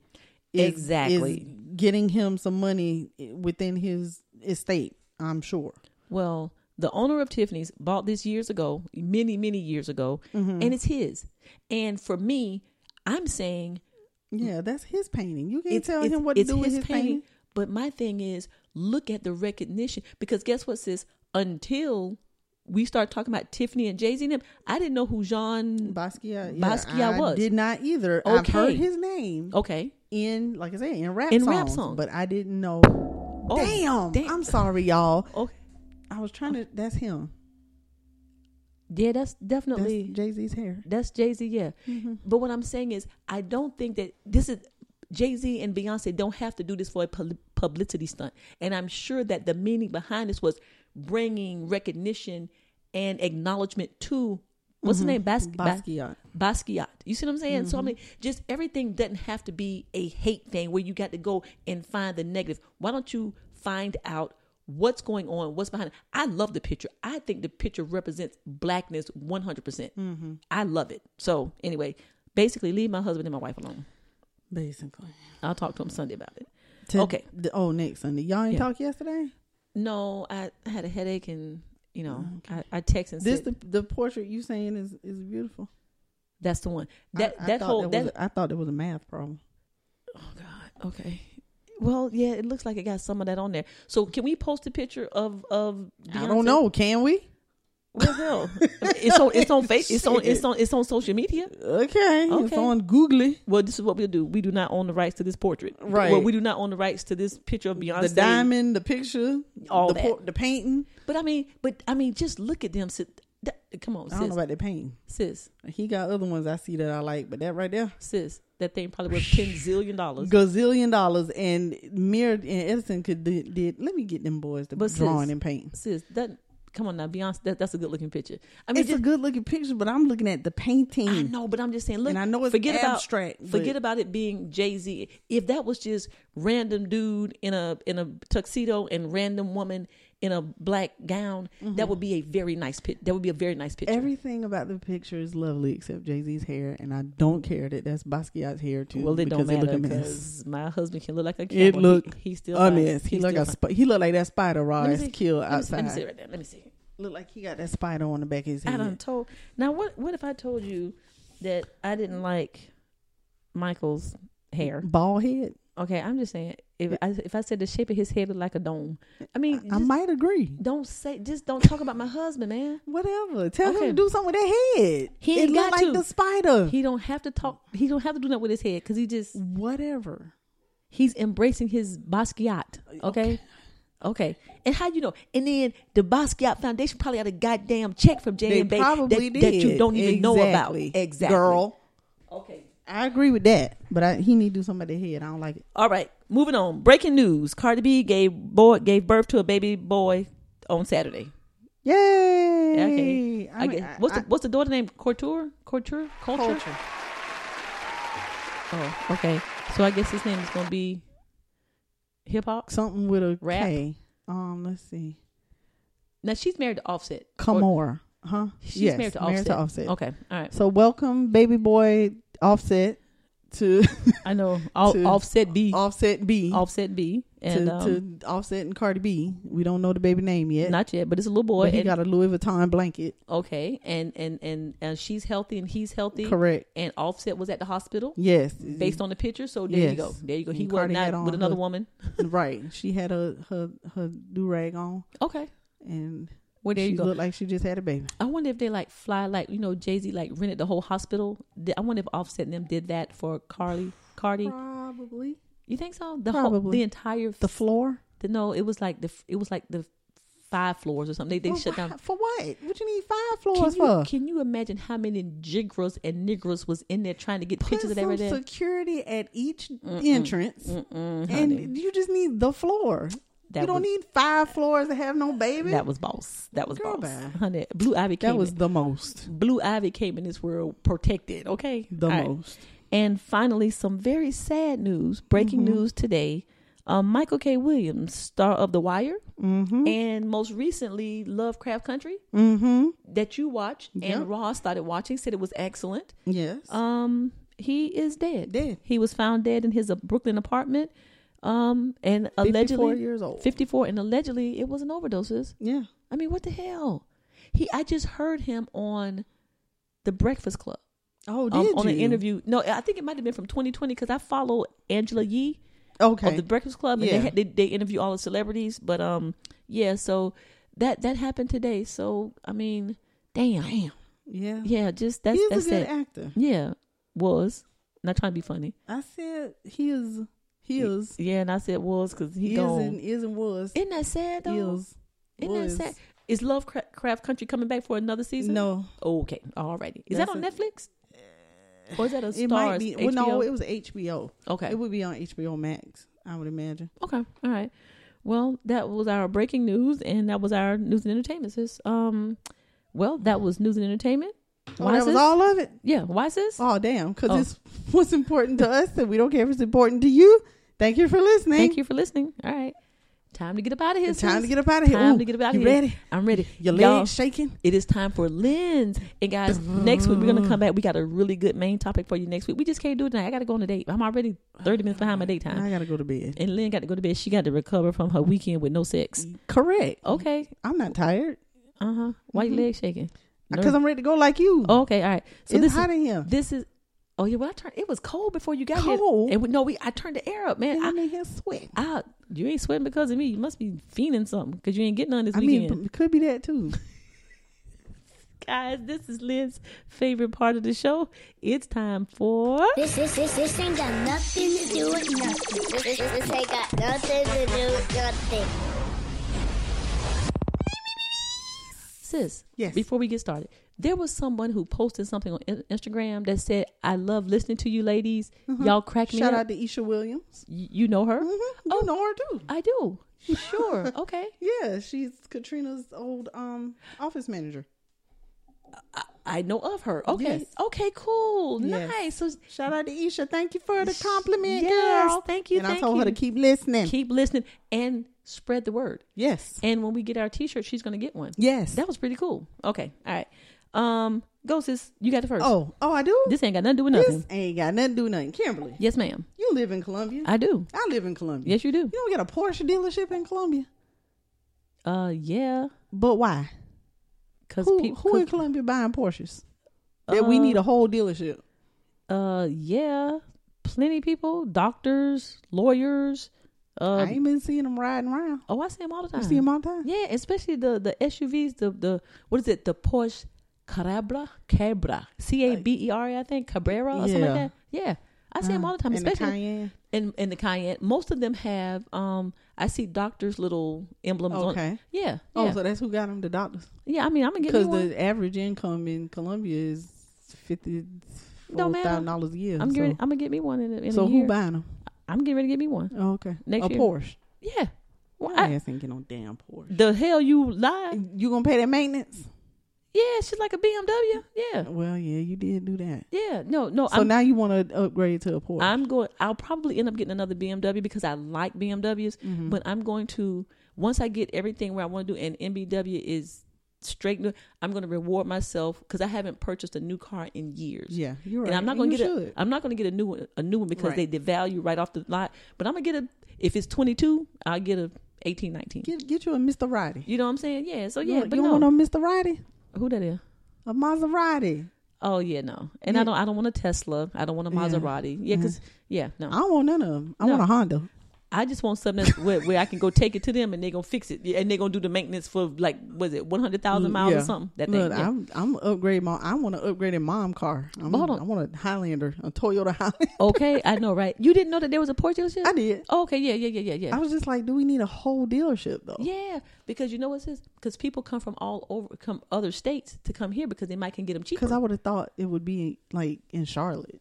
S3: is,
S4: Exactly.
S3: is getting him some money within his estate. I'm sure.
S4: Well, the owner of Tiffany's bought this years ago, many, many years ago,
S3: Mm-hmm.
S4: and it's his. And for me, I'm saying
S3: Yeah, that's his painting. You can't
S4: it's,
S3: tell
S4: it's,
S3: him what to
S4: it's
S3: do with his painting.
S4: But my thing is, look at the recognition. Because guess what, sis? Until we start talking about Tiffany and Jay Z and them, I didn't know who Jean.
S3: Basquiat.
S4: Basquiat
S3: I
S4: was.
S3: did not either. I've
S4: Okay.
S3: heard his name
S4: Okay.
S3: in, like I said, in rap
S4: In
S3: songs,
S4: rap songs.
S3: but I didn't know.
S4: Oh,
S3: damn,
S4: damn.
S3: I'm sorry, y'all.
S4: Okay.
S3: I was trying to. That's him.
S4: Yeah, that's
S3: That's Mm-hmm.
S4: definitely.
S3: Jay Z's hair.
S4: That's Jay Z, yeah. But what I'm saying is, I don't think that this is Jay Z and Beyonce don't have to do this for a pub- publicity stunt. And I'm sure that the meaning behind this was bringing recognition and acknowledgement to what's
S3: Mm-hmm.
S4: the name Bas- Bas-
S3: Basquiat.
S4: Basquiat. You see what I'm saying? So I
S3: Mm-hmm.
S4: mean, just everything doesn't have to be a hate thing where you got to go and find the negative. Why don't you find out what's going on, what's behind it? I love the picture. I think the picture represents blackness 100%. percent
S3: Mm-hmm.
S4: I love it. So anyway, basically leave my husband and my wife alone.
S3: Basically.
S4: I'll talk to him Sunday about it.
S3: To-
S4: Okay.
S3: The, oh, next Sunday. Y'all ain't
S4: Yeah.
S3: talk yesterday?
S4: No, I had a headache and you know, I, I text and
S3: Mm-hmm. This
S4: said,
S3: the the portrait you saying is is beautiful.
S4: that's the one. That
S3: I, I
S4: that
S3: thought
S4: whole
S3: there
S4: that
S3: was, I thought it was a math problem.
S4: Oh God. Okay. Well, yeah, it looks like it got some of that on there. So can we post a picture of of?
S3: I
S4: Beyonce?
S3: don't know. Can we?
S4: What the hell? it's on. It's on. Face, it's on. It's
S3: Shit.
S4: on. It's on social media.
S3: Okay. It's
S4: Okay.
S3: on Googly.
S4: Well, this is what we'll do. We do not own the rights to this portrait.
S3: Right.
S4: Well, we do not own the rights to this picture of Beyonce.
S3: The diamond, the picture,
S4: All
S3: the
S4: that.
S3: the painting.
S4: But I mean, but I mean, just look at them. Sis. That, come on,
S3: I don't
S4: sis.
S3: know about the painting.
S4: sis.
S3: He got other ones I see that I like, but that right there,
S4: Sis. That thing probably worth ten zillion dollars.
S3: gazillion dollars, and Mirror and Edison could did, did. Let me get them boys to
S4: But sis,
S3: drawing and painting.
S4: Sis. That. Come on now, Beyonce. That, that's a good looking picture. I mean,
S3: It's a
S4: just,
S3: good looking picture, but I'm looking at the painting.
S4: I know, but I'm just saying. Look,
S3: And I know it's
S4: forget
S3: abstract, but-
S4: About, forget about it being Jay Z. If that was just random dude in a in a tuxedo and random woman in a black gown, that would be a very nice pic. That would be a very nice picture.
S3: Mm-hmm. Everything about the picture is lovely except Jay Z's hair, and I don't care that that's Basquiat's hair too.
S4: well, it don't
S3: because look
S4: matter
S3: a mess.
S4: because my husband can look like a camel.
S3: It look
S4: he, he's still
S3: a
S4: fine.
S3: mess. He
S4: He's
S3: look
S4: still
S3: a
S4: fine.
S3: sp- he look like that spider
S4: Let me
S3: Ross
S4: see.
S3: killed
S4: Let me see-
S3: outside.
S4: Let me see right there. Let me see.
S3: Look like he got that spider on the back of his head.
S4: I done told. Now what? What if I told you that I didn't like Michael's hair?
S3: Bald head.
S4: Okay, I'm just saying if I if I said the shape of his head looked like a dome, I mean
S3: I
S4: just
S3: might agree.
S4: don't say just don't talk about my husband, man.
S3: Whatever. Tell
S4: Okay.
S3: him to do something with that head.
S4: He
S3: it
S4: ain't
S3: look
S4: got
S3: like
S4: to.
S3: the spider.
S4: He don't have to talk. He don't have to do nothing with his head because he just
S3: Whatever.
S4: he's embracing his Basquiat. Okay. Okay, and how you know? And then the Basquiat Foundation probably had a goddamn check from Jay
S3: They
S4: and Bay
S3: probably
S4: that,
S3: did.
S4: that you don't even know about.
S3: Exactly.
S4: Exactly,
S3: Girl.
S4: Okay,
S3: I agree with that, but I, he need to do something with that head. I don't like it.
S4: all right. Moving on. Breaking news: Cardi B gave boy gave birth to a baby boy on Saturday.
S3: Yay!
S4: Okay. I,
S3: mean,
S4: guess,
S3: I-
S4: what's
S3: I-
S4: the what's the daughter name? Couture? Couture? Culture?
S3: culture?
S4: Oh, okay. So I guess his name is gonna be Hip Hop.
S3: Something with a K.
S4: Rap.
S3: Um, let's see.
S4: Now she's married to Offset. Or-
S3: Kamora, huh?
S4: She's married to Offset. Okay, all right.
S3: So welcome, baby boy Offset to
S4: I know. All,
S3: To-
S4: offset B.
S3: Offset B
S4: offset B. Oh, And
S3: to,
S4: um,
S3: to Offset and Cardi B. We don't know the baby name yet.
S4: not yet, but it's a little boy.
S3: but he
S4: and-
S3: got a Louis Vuitton blanket.
S4: okay. And, and and and she's healthy and he's healthy.
S3: Correct.
S4: And Offset was at the hospital
S3: Yes.
S4: based on the picture. So there
S3: Yes.
S4: you go. There you go. He
S3: And
S4: was
S3: Cardi had
S4: not
S3: on
S4: with another
S3: her-
S4: woman.
S3: right. She had a her her do rag on
S4: Okay.
S3: and
S4: Well, there
S3: she
S4: you go.
S3: looked like she just had a baby.
S4: I wonder if they like fly like you know Jay Z like rented the whole hospital. Did- I wonder if Offset and them did that for Carly. Cardi,
S3: Probably
S4: you think so? The whole,
S3: Probably.
S4: the entire
S3: the floor.
S4: the- no, it was like the f- it was like the five floors or something. They, they
S3: Well,
S4: shut
S3: why-
S4: down
S3: for what? What you need five
S4: Can
S3: floors
S4: you,
S3: for?
S4: can you imagine how many jigras and nigras was in there trying to get
S3: Put
S4: pictures of that
S3: some
S4: right there?
S3: security at each entrance,
S4: Mm-mm, honey.
S3: and you just need the floor.
S4: that
S3: you don't
S4: was,
S3: need five floors to have no baby.
S4: that was boss. That was
S3: Girl,
S4: boss.
S3: bye.
S4: Honey, Blue Ivy came.
S3: That was
S4: in-
S3: the most.
S4: Blue Ivy came in this world protected. Okay,
S3: The
S4: All right.
S3: most.
S4: And finally, some very sad news. Breaking
S3: Mm-hmm.
S4: news today. Um, Michael K. Williams, star of The Wire,
S3: Mm-hmm.
S4: and most recently Lovecraft Country,
S3: Mm-hmm.
S4: that you watch
S3: Yep.
S4: and Ross started watching, said it was excellent.
S3: Yes.
S4: Um, he is dead.
S3: Dead.
S4: He was found dead in his uh, Brooklyn apartment. Um, and allegedly
S3: years old.
S4: 54 and allegedly it was an overdoses.
S3: yeah.
S4: I mean, what the hell? He I just heard him on The Breakfast Club.
S3: Oh,
S4: um,
S3: did
S4: on an
S3: you?
S4: interview. No, I think it might have been from 2020 cuz I follow Angela Yee
S3: Okay.
S4: of The Breakfast Club and
S3: Yeah.
S4: they, had, they they interview all the celebrities, but um yeah, so that that happened today. So, I mean, damn.
S3: Damn. Yeah.
S4: Yeah, just that's
S3: He's
S4: that's
S3: a good
S4: it.
S3: actor.
S4: Yeah, was. Not trying to be funny.
S3: I said he is. He is.
S4: Yeah, and I said was because he
S3: He is
S4: gone.
S3: and is and was.
S4: Isn't that sad though?
S3: Is.
S4: Isn't
S3: was.
S4: that sad? Is Lovecraft Country coming back for another season?
S3: No,
S4: Okay, alrighty. Is that
S3: That's
S4: on
S3: it.
S4: Netflix? Or is that a
S3: it might
S4: Stars?
S3: be. Well, no,
S4: HBO?
S3: it was HBO.
S4: okay.
S3: It would be on HBO Max. I would imagine.
S4: okay. All right. Well, that was our breaking news, and that was our news and entertainment. Sis. Um, well, that was news and entertainment.
S3: Oh,
S4: Why,
S3: that
S4: sis?
S3: was all of it.
S4: Yeah. Why, sis?
S3: Oh, damn! Because
S4: Oh.
S3: it's what's important to us, and we don't care if it's important to you. Thank you for listening.
S4: Thank you for listening. All right. Time to get up out of here.
S3: It's time to
S4: sis.
S3: get up out of here.
S4: Time
S3: Ooh,
S4: to get up out
S3: you
S4: of here.
S3: ready?
S4: I'm ready.
S3: Your
S4: Y'all-
S3: legs shaking?
S4: It is time for Lens. And guys, next week we're gonna come back. We got a really good main topic for you next week. We just can't do it tonight. I gotta go on a date. I'm already thirty minutes behind my date
S3: I
S4: time.
S3: gotta go to bed.
S4: And Lynn got to go to bed. She got to recover from her weekend with no sex.
S3: Correct.
S4: Okay.
S3: I'm not tired
S4: Uh huh. Why your leg shaking?
S3: because Mm-hmm. I'm ready to go like you.
S4: Oh, okay. All right. So
S3: it's
S4: this
S3: hot
S4: is
S3: in here.
S4: this is. Oh yeah. Well, I turned. It was cold before you got
S3: Cold?
S4: here. And we, no, we. I turned the air up, man.
S3: I'm
S4: I,
S3: in here sweating.
S4: I, you ain't sweating because of me. You must be feeling something because you ain't getting none this
S3: I
S4: weekend.
S3: mean, it could be that too.
S4: guys, this is Lynn's favorite part of the show. It's time for.
S6: This, this, this, this ain't got nothing to do with nothing. This, this, this ain't got nothing to do with nothing.
S4: Sis,
S3: Yes.
S4: before we get started, there was someone who posted something on In- Instagram that said, I love listening to you ladies. Y'all crack me
S3: Mm-hmm. Shout
S4: up.
S3: out to Isha Williams.
S4: Y- you know her?
S3: Mm-hmm.
S4: Oh.
S3: You know her too.
S4: I do. Sure. Oh. okay.
S3: Yeah, she's Katrina's old um office manager.
S4: I know of her. Okay.
S3: Yes.
S4: Okay, cool.
S3: Yes.
S4: Nice. So
S3: Shout out to Isha. Thank you for the compliment,
S4: Yes,
S3: girl.
S4: thank you,
S3: And
S4: thank
S3: I told her
S4: you.
S3: to keep listening.
S4: keep listening and spread the word.
S3: yes.
S4: And when we get our t shirt, she's going to get one.
S3: Yes.
S4: That was pretty cool. Okay. All right. Um, Go, sis. You got it first.
S3: oh, oh, I do.
S4: This ain't got nothing to do with
S3: This
S4: nothing.
S3: ain't got nothing to do with nothing. Kimberly,
S4: Yes, ma'am.
S3: you live in Columbia. I,
S4: I do.
S3: live in Columbia.
S4: Yes, you do.
S3: You don't get a Porsche dealership in Columbia.
S4: Uh, yeah.
S3: But why?
S4: Cause
S3: Who,
S4: peop-
S3: who in
S4: cause-
S3: Columbia buying Porsches? That we
S4: Uh,
S3: need a whole dealership.
S4: Uh, yeah, plenty people, doctors, lawyers. Uh,
S3: I ain't been seeing them riding around.
S4: oh, I see them all the time.
S3: You see them all the time?
S4: Yeah, especially the the SUVs, the the what is it, the Porsche Carabra, Cabra, C A B E R A, I think Cabrera or something like
S3: Yeah. Ah,
S4: that. Yeah, I see them all the time,
S3: And Uh, the
S4: especially
S3: Cayenne.
S4: in in the Cayenne. Most of them have um, I see doctors' little emblems on.
S3: Okay.
S4: Yeah,
S3: Oh,
S4: yeah,
S3: so that's who got them the doctors.
S4: yeah. I mean, I'm gonna get me
S3: Because
S4: one.
S3: the average income in Colombia is fifty
S4: Don't
S3: four
S4: matter.
S3: thousand dollars a year.
S4: I'm
S3: so
S4: getting, I'm gonna get me one in, a- in
S3: so
S4: a
S3: who
S4: year.
S3: buying them?
S4: I'm getting ready to get me one.
S3: Oh, okay,
S4: Next
S3: a
S4: year.
S3: Porsche.
S4: Yeah. Well,
S3: My
S4: I,
S3: ass ain't get no damn Porsche.
S4: the hell you lie?
S3: You gonna pay that maintenance?
S4: Yeah, she's like a BMW. Yeah,
S3: Well, yeah, you did do that.
S4: yeah. No, no.
S3: So
S4: I'm,
S3: now you want to upgrade to a Porsche?
S4: I'm going. I'll probably end up getting another BMW because I like BMWs.
S3: Mm-hmm.
S4: But I'm going to once I get everything where I want to do, and MBW is straight new. I'm going to reward myself because I haven't purchased a new car in years.
S3: yeah, you're right.
S4: And I'm not going to
S3: You
S4: get
S3: should.
S4: a, I'm not going to get a new one, a new one because
S3: Right.
S4: they devalue right off the lot. But I'm going to get a if it's 22, I'll get a 18, 19.
S3: get get you a Mr. Roddy.
S4: you know what I'm saying? Yeah. So
S3: You
S4: yeah,
S3: don't-
S4: but
S3: you
S4: no.
S3: don't want no Mr. Roddy,
S4: Who that is?
S3: a Maserati.
S4: Oh yeah, no. And
S3: Yeah.
S4: I don't I don't want a Tesla. I don't want a
S3: Yeah.
S4: Maserati. Yeah, cuz yeah, no.
S3: I don't want none of them. I
S4: No.
S3: want a Honda.
S4: I just want something that's where, where I can go take it to them and they're gonna fix it Yeah, and they're gonna do the maintenance for like was it one hundred thousand miles
S3: Mm, Yeah.
S4: or something that thing.
S3: Look,
S4: yeah.
S3: I'm I'm upgrade my. I want to upgrade a mom car. I'm,
S4: Hold on.
S3: I want a Highlander, a Toyota Highlander.
S4: Okay, I know, right? You didn't know that there was a Porsche dealership?
S3: I did.
S4: Oh, okay, yeah, yeah, yeah, yeah, yeah.
S3: I was just like, do we need a whole dealership though?
S4: Yeah, because you know what it is? Because people come from all over, come other states to come here because they might can get them cheaper.
S3: Because I would have thought it would be like in Charlotte.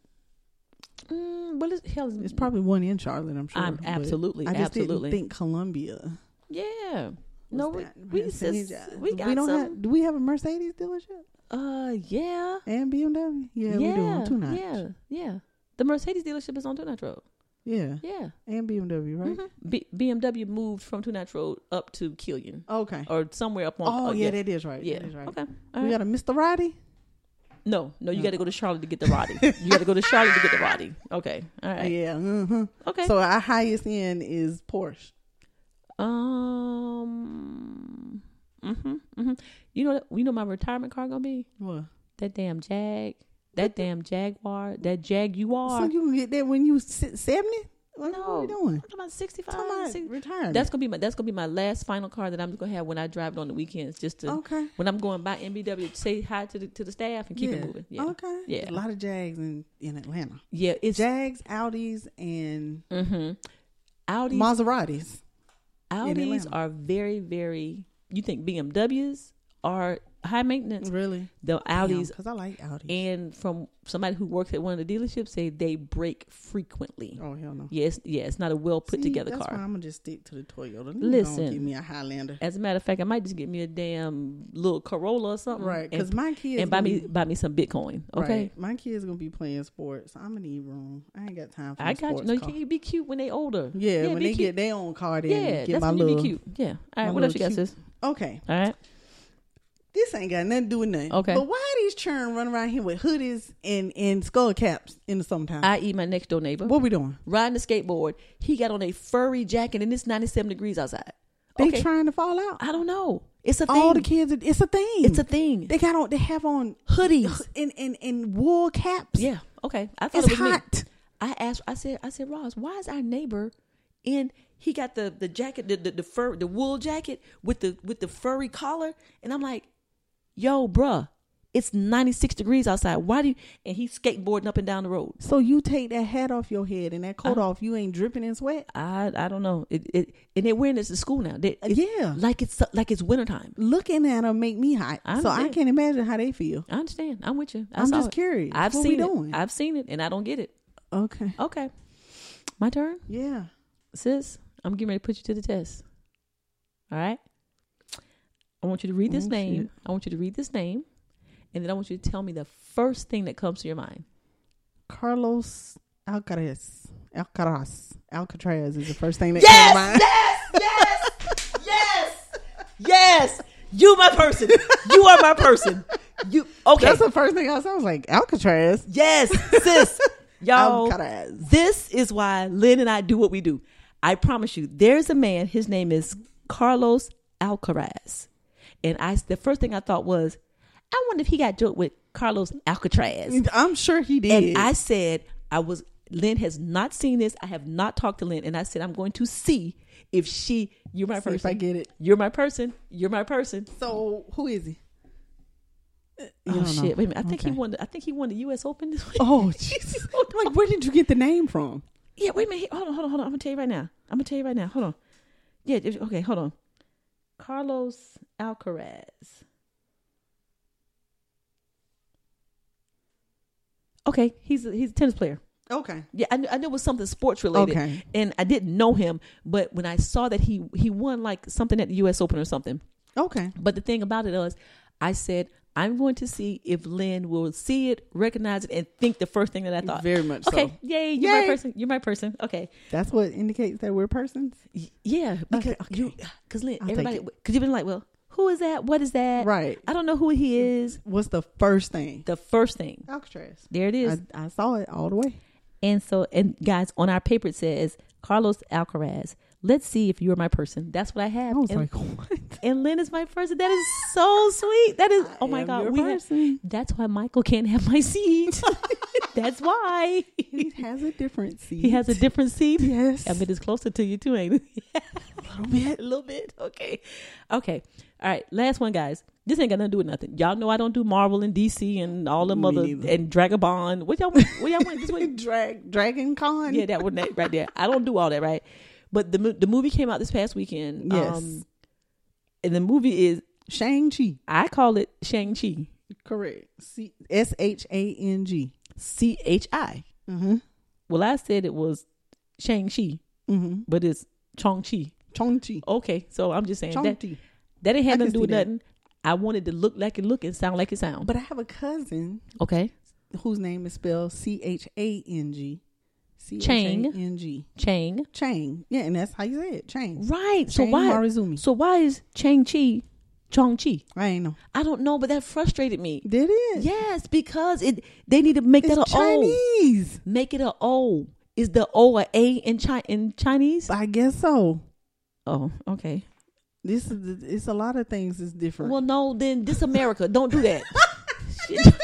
S4: mm, well, it's, hell,
S3: It's probably one in Charlotte. I'm sure.
S4: I'm
S3: but
S4: absolutely-
S3: I just
S4: absolutely.
S3: didn't think Columbia.
S4: yeah. No, we,
S3: that
S4: we just
S3: Mercedes.
S4: we got
S3: don't
S4: some.
S3: have. Do we have a Mercedes dealership
S4: uh, yeah,
S3: and BMW?
S4: yeah,
S3: Yeah, we do on two notch.
S4: yeah, yeah. The Mercedes dealership is on Two Notch Road.
S3: Yeah.
S4: Yeah,
S3: and BMW, right?
S4: B- BMW moved from Two Notch Road up to Killian
S3: Okay.
S4: or somewhere up on.
S3: Oh,
S4: uh,
S3: yeah, that is right.
S4: yeah.
S3: that is right.
S4: Okay.
S3: We
S4: All right.
S3: got a Mr. Roddy.
S4: no, no, you got to go to Charlotte to get the Roddy. you got to go to Charlotte to get the Roddy. Okay. All right.
S3: Yeah. mhm.
S4: Okay.
S3: So our highest end is Porsche.
S4: Um. Mhm. Mhm. You know. You know my retirement car gonna be
S3: What?
S4: that damn Jag, that damn Jaguar, that Jaguar.
S3: So you can get that when you seventy? What are
S4: no,
S3: we doing?
S4: I'm talking about sixty-five.
S3: Talking about
S4: 60
S3: retirement.
S4: Uh, That's gonna be my. That's gonna be my last final car that I'm gonna have when I drive it on the weekends. Just to
S3: Okay.
S4: when I'm going by MBW, say hi to the to the staff and keep
S3: Yeah.
S4: it moving. Yeah.
S3: Okay.
S4: Yeah.
S3: A lot of Jags in, in Atlanta.
S4: Yeah. It's
S3: Jags, Audis, and
S4: mm-hmm. Audi.
S3: Maseratis.
S4: Audis
S3: Atlanta.
S4: are very very. You think BMWs are high maintenance?
S3: Really?
S4: The Audis
S3: Because I like Audis.
S4: and from somebody who works at one of the dealerships say they break frequently.
S3: oh hell no.
S4: Yes, yeah, it's not a well put
S3: See,
S4: together
S3: that's
S4: car.
S3: why I'm gonna just stick to the Toyota. Don't
S4: Listen.
S3: give me a Highlander.
S4: As a matter of fact, I might just get me a damn little Corolla or something,
S3: Right,
S4: and-
S3: because my kids
S4: and buy
S3: gonna
S4: me
S3: be-
S4: buy me some Bitcoin. Okay,
S3: Right. My kids gonna be playing sports. I'm gonna need room. I ain't got time for
S4: I
S3: I
S4: got you.
S3: sports
S4: No, you
S3: car.
S4: can't be cute when they older.
S3: Yeah, when
S4: be
S3: they get
S4: cute.
S3: their own car, then
S4: yeah,
S3: get
S4: that's
S3: my
S4: when you
S3: little.
S4: be cute. Yeah. All
S3: my
S4: right, what else you
S3: little
S4: got,
S3: cute-
S4: sis?
S3: Okay,
S4: All right.
S3: this ain't got nothing to do with nothing.
S4: Okay.
S3: but why these children run around here with hoodies and and skull caps in the summertime?
S4: I eat my next door neighbor
S3: what we doing?
S4: riding the skateboard. He got on a furry jacket, and it's ninety seven degrees outside.
S3: They
S4: okay,
S3: trying to fall out.
S4: I don't know. It's a thing.
S3: All the kids, it's a thing.
S4: It's a thing.
S3: They got on. They have on
S4: Hoodies.
S3: and and and wool caps.
S4: Yeah. Okay. I thought
S3: it's
S4: it was me.
S3: hot.
S4: I asked. I said. I said, Ross, why is our neighbor in? He got the the jacket, the, the the fur, the wool jacket with the with the furry collar, and I'm like, Yo, bruh, it's 96 degrees outside. Why do you? And he's skateboarding up and down the road.
S3: So you take that hat off your head and that coat
S4: Uh-huh.
S3: off, you ain't dripping in sweat.
S4: I I don't know. It it and they're wearing this to school now. They, it's-
S3: Uh, Yeah.
S4: like it's like it's wintertime.
S3: Looking at them make me hot,
S4: I
S3: so I
S4: understand.
S3: can't imagine how they feel.
S4: I understand. I'm with you. I
S3: I'm
S4: saw
S3: just
S4: it.
S3: curious.
S4: I've
S3: What we
S4: seen it.
S3: doing?
S4: I've seen it, and I don't get it.
S3: Okay.
S4: Okay, my turn.
S3: Yeah.
S4: sis, I'm getting ready to put you to the test. All right. I want you to read this
S3: Oh,
S4: name.
S3: shit.
S4: I want you to read this name, and then I want you to tell me the first thing that comes to your mind.
S3: Carlos Alcaraz. Alcaraz. Alcatraz is the first thing that came to mind.
S4: Yes, yes, yes, yes, yes. You my person. You are my person. You okay?
S3: That's the first thing I was. I was like Alcatraz.
S4: yes, sis. Y'all,
S3: Alcaraz.
S4: this is why Lynn and I do what we do. I promise you, there's a man. His name is Carlos Alcaraz, and I. The first thing I thought was, I wonder if he got joked with Carlos Alcatraz.
S3: I'm sure he did.
S4: And I said, I was. Lynn has not seen this. I have not talked to Lynn, and I said I'm going to see if she. You're my
S3: See
S4: person.
S3: if I get it.
S4: You're my person. You're my person.
S3: So who is he? You
S4: Oh
S3: don't know.
S4: shit! Wait a minute. I think he
S3: Okay.
S4: won. The, I think he won the U.S. Open this week.
S3: Oh Jesus! like where did you get the name from?
S4: Yeah, wait a minute. Hold on, hold on, hold on. I'm gonna tell you right now. I'm gonna tell you right now. Hold on. Yeah, it- okay, hold on. Carlos Alcaraz. Okay, he's a, he's a tennis player.
S3: Okay.
S4: Yeah, I knew, I knew it was something sports related,
S3: Okay.
S4: and I didn't know him. But when I saw that he he won like something at the U.S. Open or something,
S3: Okay.
S4: but the thing about it was, I said I'm going to see if Lynn will see it, recognize it, and think the first thing that I thought.
S3: Very much
S4: Okay,
S3: so.
S4: yay, you're my
S3: Yay.
S4: person. You're my person. Okay,
S3: That's what indicates that we're persons.
S4: Y- yeah, because
S3: Okay, okay.
S4: you, because Lynn,
S3: I'll take
S4: everybody,
S3: it.
S4: because you've been like, well, who is that? What is that?
S3: Right.
S4: I don't know who he is.
S3: What's the first thing?
S4: The first thing.
S3: Alcatraz.
S4: There it is.
S3: I, I saw it all the way.
S4: And so, and guys, on our paper it says Carlos Alcaraz. Let's see if you're my person. That's what I have.
S3: I was
S4: and,
S3: like, what?
S4: and Lynn is my person. That is so sweet. That is, oh
S3: I
S4: my
S3: am
S4: God.
S3: your
S4: We have,
S3: person.
S4: that's why Michael can't have my seat. that's why.
S3: He has a different seat.
S4: He has a different seat.
S3: Yes.
S4: I mean, it's closer to you too, ain't it? a little bit. A little bit. Okay. Okay. All right. Last one, guys. This ain't got nothing to do with nothing. Y'all know I don't do Marvel and DC and all them
S3: Me
S4: other
S3: neither.
S4: and Dragon Bond. What y'all? What y'all went this way?
S3: Drag, Dragon Con.
S4: yeah, that one that, right there. I don't do all that, right? But the mo- the movie came out this past weekend. Um,
S3: Yes.
S4: and the movie is
S3: Shang-Chi.
S4: I call it Shang Chi,
S3: Correct. C- S-H-A-N-G.
S4: C H I.
S3: Mm-hmm.
S4: Well, I said it was Shang Chi,
S3: Mm-hmm.
S4: but it's Chong Chi.
S3: Chong-Chi.
S4: Okay, so I'm just saying Oh, that
S3: Chong-Chi.
S4: that ain't had
S3: I can
S4: nothing to do
S3: see
S4: with
S3: that.
S4: nothing. I wanted to look like it look and sound like it sound.
S3: But I have a cousin
S4: okay,
S3: whose name is spelled C-H-A-N-G.
S4: Chang.
S3: C-H-A-N-G.
S4: Chang.
S3: Chang. Yeah, and that's how you say it. Chang.
S4: Right. so
S3: Chang
S4: why?
S3: Marizumi.
S4: So why is Chang Chi, Chong Chi?
S3: I ain't know.
S4: I don't know, but that frustrated me.
S3: Did it?
S4: Yes, because it they need to make that a
S3: It's
S4: O.
S3: Chinese.
S4: Make it a O. Is the O a A in chi- in Chinese?
S3: I guess so.
S4: Oh, okay.
S3: This is it's a lot of things is different.
S4: Well, no, then this America don't do that. Shit.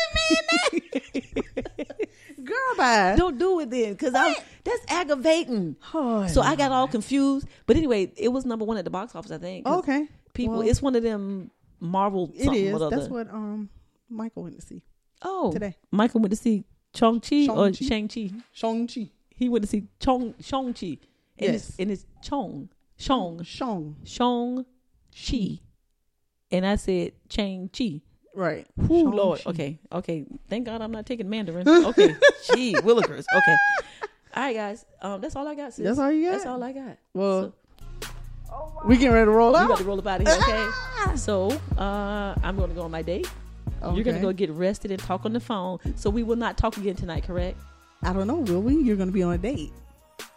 S3: girl, bye.
S4: don't do it then, because I'm that's aggravating.
S3: Hard.
S4: So I got all confused. But anyway, it was number one at the box office, I think. 'cause
S3: okay.
S4: People,
S3: Well,
S4: it's one of them Marvel.
S3: it
S4: something
S3: is.
S4: or
S3: That's
S4: other.
S3: what um Michael went to see.
S4: Oh,
S3: today.
S4: Michael went to see Chong Chi or
S3: Shang-Chi.
S4: Shang Chi.
S3: Shang Chi.
S4: He went to see Chong Chong Chi. And
S3: Yes.
S4: it's and it's Chong Chong
S3: Shang.
S4: Chong Chi. And I said Chang Chi.
S3: Right.
S4: Ooh,
S3: Shang
S4: Lord.
S3: Chi.
S4: Okay. Okay. Thank God I'm not taking Mandarin. Okay. Gee, Willikers. Okay. All right, guys. Um, that's all I got. Sis.
S3: That's all you got?
S4: That's all I got.
S3: Well, we getting ready to roll
S4: You
S3: out.
S4: got to roll up out of here, okay? So uh, I'm going to go on my date. You're going to
S3: Okay.
S4: go get rested and talk on the phone. So we will not talk again tonight, correct?
S3: I don't know. Will we? You're gonna be on a date.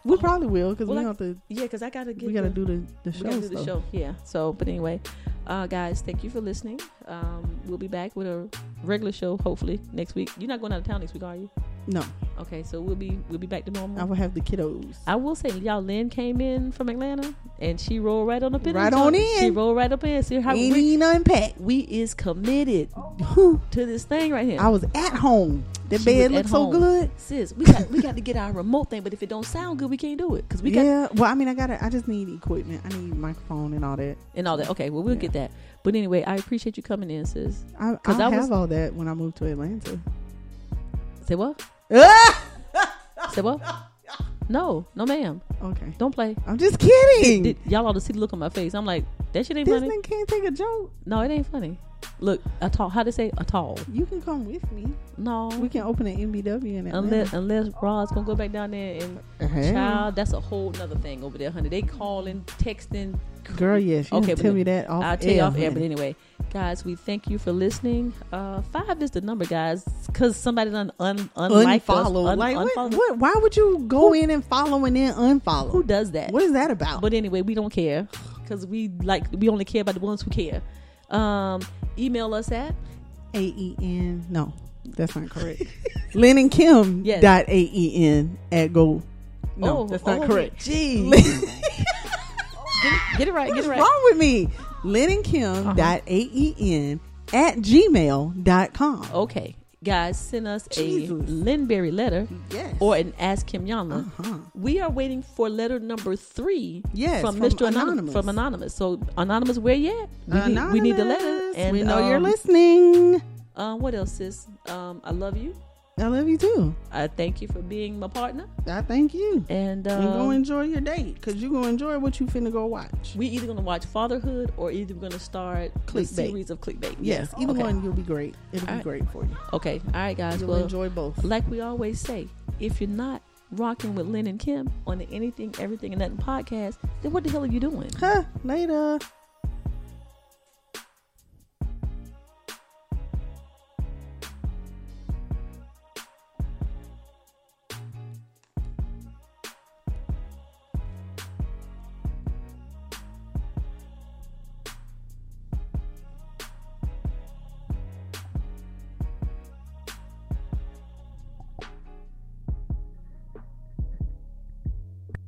S3: We probably will because
S4: Oh. Well,
S3: we
S4: I-
S3: have to.
S4: Yeah, because I got to get.
S3: We gotta
S4: the-
S3: do the
S4: We
S3: the show.
S4: gotta do the
S3: stuff.
S4: show. Yeah. So, but anyway, uh, guys, thank you for listening. Um, we'll be back with a regular show hopefully next week. You're not going out of town next week, are you?
S3: No,
S4: Okay. So we'll be we'll be back to normal.
S3: I will have the kiddos.
S4: I will say, y'all, Lynn came in from Atlanta and she rolled right on up in.
S3: Right
S4: y'all.
S3: on in.
S4: She rolled right up in. See how
S3: Ain't
S4: we,
S3: even unpacked.
S4: we is committed
S3: Whew.
S4: to this thing right here.
S3: I was at home. The
S4: She
S3: bed
S4: was at
S3: looked so
S4: home.
S3: good.
S4: Sis, we got we got to get our remote thing, but if it don't sound good, we can't do it because we got
S3: yeah. Well, I mean, I got. to I just need equipment. I need microphone and all that.
S4: and all that. Okay, well we'll
S3: Yeah.
S4: get that. But anyway, I appreciate you coming in, sis.
S3: I,
S4: 'Cause
S3: I'll
S4: I
S3: have
S4: was-
S3: all that when I move to Atlanta.
S4: Say what? Ah! Say what? No, no, ma'am.
S3: Okay.
S4: Don't play.
S3: I'm just kidding.
S4: Did, y'all ought to see the look on my face. I'm like, that shit ain't
S3: this
S4: funny.
S3: thing can't take a joke.
S4: No, it ain't funny. Look, a tall. How to say a tall?
S3: You can come with me.
S4: No.
S3: We can open an MBW in Atlanta.
S4: Unless unless Rod's gonna go back down there and
S3: Hey.
S4: child, that's a whole nother thing over there, honey. They calling, texting.
S3: Girl, yes. You
S4: Okay,
S3: okay,
S4: but
S3: tell
S4: no-
S3: me that off
S4: I'll tell you
S3: air,
S4: off air, but
S3: honey.
S4: anyway, guys, we thank you for listening. Uh, five is the number, guys, because somebody done un unliked us,
S3: Unfollow.
S4: un-
S3: like, what,
S4: unfollowed-
S3: what? Why would you go in and follow and then unfollow?
S4: Who does that?
S3: What is that about?
S4: But anyway, we don't care because we like we only care about the ones who care. Um, email us at
S3: A E N. No, that's not correct. Lynn and Kim
S4: Yes.
S3: dot A E N at go. No,
S4: Oh,
S3: that's not
S4: oh,
S3: correct.
S4: Jeez, get it right, get
S3: What's
S4: it right.
S3: wrong with me? Lynn and Kim
S4: Uh-huh.
S3: dot A E N at gmail dot com.
S4: Okay, guys, send us a
S3: Jesus.
S4: Linberry letter
S3: Yes.
S4: or an Ask Kim Yana.
S3: Uh-huh.
S4: We are waiting for letter number three
S3: Yes,
S4: from,
S3: from
S4: Mr. Anonymous.
S3: Anonymous.
S4: From Anonymous. So, Anonymous, where you at? We, Need, we need the letter.
S3: Anonymous,
S4: And,
S3: we know you're
S4: um,
S3: listening.
S4: Uh, what else, sis? Um, I love you.
S3: I love you too.
S4: I thank you for being my partner.
S3: I thank you.
S4: And, um,
S3: and go enjoy your date because you're gonna enjoy what you finna go watch.
S4: we either going to watch Fatherhood or either going to start a
S3: Clickbait.
S4: series of clickbait.
S3: Yes, either
S4: okay.
S3: one you'll be great.
S4: All
S3: It'll be
S4: right.
S3: great for you.
S4: Okay. All right, guys.
S3: You'll
S4: well,
S3: enjoy both.
S4: like we always say, If you're not rocking with Lynn and Kim on the Anything, Everything, and Nothing podcast, then what the hell are you doing?
S3: Huh, later.